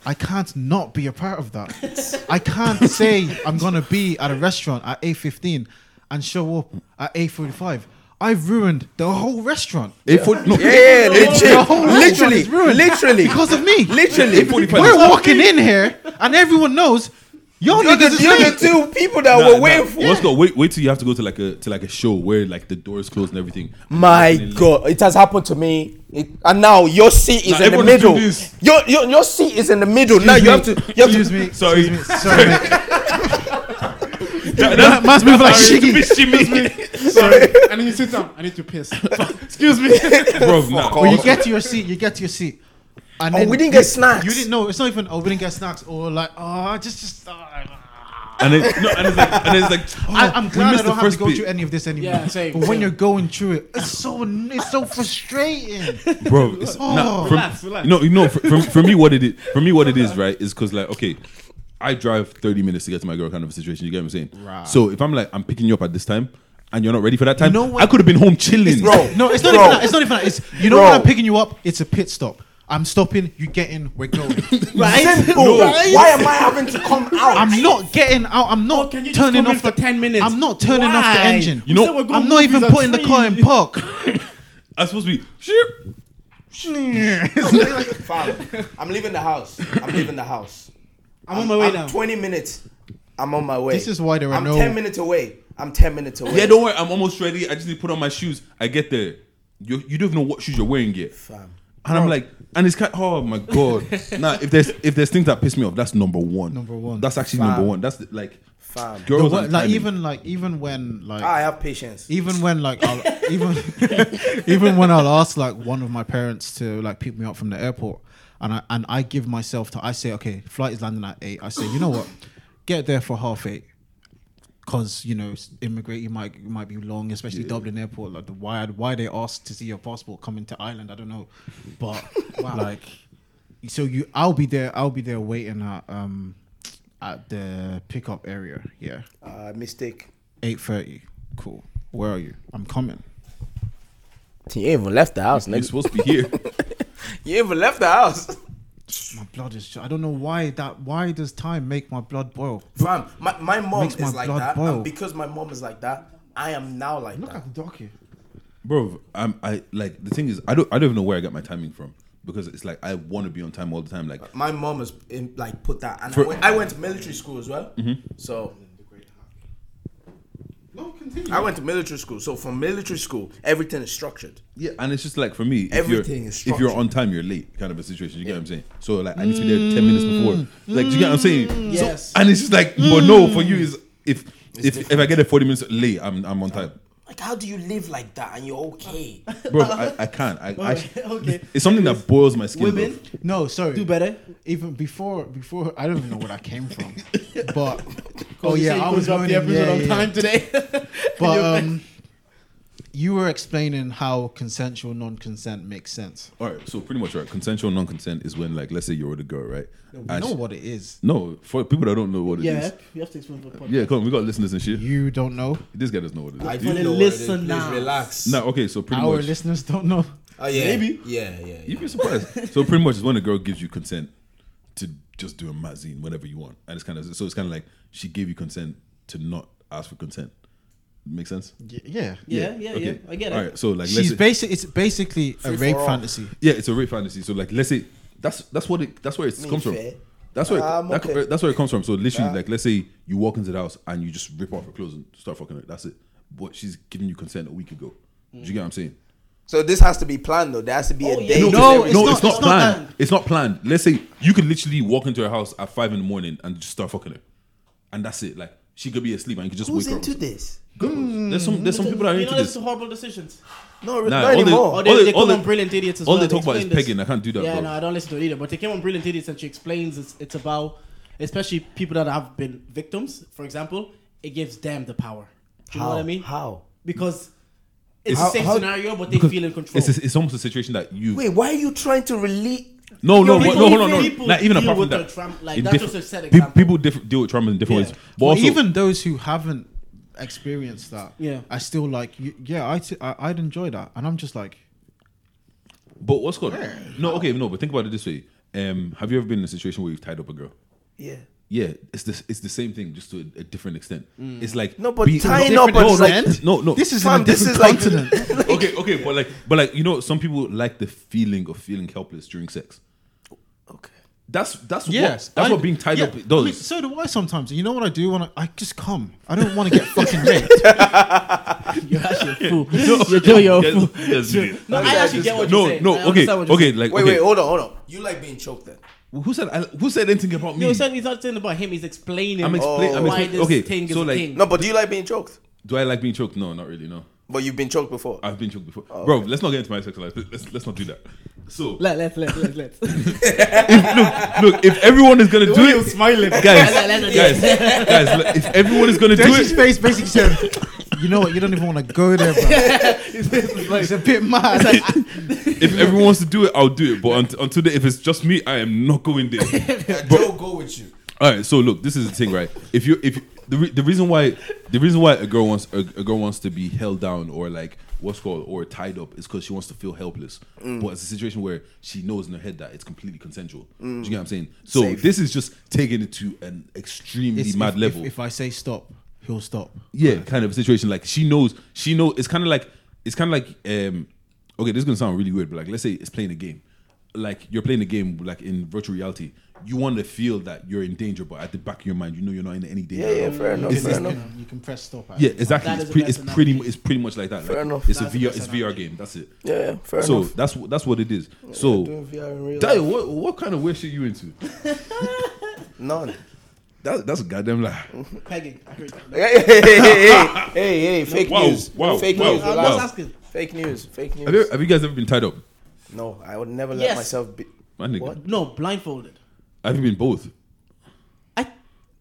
I can't not be a part of that.
[laughs]
I can't say I'm gonna be at a restaurant at 8:15 and show up at 8:45. I've ruined the whole restaurant.
Eight forty- no,
Yeah,
The
legit.
whole restaurant
Literally.
is ruined
Literally.
because of me.
Literally.
eight forty-five.
We're walking in here and everyone knows y'all
You're
niggas
the,
is
you're
late.
the two people that
Nah,
were
nah.
waiting for.
What's the wait? Wait till you have to go to like a to like a show where like the doors closed and everything.
My God, it has happened to me. It, and now your seat is
Nah,
in the
everyone
middle.
do this.
Your, your your seat is in the middle. now
Excuse
you have
me.
to you have
Excuse
to
me.
Sorry.
Excuse me. Sorry, mate.
That-
That
that's-
must move like
sorry,
shiggy.
it's a bit shimmy.
Sorry. I need to sit down. I need to piss. Excuse me.
Bro, nah.
When Oh, you get to your seat, you get to your seat. And
Oh,
then
we didn't
you-
get snacks.
You didn't know. It's not even. Oh, we didn't get snacks. Or like, oh, just, just. Uh, I,
and it, no, and it's like, and it's like, oh,
I'm
we
glad I
missed the
don't have to
first
go
bit.
through any of this anymore.
Yeah, same,
But when
same.
you're going through it, it's so it's so frustrating. [laughs]
bro. It's,
Oh.
nah, from,
Relax, relax.
You know, you know. For, for, for me, what it is, for me, what it is, right, is because like, okay, I drive thirty minutes to get to my girl, kind of a situation. You get what I'm saying?
Right.
So if I'm like, I'm picking you up at this time, and you're not ready for that time,
know what-
I could have been home chilling, [laughs]
bro.
No, it's not
Bro.
even that. It's not even that. It's you know
Bro.
when I'm picking you up, it's a pit stop. I'm stopping. You get in. We're going.
Simple.
Right?
Why am I having to
[laughs]
come out?
I'm not getting out. I'm not
Oh, can you just
turning
come in
off
for
the
10 minutes?
I'm not turning off the
Why?
engine.
You
know-
said we're going
I'm not even
movies
putting
at
the car in
three. [laughs]
park.
I'm supposed to be. Shit.
Fam, I'm leaving the house. I'm leaving the house.
I'm on my way now.
20 minutes. I'm on my way.
This is why there are
I'm
no-
10 minutes away. I'm 10 minutes away.
Yeah, don't worry. I'm almost ready. I just need to put on my shoes. I get there. You you don't even know what shoes you're wearing yet.
Fam.
And I'm like, and it's kind. Oh my
[laughs]
god! nah, if there's if there's things that piss me off, that's number one.
Number one.
That's actually
Fam.
number one. That's the, like,
Fam.
The
girls.
wo-
and
like
timing.
even like even when like
I have patience.
even when like I'll, even even [laughs] when I'll ask like one of my parents to like pick me up from the airport, and I and I give myself to I say okay, flight is landing at eight. I say you know what, get there for half eight, cause you know s- immigrate you might you might be long, especially Dublin airport. Like the why why they ask to see your passport coming to Ireland, I don't know, but like so you I'll be there I'll be there waiting at um at the pickup area yeah
Uh, mistake.
eight thirty cool. Where are you? I'm coming.
You ain't even left the house,
You're
nigga.
supposed to be here.
[laughs]
You ain't even left the house.
My blood is. I don't know why that. Why does time make my blood boil?
Fam, my, my mom
Makes
is
my
like
blood
that.
boil.
And because my mom is like that, I am now like
Look
that.
at the docket.
bro. I'm, I like the thing is, I don't, I don't even know where I got my timing from because it's like I want to be on time all the time. Like,
My mom has in, like put that. And I,
For-
went, I went to military school as well. So
No, continue.
I went to military school. So from military school, everything is structured.
yeah, and it's just like for me, if
Everything
you're,
is
if you're on time, you're late, kind of a situation. You get what I'm saying? So like, I need to be there ten minutes before. Like, do you get what I'm saying? So-
Yes.
and it's just like, but no, for you is if if, if I get there forty minutes late, I'm I'm on time.
Like, how do you live like that and you're okay?
bro. I, I can't. I, I
[laughs] Okay.
It's something that boils my skin.
Women
Women,
No, sorry.
do better.
Even before, before I don't even know where that
[laughs]
came from. But oh
Because you
yeah,
said you
I
couldn't
was
drop
going
the
in-
episode
yeah,
on
yeah.
time today.
But
You're [laughs] back.
um, you were explaining how consensual non-consent makes sense.
All right. So pretty much right. Consensual non-consent is when, like, let's say you're with a girl, right?
We
And
know
she-
what it is.
No, for people that don't know what it is.
[laughs] yeah, [laughs] you have to explain for the podcast.
Yeah, come on, we got listeners and shit.
You don't know.
This guy doesn't know what it
[laughs]
is.
I do
do you?
wanna
know what it is.
listen
Please
now.
relax.
No, okay, so pretty
Our
much.
listeners don't know.
Oh, yeah.
Maybe.
Yeah, yeah. yeah.
You'd be surprised. so pretty much, it's when a girl gives you consent to just do a magazine whenever you want, and it's kind of so it's kind of like she gave you consent to not ask for consent. Make sense?
Y- Yeah,
Yeah, yeah, yeah. I get it.
All right, so like, let's
she's
say-
basic. It's basically a rape fantasy.
yeah, it's a rape fantasy. So like, let's say that's that's what it that's where it comes
fair.
from. That's where it,
Ah,
I'm
that-
okay.
that's where it comes from. So literally, like, let's say you walk into the house and you just rip off her clothes and start fucking her. That's it. But she's giving you consent a week ago. Do you get what I'm saying?
So this has to be planned though. There has to be a
Oh,
yeah.
date.
No,
and
no,
everything.
no,
it's not-
it's not
it's not
planned.
planned.
It's not planned. Let's say you could literally walk into her house at five in the morning and just start fucking her, and that's it. Like she could be asleep and you could just
Who's
wake
into
her. up.
this?
Girls. There's some there's some people that are
you
into
know, that's
this.
horrible decisions.
No,
Nah,
not
all they-
anymore.
Oh, they,
All they-
they
all
come
they-
on Brilliant Idiots as
all
well.
they talk about is
explain this.
pegging. I can't do that,
Yeah,
bro.
no, I don't listen to it either. But they came on Brilliant Idiots and she explains it's, it's about, especially people that have been victims, for example, it gives them the power. Do you know what I mean?
How?
Because it's
How-
the same
how-
scenario, but they feel in control.
It's it's almost a situation that you
Wait, why are you trying to relate?
No, no,
Yo,
but,
people-
no, hold on, no.
people
Not even
deal
apart from
with
that.
the trauma- like,
in
that's
different-
just a set
pe-
example.
People diff- deal with trauma in different
Yeah.
ways. But
But
also,
even those who haven't experienced that,
Yeah.
I still like. You, yeah, I, t- I I'd enjoy that, and I'm just like,
but what's called? No, okay, no. But think about it this way. Um, have you ever been in a situation where you've tied up a girl?
Yeah.
Yeah, it's this. It's the same thing, just to a, a different extent. It's like
Mm. No, but tying
no,
up
no,
is
no,
like-
no, no.
this is
Fam,
in a
this
different
is like-
continent.
[laughs] okay, okay, but like, but like, you know, some people like the feeling of feeling helpless during sex.
Okay.
That's that's
yes,
what that's
I-
what being tied
yeah,
up does.
I mean, so do I sometimes. You know what I do when I, I just come. I don't want
[laughs]
to get fucking raped.
[laughs] You're actually a fool.
[laughs]
[laughs] You're doing your
Yes,
fool.
yes, you do.
No, I actually get what you're
no,
saying.
no,
I
okay,
understand what you're
okay,
saying.
like,
Wait,
okay.
wait, oh. hold on, hold on. You like being choked then?
Who said I, who said anything about me?
No, he's not, he's not saying about him. He's explaining
I'm explain- I'm
why
explain-
this
okay,
thing is
so
a
like-
thing.
No, but do you like being choked?
Do I like being choked? No, not really. No,
But you've been choked before.
I've been choked before,
Oh,
bro. Let's not get into my sexual life. Let's let's not do that. So
Let, let, let, let, let.
look, if everyone is
[laughs]
gonna [laughs]
[laughs]
do it,
smiling.
guys,
Let- let- let-
guys, guys, look, if everyone is gonna do
Daisy's
it,
face basically said, "You know what? You don't even want to go [laughs] there, bro. It's a bit mad."
if everyone wants to do it, I'll do it. But unt- until then, if it's just me, I am not going there.
[laughs]
Joe, go with you.
All right, so look, this is the thing, right? If you if the, re- the reason why the reason why a girl wants a, a girl wants to be held down or like what's called or tied up is because she wants to feel helpless.
Mm.
But it's a situation where she knows in her head that it's completely consensual. Do you
Mm.
get what I'm saying? So this is just taking it to an extremely
It's-
mad
if,
level.
If, if I say stop, he'll stop.
yeah, kind of a situation. Like she knows, she know. It's kind of like it's kind of like um, okay, this is gonna sound really weird, but like let's say it's playing a game, like you're playing a game like in virtual reality. You want to feel that you're in danger, but at the back of your mind, you know you're not in any danger.
Yeah,
at
yeah,
all.
fair enough.
You
It's-
Fair
it's-
enough.
can, Um, you can press stop. At
Yeah, exactly.
That is
It's,
the
pre-
best
it's pretty. mu- It's pretty much like that.
Fair
like,
enough.
It's
That's
a
the
VR.
best
It's VR game. That's it.
Yeah, yeah, fair
So
enough.
that's wh- that's what it is. So,
Doing VR in real
Dio,
life.
what what kind of weird shit you into? [laughs]
None.
That, that's a goddamn lie.
Pegging. I heard that.
Hey, hey, hey, hey, hey, hey, hey, fake
Wow,
news.
wow,
fake
wow,
news.
I was
relax.
asking.
Fake news. Fake news.
Have you, have you guys ever been tied up?
no, I would never let
Yes.
myself be.
My nigga.
What?
No, blindfolded.
Have you been both?
I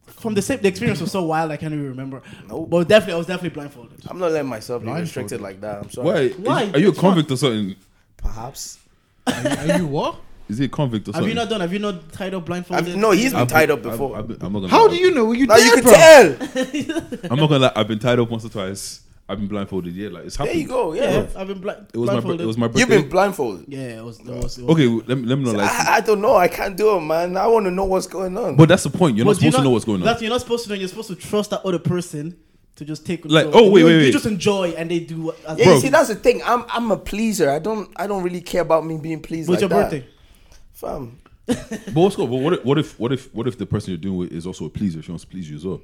from the same the experience was so wild I can't even remember. But definitely I was definitely blindfolded.
I'm not letting myself be restricted like that. I'm sorry.
Why?
Why?
Is- are you a convict or something?
Perhaps.
[laughs] Are you what?
Is he a convict or
Have
something?
you not done? Have you not tied up blindfolded?
I've- no, he's been
I've
tied up
I've-
before.
I've been- I'm not gonna
How
lie.
do you know? Were you
now
dead,
you can
bro?
tell.
I'm not gonna lie. I've been tied up once or twice. I've been blindfolded. Yeah, like it's
There
happened.
you
[laughs]
go. Yeah.
Yeah, I've been bli-
It was my. bir-
blindfolded.
It was my birthday.
You've been ah. blindfolded.
yeah, it was. It was, it was
okay, let me let me know. Like,
I, I don't know. I can't do it, man. I want to know what's going on.
but that's the point. You're not
But do you
supposed to know what's going on.
That's, you're not supposed to know. You're supposed to trust that other person to just take.
Like,
control.
oh, wait,
you,
wait,
You
wait.
just enjoy and they do. what- As
yeah,
Bro.
you see, that's the thing. I'm I'm a pleaser. I don't I don't really care about me being pleased.
What's
like
your
that.
birthday?
fam?
But what's cool? But what if, what if what if what if the person you're doing with is also a pleaser? She wants to please you as well,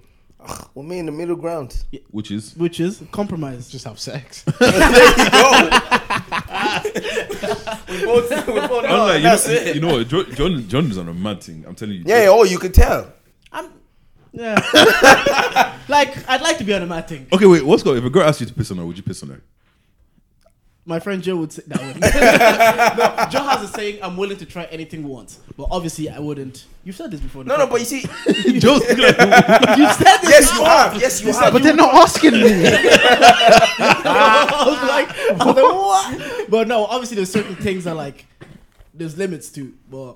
We're me in the middle ground.
[laughs] which is
Which is compromise.
Just
[laughs]
have sex.
We both, we both know,
I'm like, you
that's
know,
it.
you know what? John, John John is on a mad thing. I'm telling you.
Yeah, yeah, oh, you could tell.
I'm. Yeah. [laughs] Like, I'd like to be on a mad thing.
Okay, wait. What's going? If a girl asks you to piss on her, would you piss on her?
My friend Joe would say that
[laughs]
way. no, Joe has a saying, I'm willing to try anything once. But obviously, I wouldn't. You've said this before.
No, no, but
[laughs]
you see,
Joe's looking like
[laughs] you said this.
yes, you have. Yes, you have.
[laughs] But they're not
[laughs]
asking me.
[laughs] I was like, I was like, what? But no, obviously there's certain things that like there's limits to. But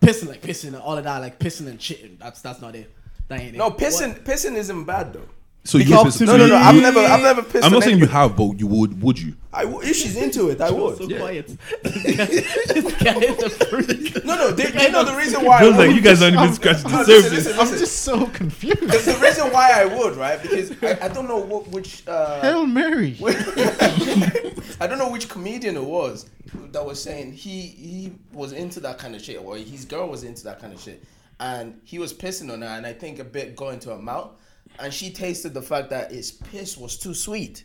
pissing, like pissing, and all of that, like pissing and shitting. That's that's not it. That ain't it.
no, pissing, pissing isn't bad though.
so you
Because-
piss.
no, no, no. I've never, I've never pissed.
I'm
on
not saying you
anybody.
have, but you would. Would you?
I w- if she's into it, I
What?
would.
So quiet. this guy is a freak.
No, no.
[laughs]
They, you know the reason why. I
Joe's like,
would-
you guys aren't even scratching
No, [laughs]
the
listen,
surface.
listen,
I'm
listen.
just so confused.
There's the reason why I would, right? Because I, I don't know what which uh,
Hail Mary.
I don't know which comedian it was that was saying he he was into that kind of shit, or his girl was into that kind of shit, and he was pissing on her, and I think a bit got into her mouth, and she tasted the fact that his piss was too sweet,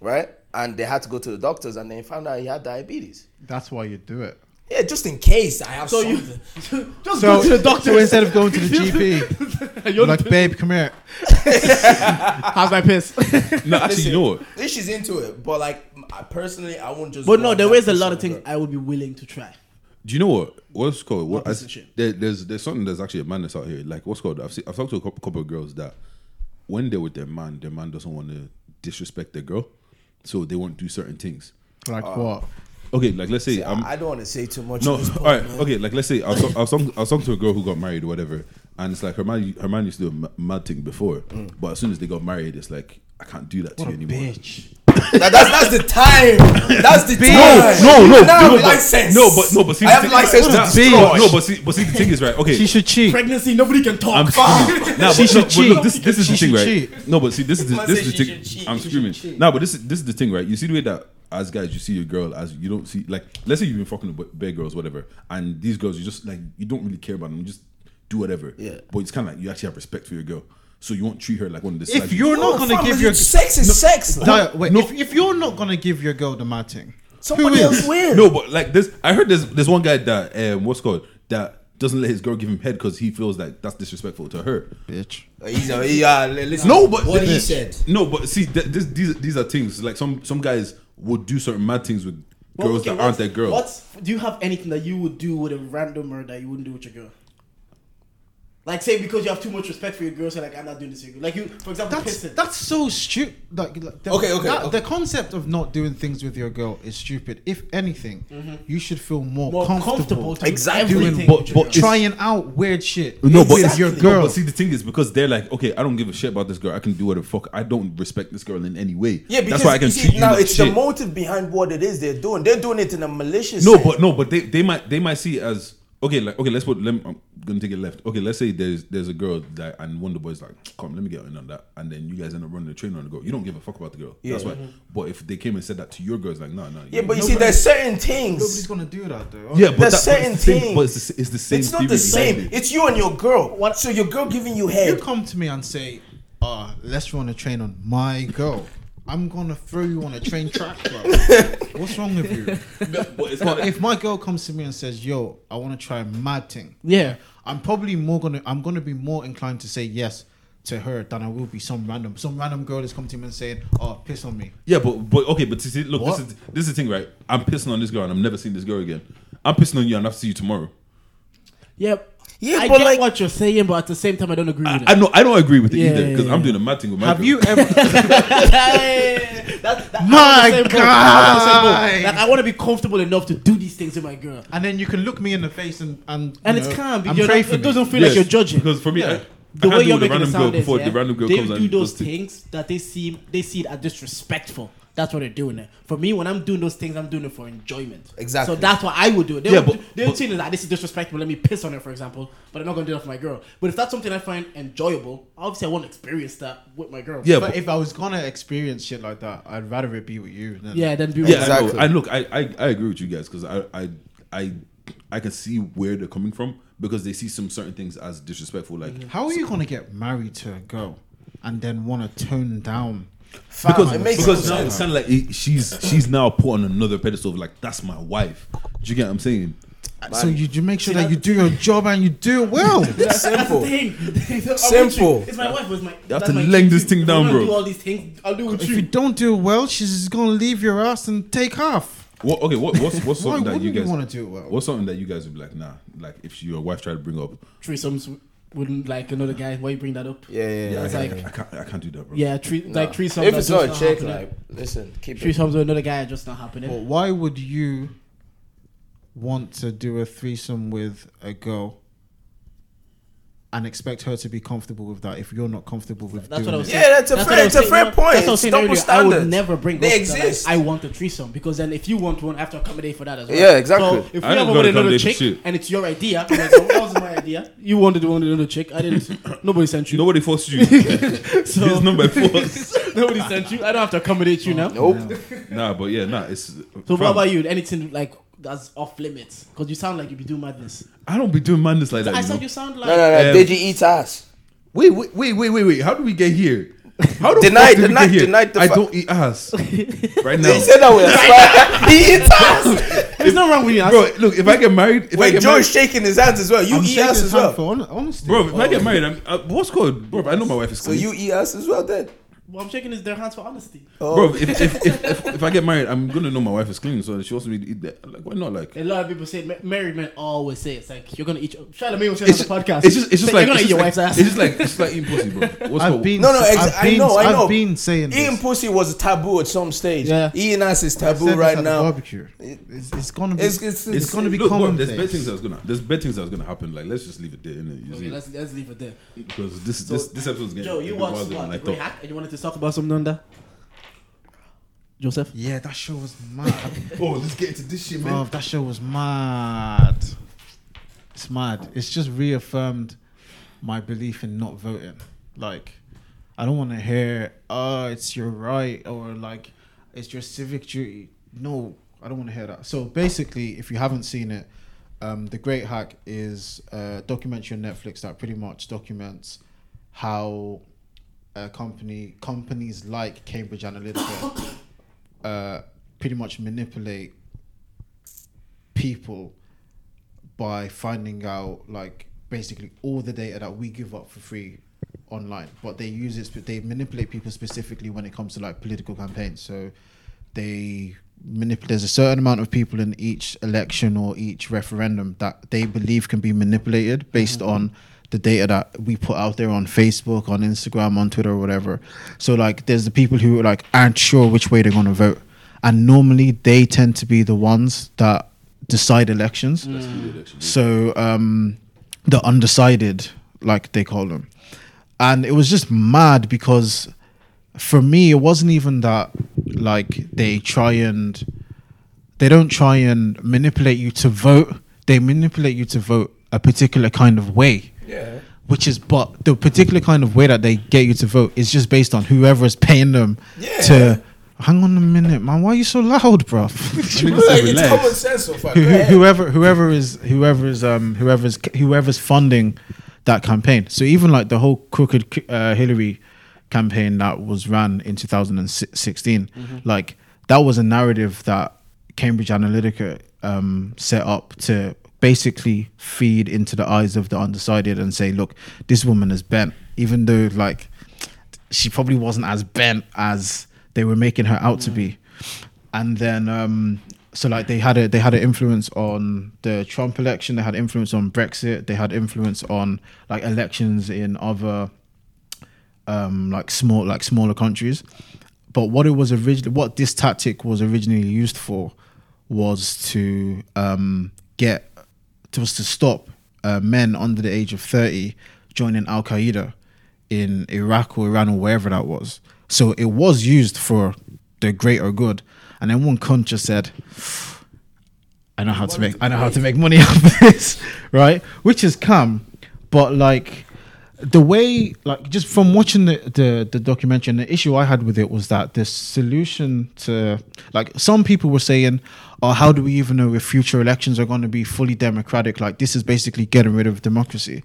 right? And they had to go to the doctors, and they found out he had diabetes.
[laughs] That's why you do it.
Yeah, just in case I have
So
[laughs]
you
something.
just
So,
go to the doctor.
so instead of going to the GP,
[laughs] You're
[laughs] you're
the
like, babe, come [laughs] here.
How's my
[laughs]
piss?
No, actually, you know what?
This is into it, but like I personally, I wouldn't just.
but
go
no,
on
there
that
is a
piss
lot
on
of things
girl.
I would be willing to try.
Do you know what? What's it called? What,
Not
I,
piece of shit.
there, there's there's something that's actually a madness out here. Like what's it called? I've seen, I've talked to a couple, couple of girls that when they're with their man, their man doesn't want to disrespect their girl, so they won't do certain things.
Like what?
Okay, like let's say
See,
I'm,
I, I don't want to say too much.
[laughs] no,
on this
all
pod, [laughs]
right,
man.
okay. Like let's say I was, talk- I was talking I was talking to a girl who got married or whatever, and it's like her man her man used to do a ma- mad thing before,
Mm.
but as soon as they got married, it's like I can't do that to you anymore.
Bitch.
That, that's that's the time. That's the time.
No, no, no,
Now I
no,
have
but,
license.
no, but no, but see,
I
the
have
thing-
license to
no,
destroy.
No, but see, but see, the thing is right. Okay,
She should cheat.
Pregnancy, nobody can talk.
I'm
[laughs]
screaming. Nah,
She
but, no,
should
but look,
cheat.
this, this is
She
the thing,
should
right?
cheat.
No, but see, this is the,
Man
this
said
is
she
the
should
thing.
cheat.
I'm
She should
screaming.
cheat.
Nah, but this is this is the thing, right? You see the way that as guys you see your girl as you don't see like let's say you've been fucking with bear girls, whatever, and these girls you just like you don't really care about them, you just do whatever.
Yeah.
But it's kind of like you actually have respect for your girl, so you won't treat her like one of the.
If
savages.
you're not gonna
fam,
give
is
your
it- sex is sex.
Dio, wait, if, if you're not gonna give your girl the mad thing,
Somebody
who
else
is?
will.
no, but like this, I heard there's there's one guy that um what's it called that doesn't let his girl give him head because he feels like that's disrespectful to her.
bitch.
He's a, he, uh, li- listen.
No, but
what
the-
he said.
No, but see, th- this, these these are things like some some guys would do certain mad things with
Well,
girls
okay,
that aren't
what's-
their girl.
What's do you have anything that you would do with a randomer that you wouldn't do with your girl? Like say because you have too much respect for your girl, so like I'm not doing this to your girl. Like you, for example,
That's
pissing.
that's so stupid. Like, like, the,
Okay, okay,
that-
okay.
The concept of not doing things with your girl is stupid. If anything, you should feel more,
more comfortable,
comfortable,
to
Exactly.
do
doing
everything
but,
with your
but
girl.
trying out weird shit.
no, but
with your
No,
girl.
but see, the thing is because they're like, okay, I don't give a shit about this girl. I can do whatever the fuck. I don't respect this girl in any way.
Yeah, because
that's why I can
you see,
treat you
now
like
it's the
shit.
motive behind what it is they're doing. They're doing it in a malicious.
No,
sense.
but no, but they, they might they might see it as okay, like okay, let's put. Let me, I'm gonna take it left. Okay, let's say there's there's a girl that and one of the boys like, come, let me get in on that, and then you guys end up running the train on the girl. You don't give a fuck about the girl. That's why. But if they came and said that to your girls, like, no, no.
yeah, but you
no,
see,
no.
there's certain
Nobody's
things.
gonna do that though.
Yeah,
There's
but that- but it's the
certain
same- But it's the, it's the same.
It's not
theory
the
behind
same.
it.
It's you and your girl.
What-
So your girl giving you
you
head.
come to me and say, uh, let's run a train on my girl. I'm gonna throw you on a train track, bro. What's wrong with you?
But it's
But
not.
if my girl comes to me and says, "Yo, I want to try a mad thing,"
Yeah.
I'm probably more gonna I'm gonna be more inclined to say yes to her than I will be some random some random girl that's come to me and saying, "Oh, piss on me."
Yeah, but but okay, but see, look,
What?
this is this is the thing, right? I'm pissing on this girl, and I'm never seeing this girl again. I'm pissing on you, and I'll see you tomorrow.
Yep.
Yeah,
I
but
get
like-
what you're saying, but at the same time, I don't agree with
I, I know I don't agree with it
Yeah,
either
yeah,
because I'm
yeah.
doing a mad thing with my.
Have
girl.
you ever?
it. Hey, that- that- I'm
My
on the same boat. I'm on the same boat.
God.
Like, I want to be comfortable enough to do these things with my girl,
and then you can look me in the face and and you
and it's
know,
calm.
and
You're
pray
not,
for
it
me.
doesn't feel like
Yes,
you're judging.
Because for me, I, I
the
can't
way
do
you're
with a
making it
random girl
sound is,
before
yeah,
the random girl
they
comes
do
and
those
does thi-
things that they seem they see it as disrespectful. That's what they're doing. It for me when I'm doing those things, I'm doing it for enjoyment.
Exactly.
So that's what I would do. They
Yeah,
would,
but-
they would
but-
see it as, like this is disrespectful. Let me piss on her, for example. But I'm not gonna do that for my girl. But if that's something I find enjoyable, obviously I won't experience that with my girl.
Yeah,
But
but,
if I was gonna experience shit like that, I'd rather it be with you. Than
Yeah. Then be
yeah,
like,
exactly. I know. And look, I, I I agree with you guys because I I I I can see where they're coming from because they see some certain things as disrespectful, like.
How are you gonna get married to a girl and then want to tone down?
Because,
it makes
because
no
now
sense.
it's kind of like it- she's she's now put on another pedestal of like that's my wife. Do you get what I'm saying?
So you, you make sure that you do your job and you do it
[laughs]
well.
That's simple.
thing. [laughs]
Simple.
It's my wife. Was my.
You have to leng this thing down, bro.
Do all these things. I'll do it with
if you
you.
don't do it well, she's gonna leave your ass and take half.
What, okay, what, what's what's
Why
something that
wouldn't
you
you,
guys
want to do it well?
What's something that you guys would be like? Nah, like if your wife tried to bring up,
Threesomes wouldn't like another guy. Why you bring that up?
Yeah, yeah,
It's
I,
like
I can't, I can't do that, bro.
yeah, three like threesomes.
If
are
it's
just
not a chick,
happening.
like, listen, keep it.
threesomes with another guy are just not happening.
But why would you want to do a threesome with a girl and expect her to be comfortable with that if you're not comfortable with
That's
doing
what I was
it?
saying.
Yeah, that's a
what
fair-
I was
it's a fair
saying.
point.
That's what I was saying
Double
earlier. I would
standards.
never bring
They
up that, like,
exist.
I want a threesome because then if you want one, I have to accommodate for that as well.
Yeah, exactly.
So if we
I didn't
have
go
one with
to
another
accommodate for
chick
shit.
and it's your idea, I'm like, well, that was my idea. You wanted one with another chick.
[coughs]
I didn't. Nobody sent you.
Nobody forced
[laughs]
you. It's
So-
not by
[laughs]
force.
nobody sent you. I don't have to accommodate you now.
Nope.
nah, but yeah, nah. It's
So
fam,
what about you? Anything like that's off limits? Because you sound like you be doing madness.
I don't be doing madness like that.
I
you
said
know?
you sound like.
No, no, no.
Um,
Did you eat ass?
Wait, wait, wait, wait, wait, wait. How did we get here? How the
Deny-
fuck did
deny-
we get here?
deny the
I
fa-
don't eat
[laughs]
ass right now.
They said that with a smile. he eats ass.
There's no wrong with you.
bro, look, if I get married, if I
Wait,
get
Joe
married,
is shaking his hands as well. You
I'm
eat
shaking
ass
his
as
hand
well.
for hon- honesty.
bro, if I
Oh.
get married, I'm, I, what's called, bro? I know my wife is
So
cool.
you eat ass as well then?
Well, I'm shaking his their hands for honesty.
[laughs]
bro. If if, if, if if I get married, I'm gonna know my wife is clean, so she wants me to eat that. Like, why not? Like,
A lot of people say ma- married men always say it's like you're gonna eat. Your, Charlamagne was saying on
it's just,
the podcast.
it's just, it's just
say,
like
you're gonna
it's
eat your wife's
just like-
ass.
It's just like it's like eating pussy, bro.
[laughs]
What's
I've
called-
been,
No, no, ex-
I've
I
been,
know, I know.
have been saying this.
Eating pussy was taboo at some stage.
Yeah.
Eating ass is
I said
taboo
this
right
at the
now.
Barbecue. It's, it's gonna be.
It's, it's,
It's
it's,
gonna be
Look, bro,
common.
there's bad
things.
things that's gonna there's bad things that's gonna happen. Like, let's just leave it there, innit? You
okay,
see?
let's let's leave it there.
Because this this this episode's getting
Joe, you
getting
watched
wilder than
what?
I
The Great
thought.
Hack, and you wanted to talk about something on that. Joseph,
Yeah, that show was mad.
Oh, let's get into this shit,
Bro, that show was mad. It's mad. It's just reaffirmed my belief in not voting. Like, I don't want to hear, oh, it's your right or like, it's your civic duty. No, I don't want to hear that. So basically, if you haven't seen it, um, The Great Hack is a documentary on Netflix that pretty much documents how a company companies like Cambridge Analytica [coughs] uh, pretty much manipulate people by finding out like basically all the data that we give up for free online but they use it sp- they manipulate people specifically when it comes to like political campaigns so they manipulate there's a certain amount of people in each election or each referendum that they believe can be manipulated based on the data that we put out there on Facebook on Instagram on Twitter or whatever so like there's the people who like aren't sure which way they're going to vote and normally they tend to be the ones that decide elections. So um, the undecided, like they call them, and it was just mad because for me it wasn't even that like they try and they don't try and manipulate you to vote. They manipulate you to vote a particular kind of way.
Yeah.
Which is, but the particular kind of way that they get you to vote is just based on whoever is paying them
Yeah.
to. Hang on a minute, man. Why are you so loud, bro?
like, [laughs] it's common sense so
[laughs]
far.
who,
Go
who-
ahead.
whoever whoever is whoever is um whoever's whoever's funding that campaign. So even like the whole crooked uh, Hillary campaign that was ran in 2016, like that was a narrative that Cambridge Analytica um, set up to basically feed into the eyes of the undecided and say, look, this woman is bent, even though like she probably wasn't as bent as they were making her out to be. And then um so like they had a they had an influence on the Trump election, they had influence on Brexit, they had influence on like elections in other um like small like smaller countries. But what it was originally what this tactic was originally used for was to um get to was to stop uh, men under the age of 30 joining Al Qaeda in Iraq or Iran or wherever that was. So it was used for the greater good. And then one cunt just said, I know how to make I know how to make money [laughs] out of this, right? Which is calm, but like the way like just from watching the, the the documentary and the issue I had with it was that the solution to like some people were saying, oh, how do we even know if future elections are going to be fully democratic? Like this is basically getting rid of democracy.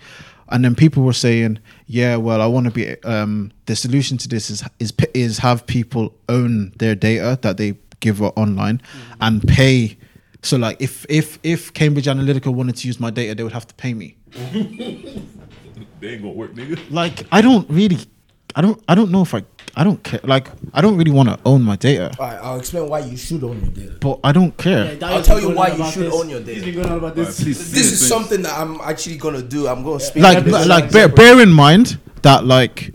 And then people were saying, yeah, well, I want to be um, the solution to this is is p- is have people own their data that they give online and pay So like if if if Cambridge Analytica wanted to use my data, they would have to pay me.
They ain't gonna work, nigga.
Like I don't really, I don't I don't know if I I don't care. Like I don't really want to own my data,
All right, I'll explain why you should own your data.
but I don't care.
Daniel's
I'll
been
tell you
going
why
on
you
about
should
this.
own your
He's
data.
been going on about this.
please.
[laughs] This is something that I'm actually gonna do. I'm gonna speak.
Like
this
but,
is
like
an
bear,
example.
bear in mind that like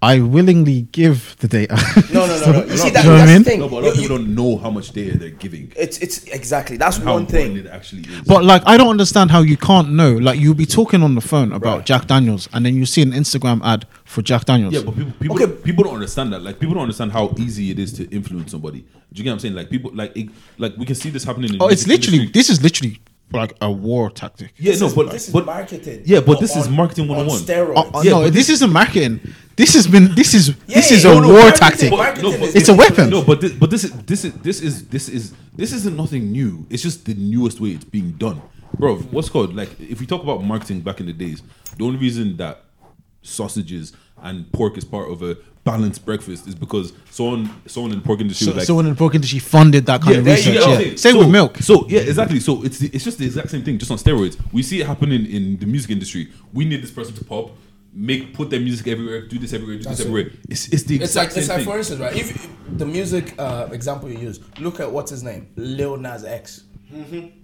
I willingly give the data.
No, no,
[laughs]
no, no. You see, that,
know what I
that's
mean?
the thing.
No, but a lot of
You-
people don't know how much data they're giving.
it's it's exactly that's
How
one thing.
important it actually is.
But like, I don't understand how you can't know. Like, you'll be talking on the phone about Jack Daniels, and then you see an Instagram ad for Jack Daniels.
Yeah, but people people,
Okay.
don't, people don't understand that. Like people don't understand how easy it is to influence somebody. Do you get what I'm saying? Like people like it, like we can see this happening. In
oh, it's
music
literally
industry.
this is literally like a war tactic.
Yeah, no,
is-
but
this is
but
marketing.
Yeah, but
On-
this is
on-
marketing
on
101.
steroids.
Oh, oh,
Yeah,
no,
but
this isn't marketing. This has been. This is. this
yeah,
is
no,
a
no,
war
marketing-
tactic.
marketing. is-
It's a weapon.
No, but this, but this is this is this is this is this isn't nothing new. It's just the newest way it's being done, bro. What's called like if we talk about marketing back in the days, the only reason that sausages and pork is part of a balanced breakfast is because someone someone in the pork industry
So,
was like
someone in the pork industry funded that kind of
there you
research.
go.
Yeah. Same
so,
with milk.
So yeah, exactly. So it's the, it's just the exact same thing, just on steroids. We see it happening in the music industry. We need this person to pop, make put their music everywhere, do this everywhere, do
That's
this
it.
everywhere. It's it's the
It's
exact
like it's like
same
for
thing.
instance, right? If, if the music uh, example you use, look at what's his name, Lil Nas X.
Mm-hmm.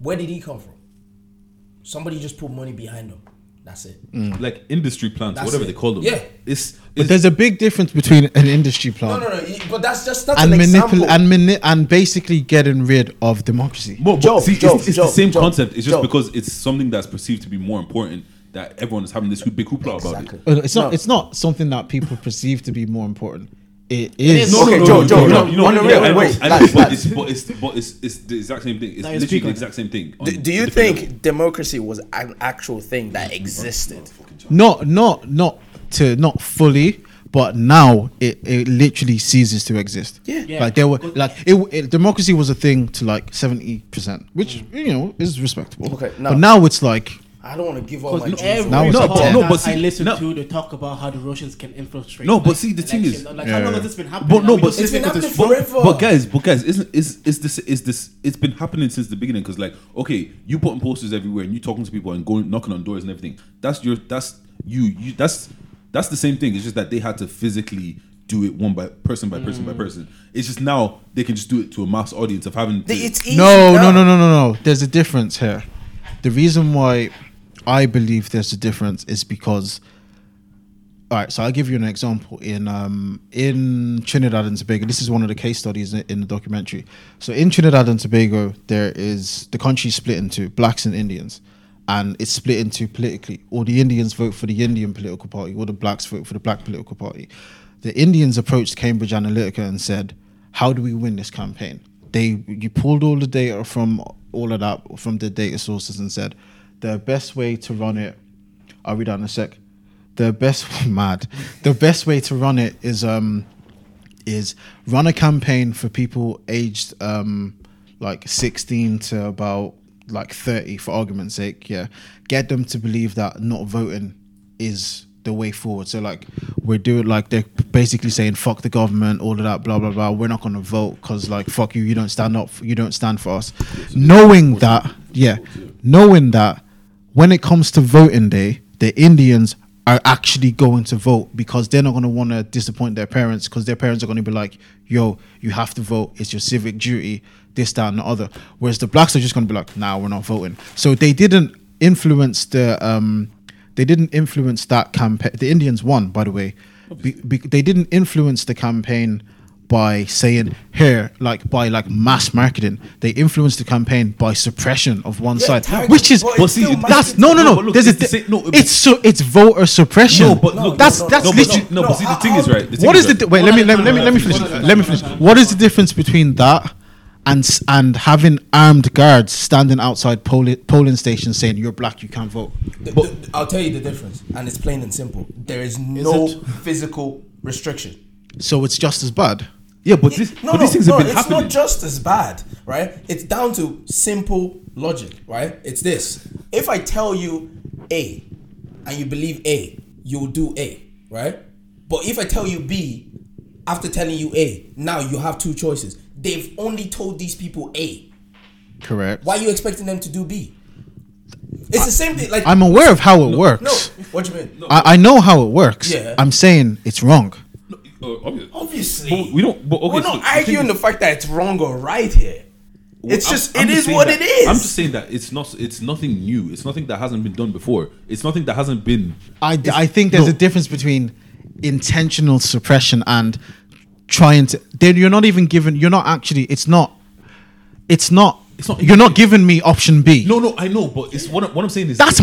Where did he come from? Somebody just put money behind him. That's it.
Mm. Like industry plants,
That's
whatever
it.
they call them.
Yeah.
it's,
But
it's
there's a big difference between an industry
No,
plan
no, no. he- But that's just that's
and
an
manipul-
example.
and mani- and basically getting rid of democracy.
more.
Joe,
see, it's-
Joe,
it's,
Joe,
the same
Joe,
concept. It's just
Joe.
because it's something that's perceived to be more important that everyone is having this big hoopla about it.
Uh, It's not. It's not something that people perceive to be more important. It is.
Okay,
No,
Joe,
you
Joe,
know,
no,
you know,
on the
yeah,
real,
I know,
wait,
I know,
lads,
but
lads.
it's but it's but it's it's the exact same thing. It's
That is
literally the
peacock.
exact same thing.
do,
on
do you
different levels.
think democracy was an actual thing that existed?
not not not to not fully but now it, it literally ceases to exist
Yeah.
Yeah.
like there were like it, it democracy was a thing to like 70% which you know is respectable
Mm. Okay,
but
now-
now it's like
I don't want to give all my.
Because
juice
every
Now
away.
it's
no,
up there.
podcast
No, but see-
I listen
no.
to, they talk about how the Russians can infiltrate.
No, but
like,
see, the thing is-
elections. like how
Yeah.
long has this been happening?
But no,
We
but
just
it's
live
been
with
happening
this
for-
book.
forever.
But, guys, but guys, isn't is is this is this it's been happening since the beginning? Because like, okay, you putting posters everywhere and you talking to people and going knocking on doors and everything. That's your that's you you that's that's the same thing. It's just that they had to physically do it one by person by person
Mm.
by person. It's just now they can just do it to a mass audience of having.
They-
to-
It's easy
no no
now.
no no no no there's a difference here the reason why i believe there's a difference is because all right so i'll give you an example in um in trinidad and tobago this is one of the case studies in, in the documentary so in trinidad and tobago there is the country's split into blacks and indians and it's split into politically or the indians vote for the indian political party or the blacks vote for the black political party the indians approached cambridge analytica and said how do we win this campaign they you pulled all the data from all of that from the data sources and said the best way to run it i'll read out in a sec the best [laughs] mad the best way to run it is um is run a campaign for people aged um like 16 to about like 30 for argument's sake yeah get them to believe that not voting is the way forward so like we're doing like they're basically saying fuck the government all of that blah blah blah we're not going to vote because like fuck you you don't stand up you don't stand for us knowing that yeah knowing that when it comes to voting day, the Indians are actually going to vote because they're not going to want to disappoint their parents because their parents are going to be like, yo, you have to vote. It's your civic duty, this, that, and the other. Whereas the blacks are just going to be like, nah, we're not voting. So they didn't influence the, um, they didn't influence that campaign. The Indians won, by the way. Be, be, they didn't influence the campaign by saying here, like by like mass marketing. They influenced the campaign by suppression of one side,
target-
which is
but
But see,
still
that's
marketing.
no, no,
No,
no.
but look,
There's a
it's the
di-
same- no, but-
it's so it's voter suppression.
No, but look,
that's
no,
that's
no, but,
literally.
no, but see, the thing is right. The thing
What is
right.
the di- wait? Let me let me let me, let me finish. Let me finish. What is the difference between that and s- and having armed guards standing outside polling polling stations saying you're black, you can't vote?
The- the- I'll tell you the difference, and it's plain and simple. There is no physical restriction.
So it's just as bad.
Yeah, but this
no,
but
no,
these things
no,
have been
it's
happening.
not just as bad, right? It's down to simple logic, right? It's this: if I tell you A, and you believe A, you'll do A, right? But if I tell you B, after telling you A, now you have two choices. They've only told these people A.
Correct.
Why are you expecting them to do B? It's the same thing. Like
I'm aware of how it works.
no, what you mean?
I, I know how it works.
Yeah.
I'm saying it's wrong.
Uh, obvious.
Obviously,
But we don't. But okay,
We're
so
not
the thing
arguing
is-
the fact that it's wrong or right here. It's
I'm-
just
I'm
it is
saying
what
that-
it is.
I'm just saying that it's not. It's nothing new. It's nothing that hasn't been done before. It's nothing that hasn't been.
I, d- I think there's a difference between intentional suppression and trying to. Then you're not even given. You're not actually. It's not. It's not.
It's not-
you're not giving me option B.
No, no, I know, but it's what, I'm- what I'm saying is
That's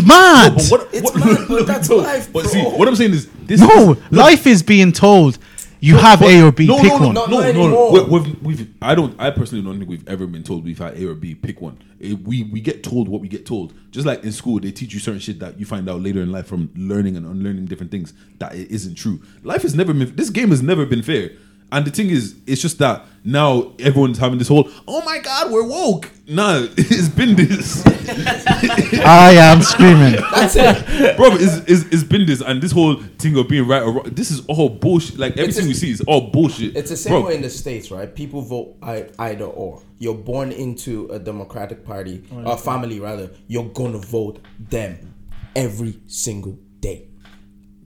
[laughs]
mad!
No, but what,
It's
what-
mad, but that's life,
But
bro.
see, what I'm saying is this.
No,
is,
life is being told you have A or B.
No,
pick
no, no,
one.
no,
Not
no, no.
anymore.
We- We've, we've, I don't. I personally don't think we've ever been told we've had A or B. Pick one. Eh, we we get told what we get told. Just like in school, they teach you certain shit that you find out later in life from learning and unlearning different things that it isn't true. Life has never been. This game has never been fair. And the thing is, it's just that now everyone's having this whole "Oh my God, we're woke." Nah, [laughs] it's been this.
[laughs]
[laughs]
I am screaming.
that's it.
bro. It's, it's, it's been this, and this whole thing of being right or wrong. This is all bullshit. Like everything
a-
we see is all bullshit.
It's the same
Bro,
way in the states, right? People vote ei- either or. You're born into a Democratic Party, or family rather. You're gonna vote them every single day.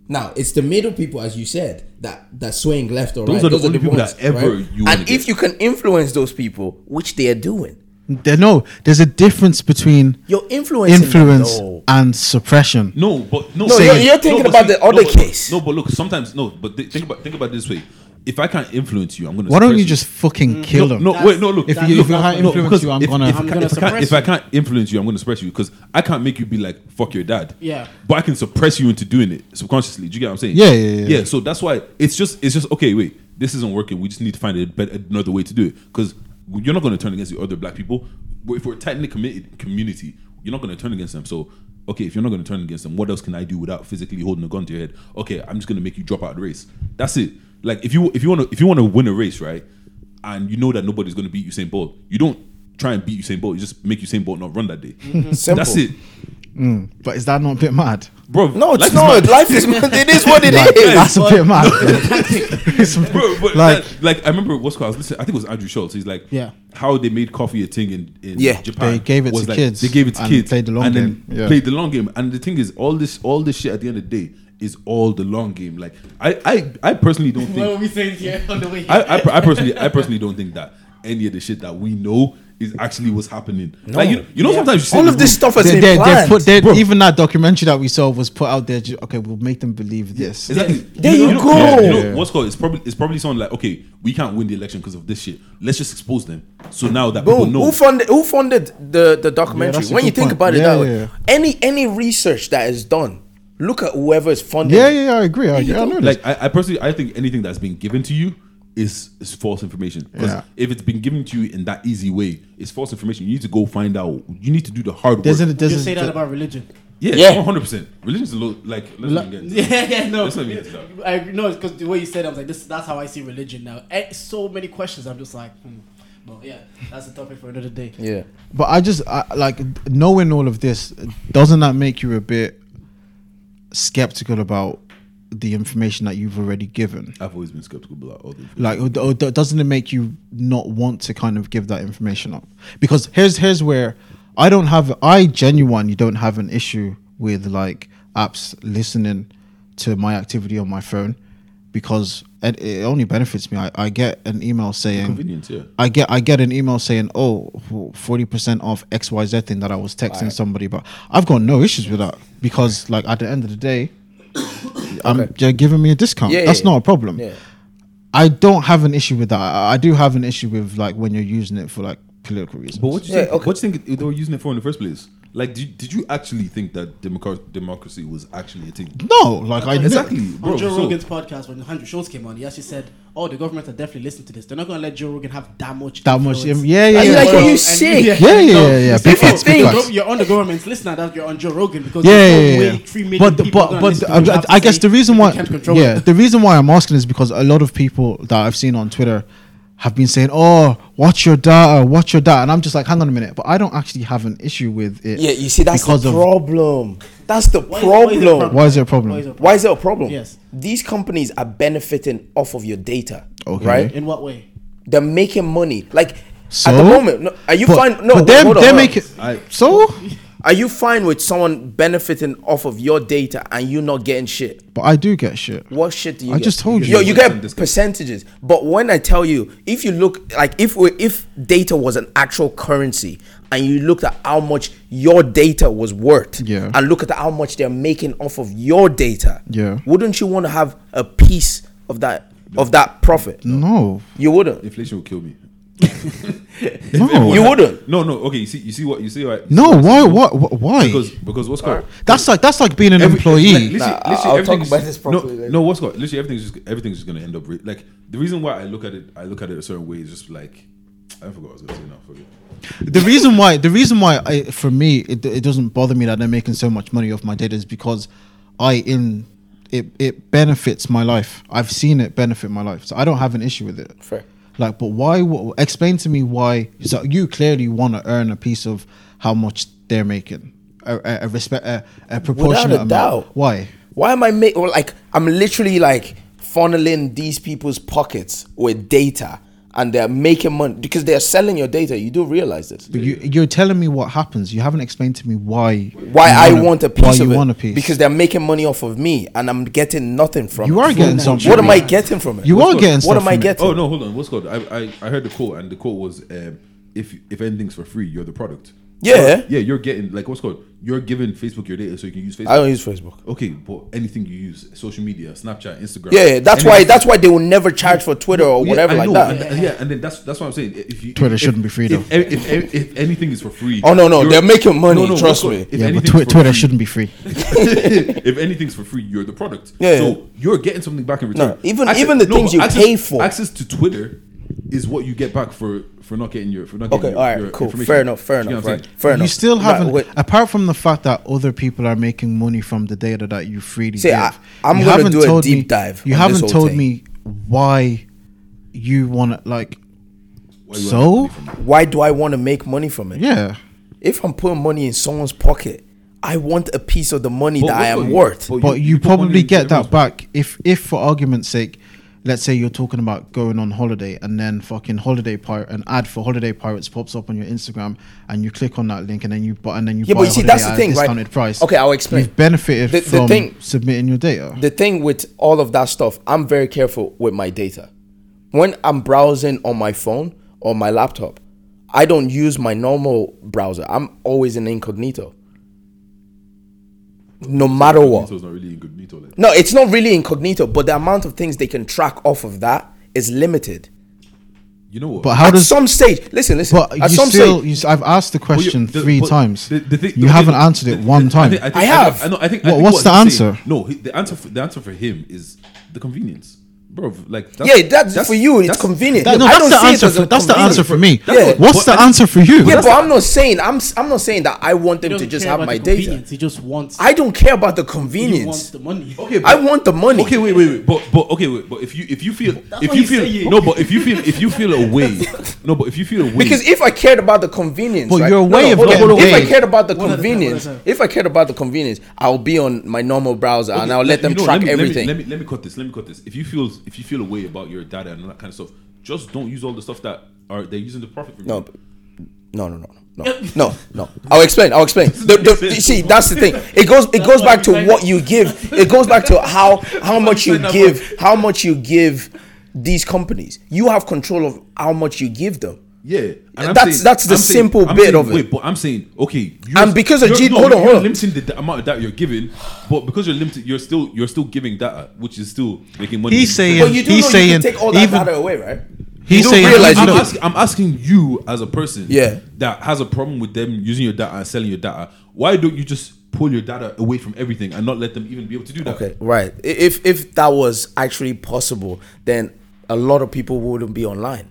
Now it's the middle people, as you said, that that swing left or
Those
right.
are the only people
ones,
that ever
right?
you. wanna
and
get.
if you can influence those people, which they are doing,
There- no, there's a difference between
You're influencing them,
influence
though.
and suppression.
No, but no.
No,
you're-
you're thinking about the other
no, but-
case.
No, but look, sometimes no. But th- think about think about it this way. If I can't influence you, I'm gonna.
Why don't you
suppress
just fucking kill
Mm. No,
them?
no wait, no. Look,
If
no,
you- if
no,
I can't
no,
influence
because
you, I'm
if-
gonna-
If, I
I'm
can't-
gonna
if I can't-
suppress
if I can't influence you, I'm gonna suppress you because I can't make you be like fuck your dad.
Yeah.
But I can suppress you into doing it subconsciously. Do you get what I'm saying?
Yeah, yeah, yeah.
Yeah. So that's why it's just it's just okay. Wait, this isn't working. We just need to find a better, another way to do it because you're not gonna turn against the other black people. But if we're a tightly committed community, you're not gonna turn against them. So. Okay, if you're not going to turn against them, what else can I do without physically holding a gun to your head? Okay, I'm just going to make you drop out of the race. That's it. Like if you if you want to if you want to win a race, right? and you know that nobody's going to beat Usain Bolt, you don't try and beat Usain Bolt. You just make Usain Bolt not run that day.
Simple.
That's it,
But is that not a bit mad?
bro.
No, it's
life is
not.
mad.
Life is it is what it
Like,
is.
that's a bit mad. It's-
[laughs]
[laughs]
Bro, but
like,
like, like I remember what's called. I was listening. I think it was Andrew Schultz. He's like,
Yeah.
how they made coffee a thing in, in
Yeah.
Japan.
They gave it
was
to kids
They gave it to
and
kids.
played the long
and
game.
Then
Yeah.
Played the long game. And the thing is, all this, all this shit at the end of the day is all the long game. Like I, I, I personally
[laughs]
don't think
What were we saying here on the way? here?
I, I, per- I personally, I personally don't think that any of the shit that we know is actually what's happening. Like you, you know, sometimes you sit in
all
the
of this
room-
stuff has
they,
been
they, they
planned.
put they, even that documentary that we saw was put out there. ju- Okay, we'll make them believe this.
Exactly.
There you
know-
go.
know- you know what's called? It's probably it's probably someone like, okay, we can't win the election because of this shit. Let's just expose them. So now that people
boom.
know,
Who funded who funded the the documentary?
that's a
when you
good
think about
point.
it
Yeah,
that way,
yeah.
any any research that is done, look at whoever is funding.
Yeah,
it.
yeah, yeah, I agree. I, agree. I know
like
this.
I, I personally, I think anything that's been given to you is is false information. Because
Yeah.
if it's been given to you in that easy way, it's false information. You need to go find out. You need to do the hard work.
There's a, there's
You
a,
say that about religion.
yeah,
Yeah.
one hundred percent. Religion's a little like let's not get into that.
[laughs] Yeah, yeah, no.
Let's not get into that.
I no, because the way you said, it, I was like, this. That's how I see religion now. Eh, So many questions. I'm just like, hmm. but yeah, that's a topic for another day.
yeah.
But I just I, like knowing all of this. Doesn't that make you a bit skeptical about the information that you've already given?
I've always been skeptical about all the
Like, or, or do- doesn't it make you not want to kind of give that information up? Because here's here's where I don't have I genuinely don't have an issue with like apps listening to my activity on my phone because it, it only benefits me. I, I get an email saying
convenience. Yeah.
I get I get an email saying, "Oh, 40% off XYZ thing that I was texting somebody but I've got no issues with that because like at the end of the day
[coughs]
I'm they're giving me a discount.
Yeah,
That's
yeah,
not a problem.
yeah.
I don't have an issue with that. I, I do have an issue with like when you're using it for like political reasons.
But what you
Yeah,
think?
okay.
What you think they were using it for in the first place? Like, did, did you actually think that democ- democracy was actually a thing?
no, like I
Exactly, bro.
on Joe
so-
Rogan's podcast, when Andrew Schultz came on, he actually said, "Oh, the government are definitely listening to this. They're not going to let Joe Rogan have that much.
That much-
influence."
yeah, yeah,
And
yeah.
like,
Like,
are you
and-
sick?
Yeah, yeah,
no,
yeah, yeah.
it's
Big
different.
facts, big
You're
facts.
on- You're on the government's list now. That you're on Joe Rogan because
yeah,
there's
yeah,
no
yeah,
way
yeah.
three million
But the,
people are
but
gonna
but
listen to
I,
what you
I-
have to
I guess
say
the reason
if you
why
can't control
yeah
it.
the reason why I'm asking is because a lot of people that I've seen on Twitter have been saying oh watch your data watch your data and I'm just like hang on a minute but I don't actually have an issue with it
Yeah, you see, that's
because
the
of
problem. That's the
Why is- why is it a
problem.
problem?
Why is it a problem?
Why is it a problem?
Why is there a problem?
Yes.
These companies are benefiting off of your data,
Okay.
right?
In what way?
They're making money. Like At
So
the moment, no, are you
but,
fine? No,
but
wait,
they're,
hold on,
they're
hold on.
making so.
Are you fine with someone benefiting off of your data and you not getting shit?
But I do get shit.
What shit do you?
I
get?
just told you.
Yo, you get
Discount, discount.
percentages. But when I tell you, if you look like if we, if data was an actual currency and you looked at how much your data was worth,
Yeah.
and look at how much they're making off of your data,
Yeah.
wouldn't you want to have a piece of that of that profit?
No,
You wouldn't.
Inflation will kill me.
no,
You wouldn't.
No, no. Okay, you see, you see what you see. Right?
no. Why? What? Why?
Because because what's called
that's like that's like being an
Every-
employee.
Like, literally,
Nah,
literally,
I'll talk
everything's-
about this properly
No,
later.
no, what's going? Literally, everything's just everything's just gonna end up re- like the reason why I look at it. I look at it a certain way is just like I forgot what I was gonna say now. Forget.
the reason why the reason why I, for me it, it doesn't bother me that they're making so much money off my data is because I in it it benefits my life. I've seen it benefit my life, so I don't have an issue with it.
Fair.
Like, but why? w- Explain to me why. So you clearly want to earn a piece of how much they're making, a, a, a respect, a, a proportionate amount.
doubt.
Why?
Why am I make or like I'm literally like funneling these people's pockets with data and they're making money because they're selling your data. You do realize this.
But you you're telling me what happens. You haven't explained to me why.
Why
you
I
wanna-
want a piece
Why
of
you
it?
want a piece?
Because they're making money off of me and I'm getting nothing from
You
it.
are getting something.
What am I
from it.
getting from it?
You are getting
What
stuff
am I
from it.
getting?
Oh no, hold on. What's called? I, I I heard the quote and the quote was um, if if anything's for free, you're the product.
Yeah.
yeah. You're getting like what's called. You're giving Facebook your data so you can use Facebook.
I don't use Facebook.
Okay, but anything you use, social media, Snapchat, Instagram.
Yeah, yeah, that's
anything-
why. That's why they will never charge for Twitter or
Yeah,
whatever
I
like
know,
that.
And, uh, yeah, and then that's that's what I'm saying. If you,
Twitter
if-
shouldn't be free,
if,
though.
If, if, if anything is for free.
Oh, no, no,
you're-
they're making money, trust
what's-
me.
if
Yeah, but
anything's
Twi-
for
Twitter
free- [laughs]
shouldn't be free.
if anything's for free, you're the product.
Yeah,
So
yeah.
you're getting something back in return.
No, even- even the things
but
you pay for.
Access to Twitter is what you get back for for not getting your for not
Okay,
getting your,
all
your
right, cool,
information.
fair enough, fair
Do you know
enough,
what I'm
right?
saying?
Fair enough.
You still
Right,
haven't,
wait.
apart from the fact that other people are making money from the data that you freely
See,
give.
I- I'm
you
gonna
haven't
do a
told
deep
me-
dive
You
on this
haven't
whole
told
thing.
me why you want to like.
Why you
So
want to pay for
Why do I want to make money from it?
yeah,
If I'm putting money in someone's pocket, I want a piece of the money
But
that I
what's
am
going-
worth.
but
but you,
put money
probably
into
get
everyone's
that back if, if for argument's sake, let's say you're talking about going on holiday and then fucking holiday pirate an ad for holiday pirates pops up on your Instagram and you click on that link and then you buy and then you
Yeah,
buy
but you
a
see,
holiday
that's the
at a
thing, right?
discounted price.
Okay, I'll explain.
You've benefited
The- the
from
thing-
submitting your data.
the thing with all of that stuff, I'm very careful with my data. When I'm browsing on my phone or my laptop, I don't use my normal browser. I'm always in incognito. No matter what.
Incognito's not really incognito. Like.
No, it's not really incognito, but the amount of things they can track off of that is limited.
You know what?
but how
At
does
some stage, listen, listen.
But you
at some
still,
stage,
you, s- I've asked the
Well, you-
question
the-
three
but
times.
the- the thing-
you
the-
haven't
the-
answered it
the-
one
the-
time.
think- think-
I have.
I, know, I think, I
What-
think
what's
what
the
he's saying-
answer?
no, he- the answer. For, the answer for him is the convenience, bro. Like that's,
yeah, that's, for you. It's convenient.
That- no,
I
that's
don't
the
see it
answer.
as a
For, that's the answer
convenience.
for me.
That's what-
What's
but-
the answer for you?
Yeah, but I'm not saying I'm. s- I'm not saying that I want them to
doesn't
just
care
have
about
my
the
data.
convenience, He just wants.
I don't care about the
he wants
convenience.
the money. [laughs]
Okay,
I want the money.
Okay, wait, wait, wait. But but okay, wait. But if you if you feel if
what
you
he's
feel
saying.
no, but if you feel if you feel a
[laughs]
way, no, but if you feel a way,
Because if I cared about the convenience,
But
right?
your way of
hold on,
getting
hold on. if I
paid-
cared about the
One at a time,
convenience,
one at a time.
if I cared about the convenience, I'll be on my normal browser and
Okay,
I'll let them
you know,
track
me- me-
everything.
Let me, let me cut this. Let me cut this. If you feel if you feel a way about your data and all that kind of stuff, just don't use all the stuff that are they're using the profit from.
no,
you.
but- no, no, no, [laughs] no, no, no. I'll explain. I'll [laughs] explain. The, the, you see, that's the thing. It goes. It goes back to what you give. It goes back to how how much you give. How much you give these companies. You have control of how much you give them.
Yeah, and
That's- that's the simple
I'm
bit
saying-
of it.
Wait, but I'm saying okay, you're,
And because of
you're-
G- hold on,
you're
hold on.
limiting the d- amount of data you're giving, but because you're limited, you're still you're still giving data, which is still making money.
He's saying-
But you do
He's
know you
saying
can take all that
even-
data away, right?
He's
don't
saying
realize
I'm,
you
ask- I'm asking you as a person,
Yeah.
that has a problem with them using your data and selling your data. Why don't you just pull your data away from everything and not let them even be able to do that?
Okay, right. I- If if that was actually possible, then a lot of people wouldn't be online.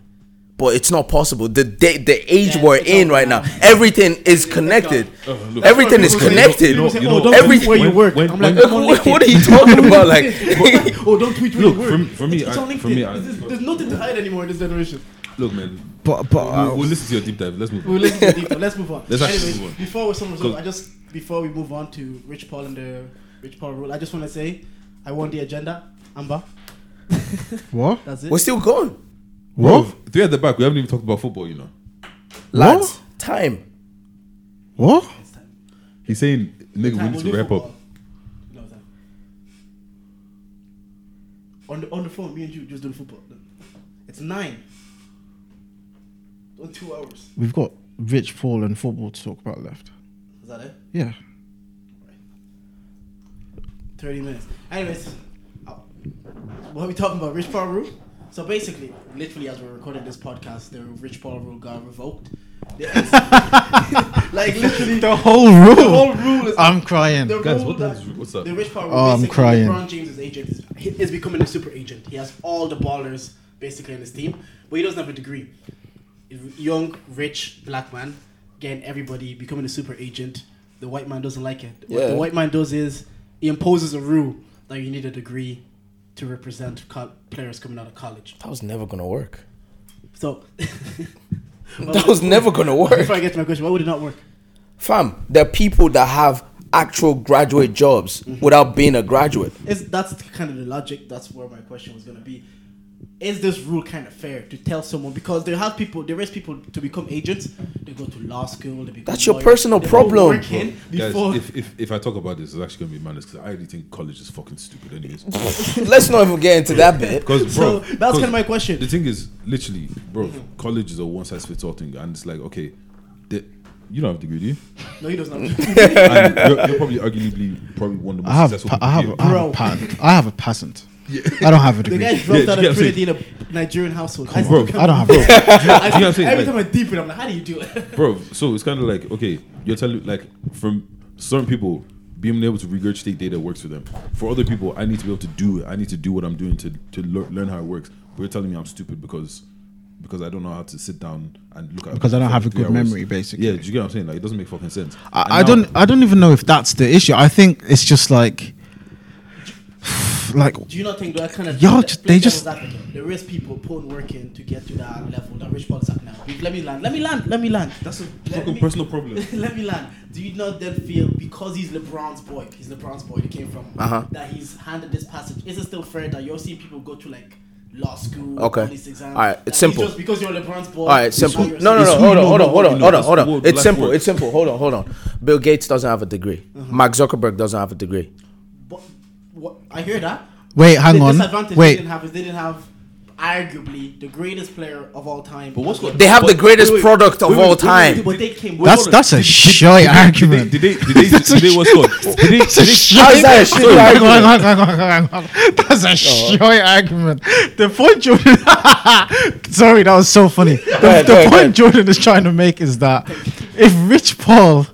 But it's not possible. The day, the age
Yeah,
we're
it's
in
all
right now,
now.
everything is connected.
Oh, look.
Everything is
People say,
connected.
you know- you know-
Oh, don't
Every-
tweet where you
when-
work.
when-
I'm like,
when-
I'm
[laughs]
on
What,
LinkedIn.
what are you talking about? Like,
[laughs]
oh, don't tweet where
Look,
you work.
for me- for me,
it's
I-
on
for me,
LinkedIn.
I-
There's- there's nothing to hide anymore in this generation.
Look, man.
but but
We'll,
uh,
we'll listen to your deep dive. Let's move.
We'll
on.
let you deep. Let's move on.
Let's actually
Anyways,
move on.
Before we some
Cool.
results, I just before we move on to Rich Paul and the Rich Paul rule, I just want to say I want the agenda. Amber,
what?
that's
[laughs]
it.
we're still going.
What?
Three at the back. We haven't even talked about football, you know.
Lads, time.
What?
He's saying, nigga, we need to wrap up.
No, it's not. On the on the phone, me and you just doing football. It's nine. On two hours.
We've got Rich Paul and football to talk about left.
Is that it?
Yeah.
Thirty minutes. Anyways, uh, what are we talking about? Rich Paul rule. So basically, literally as we're recording this podcast, the Rich Paul rule got revoked. [laughs] The- like literally,
The whole rule.
the whole rule is
I'm crying.
The
Guys,
rule
what
that-
is- what's up?
The Rich Paul rule.
Oh, I'm
basically,
crying.
LeBron James' agent is, he is becoming a super agent. He has all the ballers basically on his team, but he doesn't have a degree. Young, rich, black man, getting everybody becoming a super agent. The white man doesn't like it. What
Yeah.
the white man does is he imposes a rule that you need a degree to represent co- players coming out of college.
That was never gonna work.
So [laughs]
That was never gonna work.
Before I get to my question, why would it not work?
Fam, there are people that have actual graduate jobs
Mm-hmm.
without being a graduate.
is that's kind of the logic. That's where my question was gonna be. Is this rule kind of fair to tell someone because they have people, they raise people to become agents. They go to law school. They become
That's your
lawyers,
personal
they all
problem.
work in
Guys,
before
if, if, if I talk about this, it's actually gonna be madness because I already think college is fucking stupid,
[laughs]
anyways.
Let's not even get into that bit.
Because
[laughs] So,
bro,
that's
'cause
kinda my question.
The thing is, literally, bro, college is a one size fits all thing, and it's like, okay, the, you don't have a degree, do
[laughs]
you?
no, he doesn't.
And you're, you're probably arguably probably one of the most
I have,
successful. people
pa- I
here.
have, I have
Bro.
a patent. I have a patent. I don't have a
the
degree.
guy
Yeah,
dropped out
yeah, I'm
of Trinity in a Nigerian household. I,
Bro,
I don't have. A,
you know what I'm saying? Like-
every time I deep it, I'm like, how do you do it?
bro. So it's kind of like okay, you're telling like from certain people being able to regurgitate data works for them. For other people, I need to be able to do it. I need to do what I'm doing to to lear- learn how it works. But you're telling me I'm stupid because because I don't know how to sit down and look at
Because I don't have a
three
good memory, basically.
Yeah, do you get what I'm saying? Like it doesn't make fucking sense. And
I, I
now-
don't. I don't even know if that's the issue. I think it's just like, like
[laughs] Do you not think that kind of
Yo,
that-
just-
play
they
devil's
just-
advocate? the rich people putting work in to get to that level that Rich Paul's at now? Let me land. Let me land. Let me land.
That's a
Let
fucking
me-
personal problem.
[laughs] Let me land. Do you not then feel because he's LeBron's boy, he's LeBron's boy, he came from
Uh-huh.
that he's handed this passage? Is it still fair that you're seeing people go to like law school?
Okay.
All these exams.
All right,
that
it's
he's
simple.
Just because you're LeBron's boy.
All right,
he's
simple.
not your
No, no, no.
It's
son.
who
Hold
you
on, hold on,
know, not
hold
what
on,
you
hold on,
know. That's
hold
the
on.
word
It's
black
simple.
word.
It's simple. Hold on, hold on. Bill Gates doesn't have a degree.
Uh-huh.
Mark Zuckerberg doesn't have a [laughs] degree.
But, what, I hear that.
wait, hang
the
on,
disadvantage they
wait.
didn't have is they didn't have arguably the greatest player of all time. But
what's got-
They have the
But-
greatest product of all
Wait,
time.
but they came.
That's that's a shy
Did
argument.
they? Did they? Did
That's a
they? Did they what's called? Did they? Did
That's a
they
shy
is that a shitty Oh.
Hang on, hang on, hang on, hang on, hang on. That's a shy argument. The point Jordan. [laughs] Sorry, that was so funny. The,
ahead,
the
go ahead, go
point Jordan is trying to make is that if Rich Paul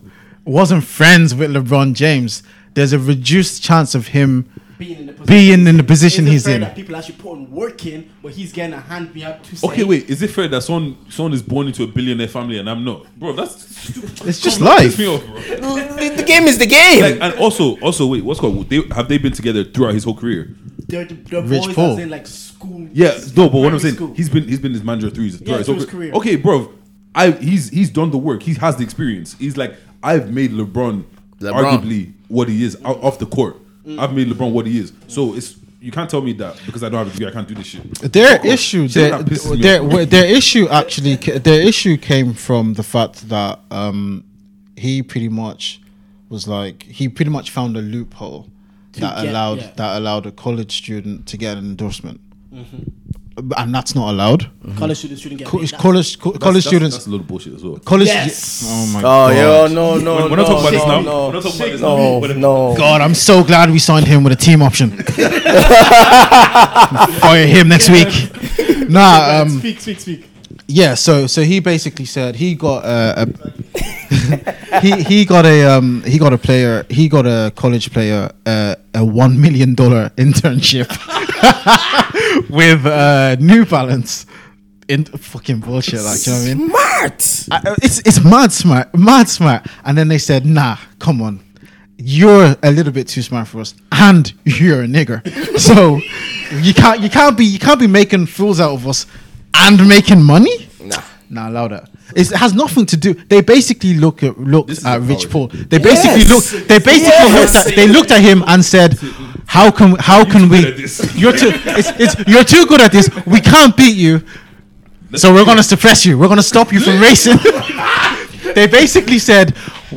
wasn't friends with LeBron James, there's a reduced chance of him.
being in the position,
Being in the position
Is it
he's
fair
in.
That people actually put in work in, but he's getting a hand behind to say.
Okay, wait. Is it fair that someone someone is born into a billionaire family and I'm not, bro? That's stupid.
It's just
Come on, piss
life.
me off, bro.
The the game is the game.
Like, and also, also, wait, what's called? They, have they been together throughout his whole career?
They're, the- they're
Rich
boys
Paul.
that's in like school.
Yeah, no, but what I'm
primary
saying,
school.
he's been he's been his manager through his, throughout
Yeah,
his,
through
whole
his
Okay,
career.
bro, I he's he's done the work. He has the experience. He's like I've made LeBron,
LeBron.
arguably what he is out off the court.
Mm.
I've made LeBron what he is. So it's you can't tell me that because I don't have a degree, I can't do this shit.
Their
Fuck off.
issue,
Shit
their,
that pisses me
their,
off.
well, their issue actually, ca- their issue came from the fact that um, he pretty much was like he pretty much found a loophole that
get-
allowed
yeah.
that allowed a college student to get an endorsement, and that's not allowed.
college students shouldn't get
Co-
paid. Mm-hmm. That's-
college co-
That's-
college students,
That's a little bullshit as well.
college.
Yes.
Oh my
Oh,
god!
yo, no, no,
We're- we're
no,
not talking about
no,
this now.
No,
We're not talking about this now.
no,
Whatever.
no.
God, I'm so glad we signed him with a team option. Fire him next week.
[laughs]
Nah, um,
speak,
[laughs]
speak, speak.
Yeah, so so he basically said he got uh, a [laughs] he he got a um he got a player he got a college player uh, a one million dollar [laughs] internship with uh, New Balance. In fucking bullshit, like do you know what I mean?
Smart.
I- uh, it's it's mad smart, mad smart. And then they said, "Nah, come on, you're a little bit too smart for us, and you're a nigger. [laughs] so you can't you can't be you can't be making fools out of us and making money.
Nah.
nah, louder. It's, it has nothing to do. They basically look at look
This is
at
a
Rich
coward.
Paul. They basically
Yes.
look. They basically
Yes.
looked at, they looked at him and said, "How can how can
too
we? [laughs]
good at this."
You're too it's, it's, you're too good at this. We can't beat you." So we're gonna suppress you. We're gonna stop you
[laughs]
from racing. [laughs] they basically said,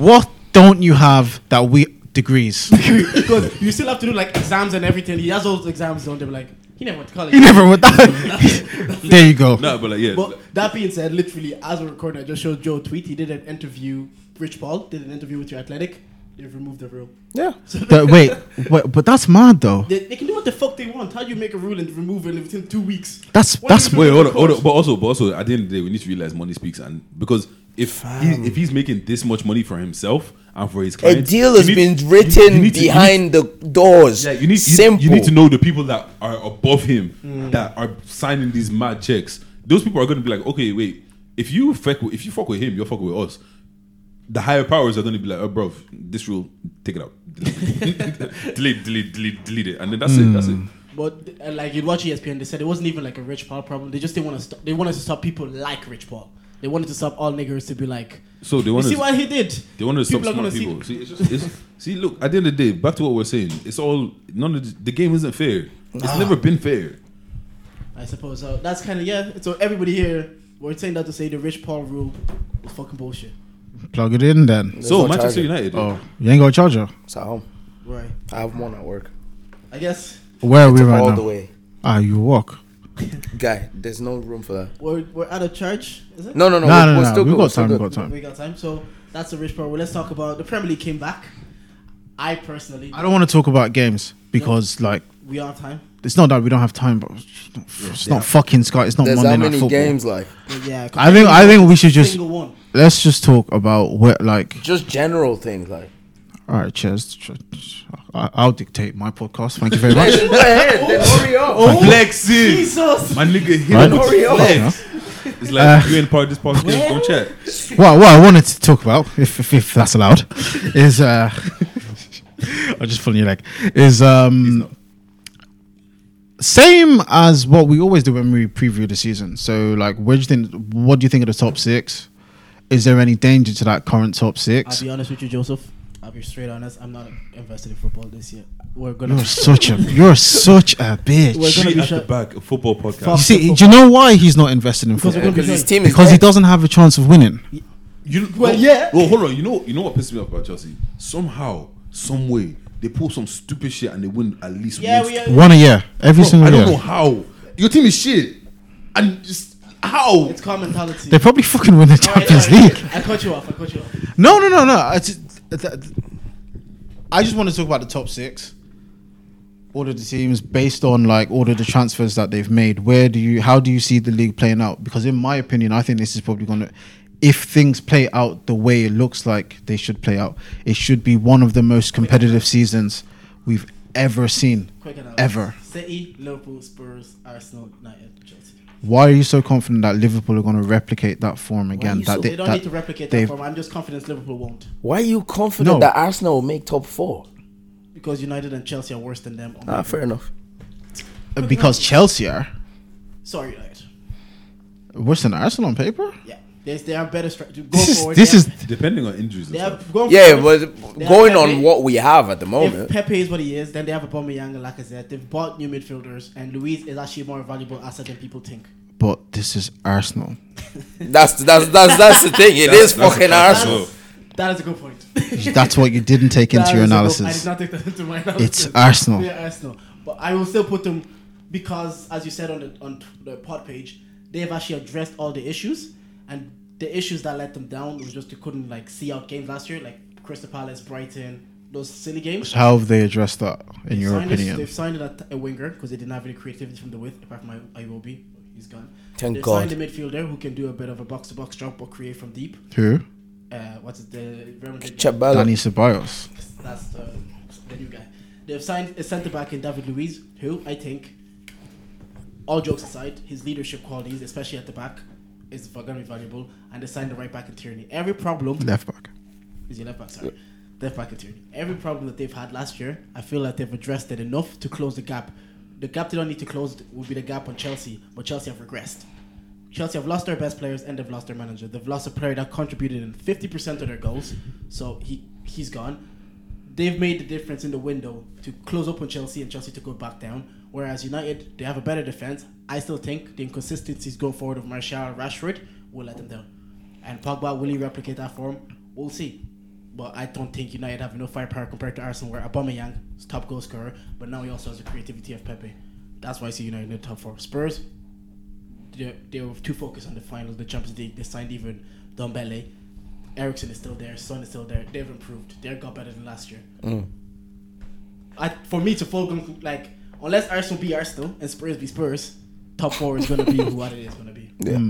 "What don't you have that we degrees? [laughs]
because you still have to do like exams and everything. He has all those exams done. They're like, he never went to college.
you never would [laughs] that." there you go.
No, but like yeah,
But that being said, literally as we're recording, I just showed Joe a tweet. He did an interview. Rich Paul did an interview with your Athletic. They've removed the rule.
Yeah.
But wait, wait, but that's mad though.
They, they can do what the fuck they want. How do you make a rule and remove it within two weeks?
That's
What
that's
do you
Wait, hold on, hold on. But also, but also, at the end of the day, we need to realize money speaks, and because if he, if he's making this much money for himself and for his
A
clients,
deal
you
has
need-
been
you- you
written
need to- you need-
behind the doors.
yeah, you need you-
Simple.
You, need to know the people that are above him
Hmm.
that are signing these mad checks. Those people are going to be like, okay, wait. If you fuck with, if you fuck with him, you're fucking with us. The higher powers are going to be like, oh, bro, this rule, take it out, [laughs] delete, delete, delete, delete it, and then that's it. That's
Hmm.
it.
But uh, like you'd watch ESPN, they said it wasn't even like a Rich Paul problem. They just didn't want to. St- they wanted to stop people like Rich Paul. They wanted to stop all niggers to be like.
So they
You
want
see
to
what he did?
They wanted to stop
People are
smart
gonna
people. See, it's just, it's, see, look, at the end of the day, back to what we're saying, it's all none of the, the game isn't fair. It's never been fair.
I suppose so. That's kind of yeah. So everybody here, we're saying that to say the Rich Paul rule is fucking bullshit.
Plug it in then.
There's
so
no
Manchester
charging.
United,
Oh, you ain't got a charger.
It's at home.
Right.
I have one at work.
I guess
Where are we
All
right
the
now?
way.
Ah, you walk.
Guy, there's no room for that.
we're we're out of charge. Is it?
No, no, no.
No, no, no.
we're still
no. We
good, we're
got
still
time. We
good.
got time.
We got time. So that's the Rich Paul. Well, let's talk about the Premier League came back. I personally,
I don't want to talk about games because like
we are time.
it's not that we don't have time, but it's not, it's not fucking Sky. It's not
There's
Monday
how
Night
many
Football.
games like?
But yeah.
I think I think we should just
single one.
let's just talk about what like.
Just general things like.
All right, cheers. I- I'll dictate my podcast. Thank you
[laughs]
very much.
Go ahead, then hurry up.
Oh,
flexing,
Jesus.
my nigga, hit
Right.
him with
Hurry up.
flex. It's like you ain't part of this podcast. Don't chat.
Well, what I wanted to talk about, if, if, if that's allowed, is uh, I'll just pull your leg. Is um, same as what we always do when we preview the season. So, like, where do you think? What do you think of the top six? Is there any danger to that current top
I'll
six?
be honest with you, Joseph. I'll be straight honest. I'm not invested in football this year. We're gonna.
You're such a you're such a
We're
bitch.
gonna
She
be
at the
shut.
back of football podcast.
You
Fuck.
see, do you know why he's not invested in
Because we're
football?
gonna be
Because his
shut.
team is
Because he
dead.
doesn't have a chance of winning.
You
Well,
no-
yeah.
Well, hold on. You know, you know what pisses me off about Chelsea? Somehow, some way, they pull some stupid shit and they win at least.
Yeah,
one
we
st-
are.
One a year, every
Bro,
single
I don't
year.
know how your team is shit, and just how
It's car mentality.
They probably fucking
[laughs]
win the
Alright,
Champions
alright,
League.
I cut you off. I cut you off.
No, no, no, no. I just, I just want to talk about the top six. All of the teams, based on like all of the transfers that they've made, where do you, how do you see the league playing out? Because in my opinion, I think this is probably going to, if things play out the way it looks like they should play out, it should be one of the most competitive seasons we've ever seen,
Quick and out.
ever.
City, Liverpool, Spurs, Arsenal, United, Chelsea.
Why are you so confident that Liverpool are going to replicate that form
are
again?
you
That
so-
they,
They don't
that
need to replicate that
they've-
form. I'm just confident Liverpool won't
Why are you confident
No.
that Arsenal will make top four?
because United and Chelsea are worse than them.
Uh,
Ah, fair enough.
because Chelsea are
Sorry, United.
worse than Arsenal on paper.
Yeah, they, they are better. Stri- to go
This is
forward,
this
they
is
have-
depending on injuries. And
They
stuff.
have gone
Yeah,
forward.
but
They have
going
Pepe.
on what we have at the [laughs]
If
moment.
Pepe is what he is, then they have Aubameyang and Lacazette. They've bought new midfielders, and Luis is actually a more valuable asset than people think.
but this is Arsenal.
That's that's that's that's the thing. It is
that's a
fucking
fact.
Arsenal.
So-
That is a good point. [laughs]
That's what you didn't take
That
into your
is a good- I
analysis.
did not take that into my analysis.
It's Arsenal.
Yeah, Arsenal. But I will still put them because, as you said on the on the pod page, they have actually addressed all the issues, and the issues that let them down was just they couldn't like see out games last year, like Crystal Palace, Brighton, those silly games.
How have they addressed that, in your
Signed us-
opinion?
they've signed a, a winger because they didn't have any creativity from the width, apart from Iwobi. He's gone.
Thank
they've
God.
signed a midfielder who can do a bit of a box to box job but create from deep.
Who?
Uh, what's it? The Real Madrid guy?
Chabala.
Danny Ceballos.
That's the, the new guy. They've signed a centre back in David Luiz, who I think, all jokes aside, his leadership qualities, especially at the back, is going to be valuable. And they signed the right back in Tierney. Every problem
Left back.
is your left back, sorry. Left back in Tierney. Every problem that they've had last year, I feel like they've addressed it enough to close the gap. The gap they don't need to close would be the gap on Chelsea, but Chelsea have regressed. Chelsea have lost their best players and they've lost their manager. They've lost a player that contributed in 50% of their goals, so he, he's gone. They've made the difference in the window to close up on Chelsea and Chelsea to go back down. Whereas United, they have a better defense I still think the inconsistencies going forward of Martial, Rashford will let them down, and Pogba will he replicate that form? We'll see. But I don't think United have enough firepower compared to Arsenal, where Aubameyang is top goal scorer, but now he also has the creativity of Pepe. That's why I see United in the top four. Spurs, they they were too focused on the finals, the Champions League. They signed even Dombele. Ericsson is still there. Son is still there. They've improved. They got better than last year. I, for me to full conclu- like unless Arsenal be Arsenal and Spurs be Spurs, top four is gonna be what it is gonna be. What
hmm.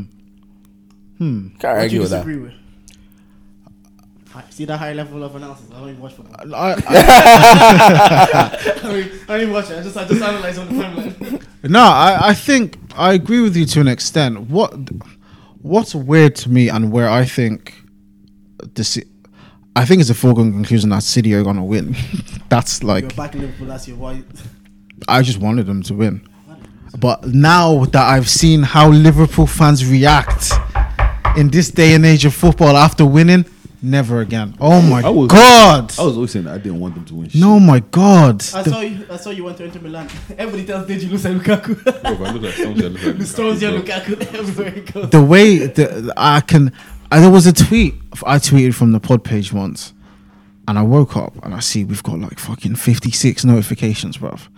Can't
do you
argue with that.
disagree with? Hi- See that high level of analysis. I don't even watch football. [laughs]
I, [laughs]
I don't even, I don't even watch it. I just I just analyze on the timeline.
I, no, I, I think I agree with you to an extent. What what's weird to me and where I think this I think it's a foregone conclusion that City are gonna win. [laughs] That's
you were
like
back in Liverpool last year. Why?
I just wanted them to win. But now that I've seen how Liverpool fans react in this day and age of football after winning, never again. Oh my
I was-
god.
I was always saying that I didn't want them to win.
no my god.
I
The-
saw you. I saw you went to Inter Milan. Everybody tells did you lose at Lukaku? [laughs]
shit, bro. If I look like Stones, I look like
the [laughs] stones yeah,
Lukaku,
Lukaku [laughs] everywhere he goes.
the way the, I can, I, there was a tweet f- I tweeted from the pod page once, and I woke up and I see we've got like fucking fifty six notifications, bruv.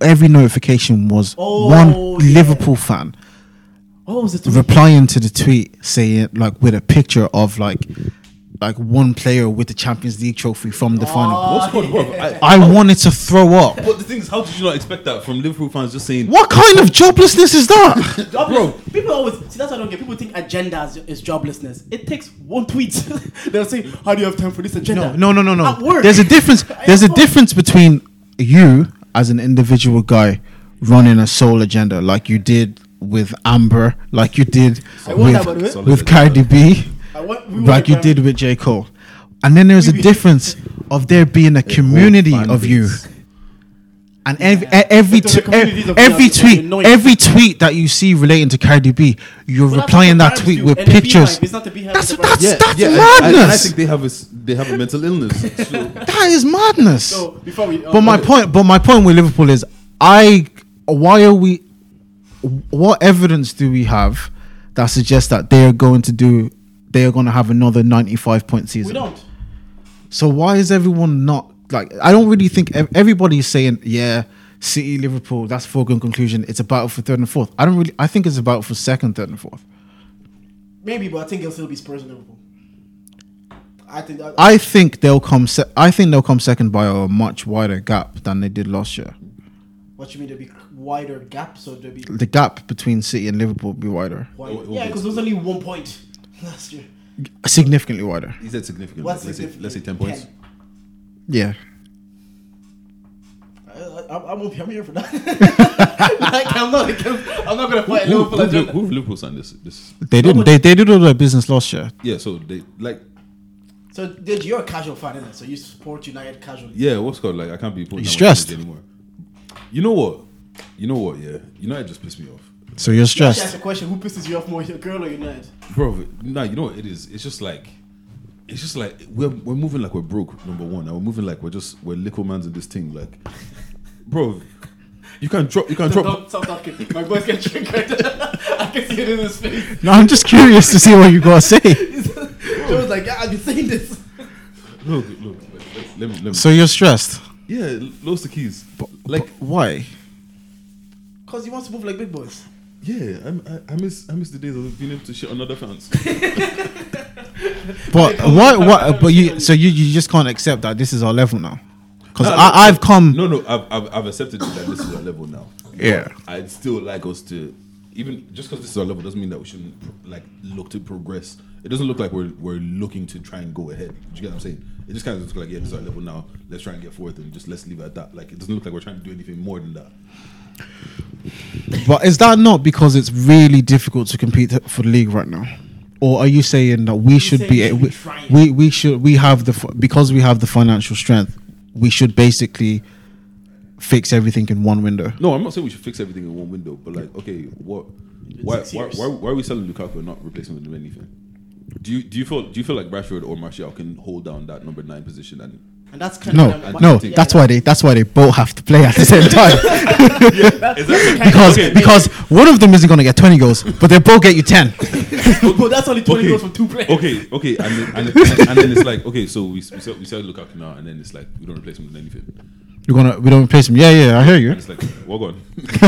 Every notification was
Oh,
one
yeah.
Liverpool fan
What was it?
replying to the tweet saying like with a picture of like like one player with the Champions League trophy from the final.
Ah,
What's called, bro? I,
I wanted to throw up.
but the thing is, how did you not expect that from Liverpool fans just saying,
What kind of joblessness is that?
Bro, people always see that's what I don't get. People think agenda is, is joblessness. It takes one tweet. [laughs] They'll say, "How do you have time for this agenda?"
No, no, no, no.
At work.
There's a difference.
[laughs] I
There's a
know.
difference between you as an individual guy running a sole agenda, like you did with Amber, like you did
I want that, by the
with
way.
with Cardi B,
I want- we want
like you
the
did with J Cole. And then there's a difference of there being a community
fan
of
base.
you. And every every
But there's a
tw- e-
community of
every
people that
tweet
annoy you.
every tweet that you see relating to Cardi B, you're
Well, that's what
replying that
the
tweet
Arabs
with
do, and the beehive.
pictures.
It's not the beehive.
That's
it's the
that's
birds.
that's
and- and, and I
madness.
think they have a s- they have a mental illness. So
That is madness.
So before we,
But my point, but my point with Liverpool is, I why are we? What evidence do we have that suggests that they are going to do? They are going to have another ninety-five point
we
season.
don't.
So why is everyone not like? I don't really think ev- everybody is saying, yeah, City, Liverpool. That's foregone conclusion. It's a battle for third and fourth. I don't really. I think it's a battle for second, third, and fourth.
Maybe, but I think it'll still be Spurs and Liverpool. I think. That,
I think they'll come. Se- I think they'll come second by a much wider gap than they did last year.
what you mean? There'll be wider gap, so there'll be.
The gap between City and Liverpool will be wider,
Wider. Yeah, because there was only one point [laughs] last year.
significantly wider.
is that significant?
What's
let's, say,
significant?
let's say ten points.
Yeah.
I, I, I won't be. I'm here for that. [laughs] like, I'm not. I'm not gonna fight
Who,
Liverpool.
who,
agenda.
who, have Liverpool signed this? This
They didn't. They, they did all their business last year.
yeah. So they like
So, dude, you're a casual fan, isn't it? So you support United casually.
yeah. What's called like I can't be putting
He's
down my
stressed.
energy anymore. You know what? You know what? Yeah. United just pissed me off.
So you're
Just ask
stressed.
a question: Who pisses you off more, your girl or United?
bro. Nah, you know what it is. It's just like, it's just like we're we're moving like we're broke. Number one, and we're moving like we're just we're little man's in this thing. Like, bro, you can drop, you can drop.
Stop, stop talking. My voice gets triggered. [laughs] I can see it in his face.
No, I'm just curious to see what you gotta say.
Joe was like, "Yeah, I've been saying this."
Look, look. Let, let me, let me.
So you're stressed.
yeah, lost the keys. Like,
Why?
Cause he wants to move like big boys.
yeah, I'm, I, I miss, I miss the days of being able to shit on other fans. [laughs]
But why? What? But you. So you, you just can't accept that this is our level now. Because
Nah,
I I've come.
No, no, I've, I've, I've accepted that this is our level now.
Yeah.
I'd still like us to, even just because this is our level doesn't mean that we shouldn't pro- like look to progress. It doesn't look like we're we're looking to try and go ahead. Do you get what I'm saying? It just kind of looks like yeah, this is our level now. Let's try and get forth and just let's leave it at that. Like it doesn't look like we're trying to do anything more than that.
But is that not because it's really difficult to compete for the league right now? Or are you saying that we should
saying
be
you should
we,
be trying.
we we should we have the fi- because we have the financial strength, we should basically fix everything in one window.
No, I'm not saying we should fix everything in one window, but like, okay, what? Why,
six
why,
years.
why, why are we selling Lukaku and not replacing him with anything? Do you do you feel do you feel like Rashford or Martial can hold down that number nine position and
And that's kind
No,
of
no, that's why they that's why they both have to play at the same time.
Exactly. [laughs]
because
Okay.
because one of them isn't gonna get twenty goals, but they both get you ten.
but that's only 20
Okay.
goals from two players.
Okay, okay, and then, and, and, and then it's like okay, so we we sell, we sell Lukaku now, and then it's like we don't replace him with anything. And
You're gonna we don't replace him. Yeah, yeah, I hear you.
it's like we're gone.
[laughs]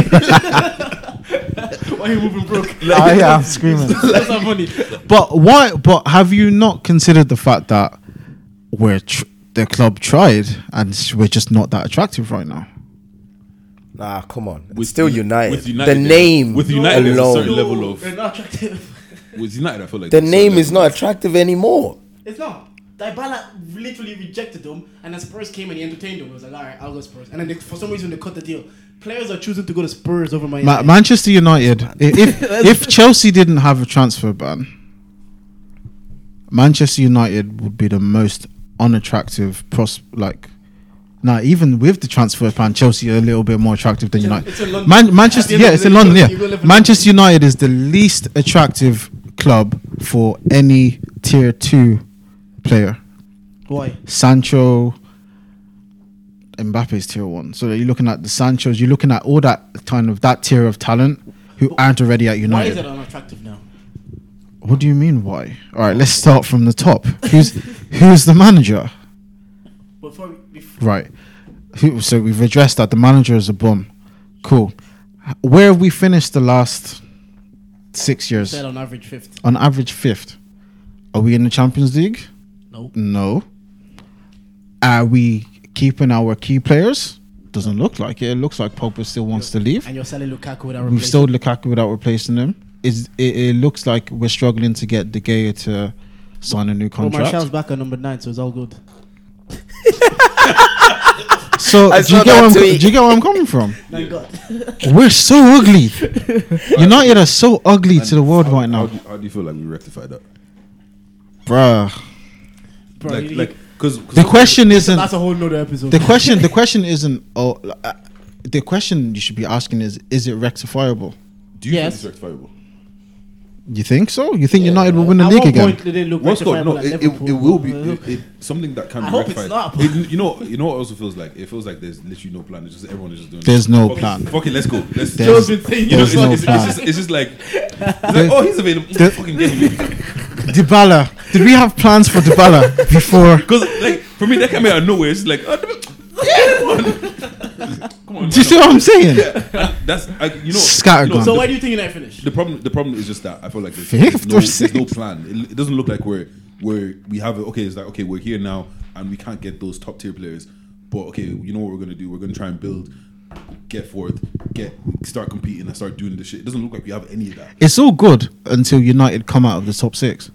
Why are you moving broke?
[laughs] I am screaming.
that's not funny.
But why? But have you not considered the fact that we're tr- the club tried and s- we're just not that attractive right now?
Nah, come on. It's
With
still
Uni-
United.
with United,
the
yeah.
name
With United, there's a
alone.
certain level of-
They're not attractive.
With United, I feel like
the
there's a
name
certain
is
level.
not attractive anymore.
It's not. Dybala literally rejected them, and then Spurs came and he entertained them. He was like, all right, I'll go Spurs. And then they, for some reason, they cut the deal. Players are choosing to go to Spurs over my.
Ma- Manchester United. i-
[laughs]
If if Chelsea didn't have a transfer ban, Manchester United would be the most unattractive pros like. Now, even with the transfer ban, Chelsea are a little bit more attractive than United.
it's in London. At
Man-
the
Manchester,
end of
yeah,
the
it's in
day,
London.
you will
Yeah,
live in
Manchester United is the least attractive club for any tier two player.
Why?
Sancho, Mbappe's tier one. So you're looking at the Sanchos, you're looking at all that kind of that tier of talent who aren't already at
Why is it
United.
unattractive now?
What do you mean why? All right, let's start from the top. Who's who's the manager?
Before, before
Right. Who, so we've addressed that the manager is a bum. Cool. H- Where have we finished the last six years?
said on average fifth.
On average, fifth. Are we in the Champions League?
No.
No. Are we keeping our key players? Doesn't look like it. It looks like Pogba still wants to leave.
And you're selling Lukaku without
We've
replacing.
sold Lukaku without replacing him. Is it, it looks like we're struggling to get De Gea to sign a new
Well, Oh, Martial's
contract.
back at number nine, so it's all good.
So
I
do you,
saw
get where
that
I'm, co-
tweet.
do you get where I'm
[laughs]
coming from?
Thank God.
[laughs] We're so
[laughs]
ugly. United are so ugly to the world
How-
right
How
now,
do, how do you feel like we rectified that?
bruh.
Bro,
Like,
you-
like, because
The question isn't
that's a whole nother episode.
the question. The question isn't. Oh, uh, the question you should be asking is: Is it rectifiable?
do you
Yes.
think it's rectifiable?
You think so? You think United will win the
At
league
what
again?
point did they look
What's going?
rectifiable
No,
at
it, it,
Liverpool?
it will be it,
[laughs]
it, something that can
I
be
hope it's
rectified.
not.
It- you know, you know what also feels like it feels like there's literally no plan. It's just everyone is just doing.
There's no
fuck it,
plan.
Fuck it, let's go. Let's
There's-
you know,
there's
it's,
no
it's,
plan.
It's, just, it's just
[laughs]
like, it's like oh, he's available. Let's fucking get him.
Dybala. Did we have plans for Dybala before?
Because like for me, that came out of nowhere. It's like, oh, come on,
Do you see what I'm saying?
And that's I, you know.
Scattergun.
You know,
So
the-
why do you think United finished?
The problem, the problem is just that I feel like there's,
Fifth
there's, no,
or
there's no
sixth?
plan. It, it doesn't look like we're we're we have it. Okay, it's like okay, we're here now, and we can't get those top tier players. But okay, you know what we're gonna do? We're gonna try and build, get forth, get start competing, and start doing this shit. It doesn't look like we have any of that.
It's all good until United come out of the top six.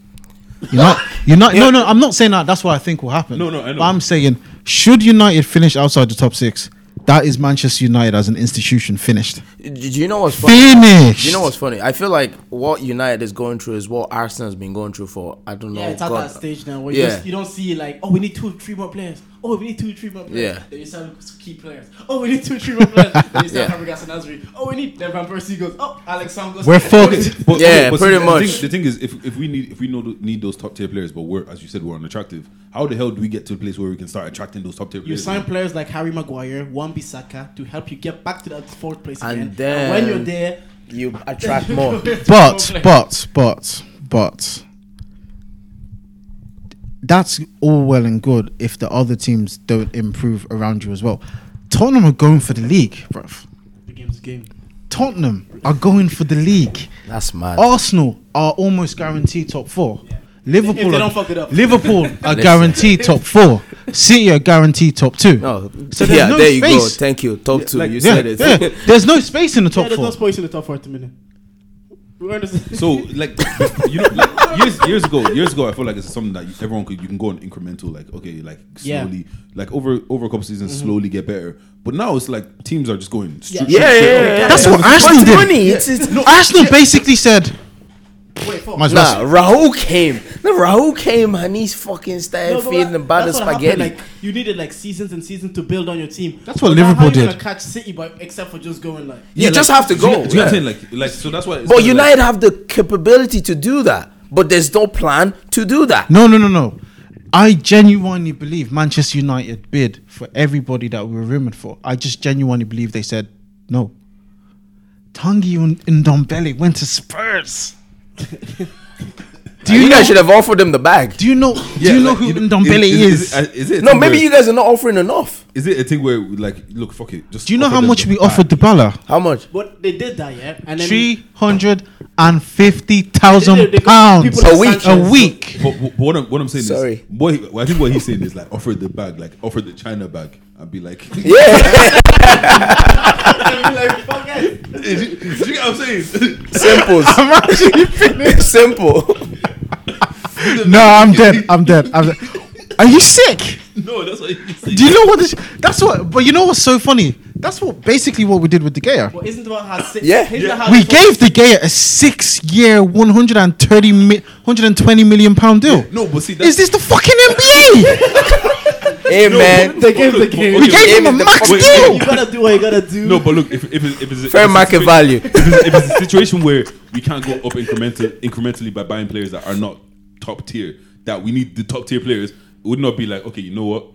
You're not. You're not. No, no. I'm not saying that. That's what I think will happen.
No, no, I know.
But I'm saying, should United finish outside the top six, that is Manchester United as an institution finished.
Do you know what's funny?
Finished.
Do you know what's funny? I feel like what United is going through is what Arsenal's been going through for I don't know.
Yeah, it's at
God.
that stage now where you,
Yeah.
just, you don't see like, oh, we need two, three more players. Oh, we need two, three more players.
Yeah.
Then you sell key players. Oh, we need two, three more players. then you sell
Yeah.
Fabregas and Nasri. Oh, we need. Then Van Persie goes. Oh, Alex Sam goes.
We're fucked.
But,
Yeah, pretty
the
much.
Thing, the thing is, if, if we need if we know, need those top tier players, but we're as you said, we're unattractive. How the hell do we get to a place where we can start attracting those top tier
You
players?
sign players like Harry Maguire, Wan Bissaka to help you get back to that fourth place
And
again.
then-
when you're there, [laughs]
You attract more.
but but but but that's all well and good if the other teams don't improve around you as well. Tottenham are going for the league, bruv.
the game's a game.
Tottenham are going for the league.
That's mad.
Arsenal are almost guaranteed top four. Liverpool,
If they don't
are,
fuck it up. [laughs]
Liverpool are guaranteed top four. City are guaranteed top two.
No.
So there's
yeah,
no
there you go.
space.
Thank you. Top two. you
Yeah,
said it.
yeah. There's no space in the
Yeah,
top
there's
four.
no space in the top four at the minute. We're in the- [laughs]
So like you know like, years years ago years ago I feel like it's something that you, everyone could you can go on incremental like okay like
Yeah.
slowly like over over a couple seasons
Mm-hmm.
slowly get better but now it's like teams are just going straight,
yeah, yeah, yeah, [laughs] yeah.
That's what Arsenal
What's
did.
funny? It's, it's,
Arsenal basically said,
Wait, fuck.
might as well
Nah, Raul came. No, Raul came and he's fucking started
No, but
feeding the
that-
bad
that's what
spaghetti.
happened, Like you needed like seasons and seasons to build on your team.
That's what
But now
Liverpool
how you
did.
Gonna catch City, by except for just going like.
you
like,
just have to
do you-
go.
do you know what I'm
yeah.
saying like like so that's why it's
But
kinda like-
United have the capability to do that, but there's no plan to do that.
No, no, no, no. I genuinely believe Manchester United bid for everybody that we were rumored for. I just genuinely believe they said no. Tangi and Ndombele went to Spurs. do
You,
you know?
guys should have offered them the bag.
Do you know? do you know who Ndombele is?
Is, uh, is it a
No,
thing
maybe
where-
you guys are not offering enough.
Is it a thing where like look fuck it? Just
do you know
offer
how
them
much
the
we
bag?
offered Dybala?
How much?
But they did that, yeah. And then
Three hundred and fifty thousand
They- they-
pounds
people like
A week.
Sanchez. [laughs]
a week.
But, but what, I'm, what I'm saying
Sorry.
is, what he, I think what he's saying is like offer the bag, like offer the China bag, and be like, yeah.
like, fuck it.
[laughs] do, you, do you get what I'm saying? [laughs]
Simple. [laughs] Simple.
No, I'm dead. I'm dead.
[laughs]
I'm dead. Are you sick?
no, that's what he's saying.
Do you know what this? That's what. But you know what's so funny? That's what basically what we did with De Gea.
But isn't what has six?
Yeah.
isn't that how
We
it's supposed-
gave De Gea a six-year, 130, mi- 120 million pound deal.
No, but see, that's
Is this the fucking NBA?
Hey man,
but- but
gave the
look,
game.
but-
we
okay,
gave him a
Wait,
max
wait,
deal.
You gotta do what you gotta do.
No, but look, if, if, it- if it's
fair
if it's a
market
situa-
value.
if it's, if it's a situation where we can't go up incremental, incrementally by buying players that are not top tier, that we need the top tier players, it would not be like, okay, you know what?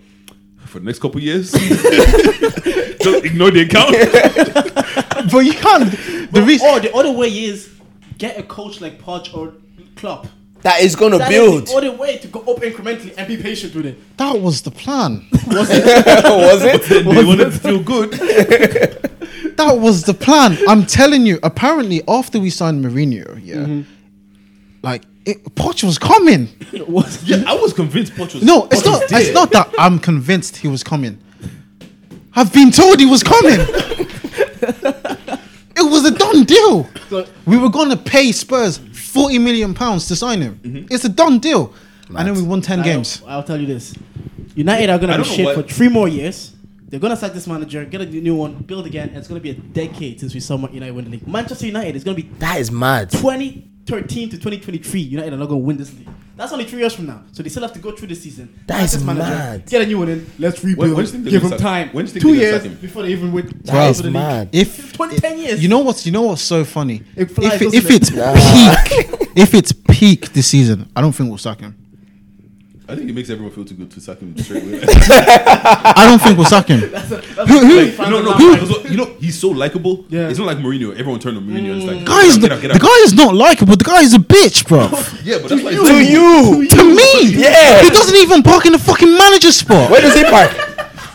For the next couple years, [laughs] just ignore the account.
But you can't. The
But-
reason.
or the other way is get a coach like Poch or Klopp.
that is gonna
That is
build.
the other way to go up incrementally and be patient with it.
That was the plan.
was it?
Then they wanted to feel good.
That was the plan. I'm telling you. Apparently, after we signed Mourinho, yeah, like it, Poch was coming.
Yeah, I was convinced Poch was
No, it's
Poch was
not.
dead.
It's not that I'm convinced he was coming. I've been told he was coming. it was a done deal. we were going to pay Spurs forty million pounds to sign him. It's a done deal. And then we won ten games.
I'll, I'll tell you this: United are
I
gonna be
don't know
shit
what-
for three more years. They're gonna sack this manager, get a new one, build again. And it's gonna be a decade since we saw Man United win the league. Manchester United is gonna be
[laughs] That is mad.
2013 to 2023. United are not gonna win this league. That's only three years from now, so they still have to go through the season.
That
sack
is
this
mad.
Get a new one in. Let's
when
rebuild.
do you think they're
give him
gonna sack-
time.
when do you think
Two
they're gonna
years
sack him?
before they even win.
That is mad.
If
20, 10 years.
you know what's you know what's so funny?
It flies,
if, it-
doesn't
if
it?
it's peak, if it's peak this season, I don't think we'll sack him.
I think it makes everyone feel too good to sack him straight away.
I don't think we'll sack him. Who- who-
Like, no, no, because, you know he's so likable.
Yeah.
It's not like Mourinho. Everyone turned on Mourinho. and It's like
guy is
get
the,
out, get
the
out.
guy is not likable. The guy is a bitch, bro.
Yeah, but that's why
To
he's
you.
to me,
Yeah.
he doesn't even park in the fucking manager spot.
Where does he park?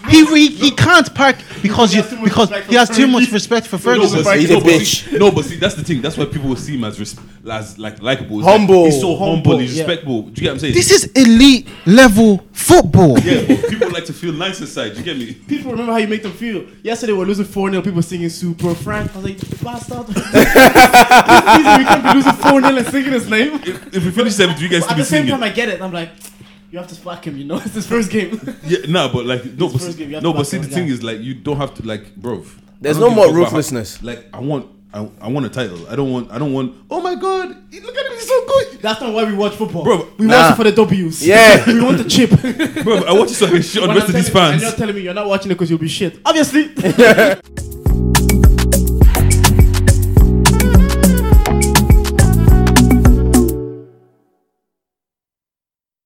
He, he, he can't park because you because he has too much respect for Ferguson.
but-
He's a
no, but see-
bitch.
no, but see, that's the thing. That's why people see him as, res- as like likable. It's
Humble.
Like, he's so humble. He's
yeah.
respectable. Do you get what I'm saying?
This is elite level football.
yeah, but people like to feel nice inside. Do you get me?
People remember how you make them feel. Yesterday we were losing 4 0, people singing Super Frank. I was like, you bastard. [laughs] this season we can't be losing 4 0 and singing his name.
If, if we finish seventh, you guys
But
to
at
be
the same
singing.
time, I get it. I'm like, you have to fuck him, you know? [laughs] It's his first game.
yeah, nah, but like no, but
first
see,
game, you have
no,
to
but
back
see, the
those
thing
guys.
is like you don't have to like, bro. I
There's no
don't give a
more
fuck about how-
ruthlessness.
Like I want, I, I want a title. I don't want, I don't want. Oh my god, look at him, he's so good.
That's not why we watch football.
Bro,
we
nah.
watch it for the W's.
Yeah.
[laughs] we want the chip. [laughs]
Bro, I [laughs] watch you so I can shit on the rest of these
And
fans. [laughs]
you're telling me you're not watching it because you'll be shit. Obviously.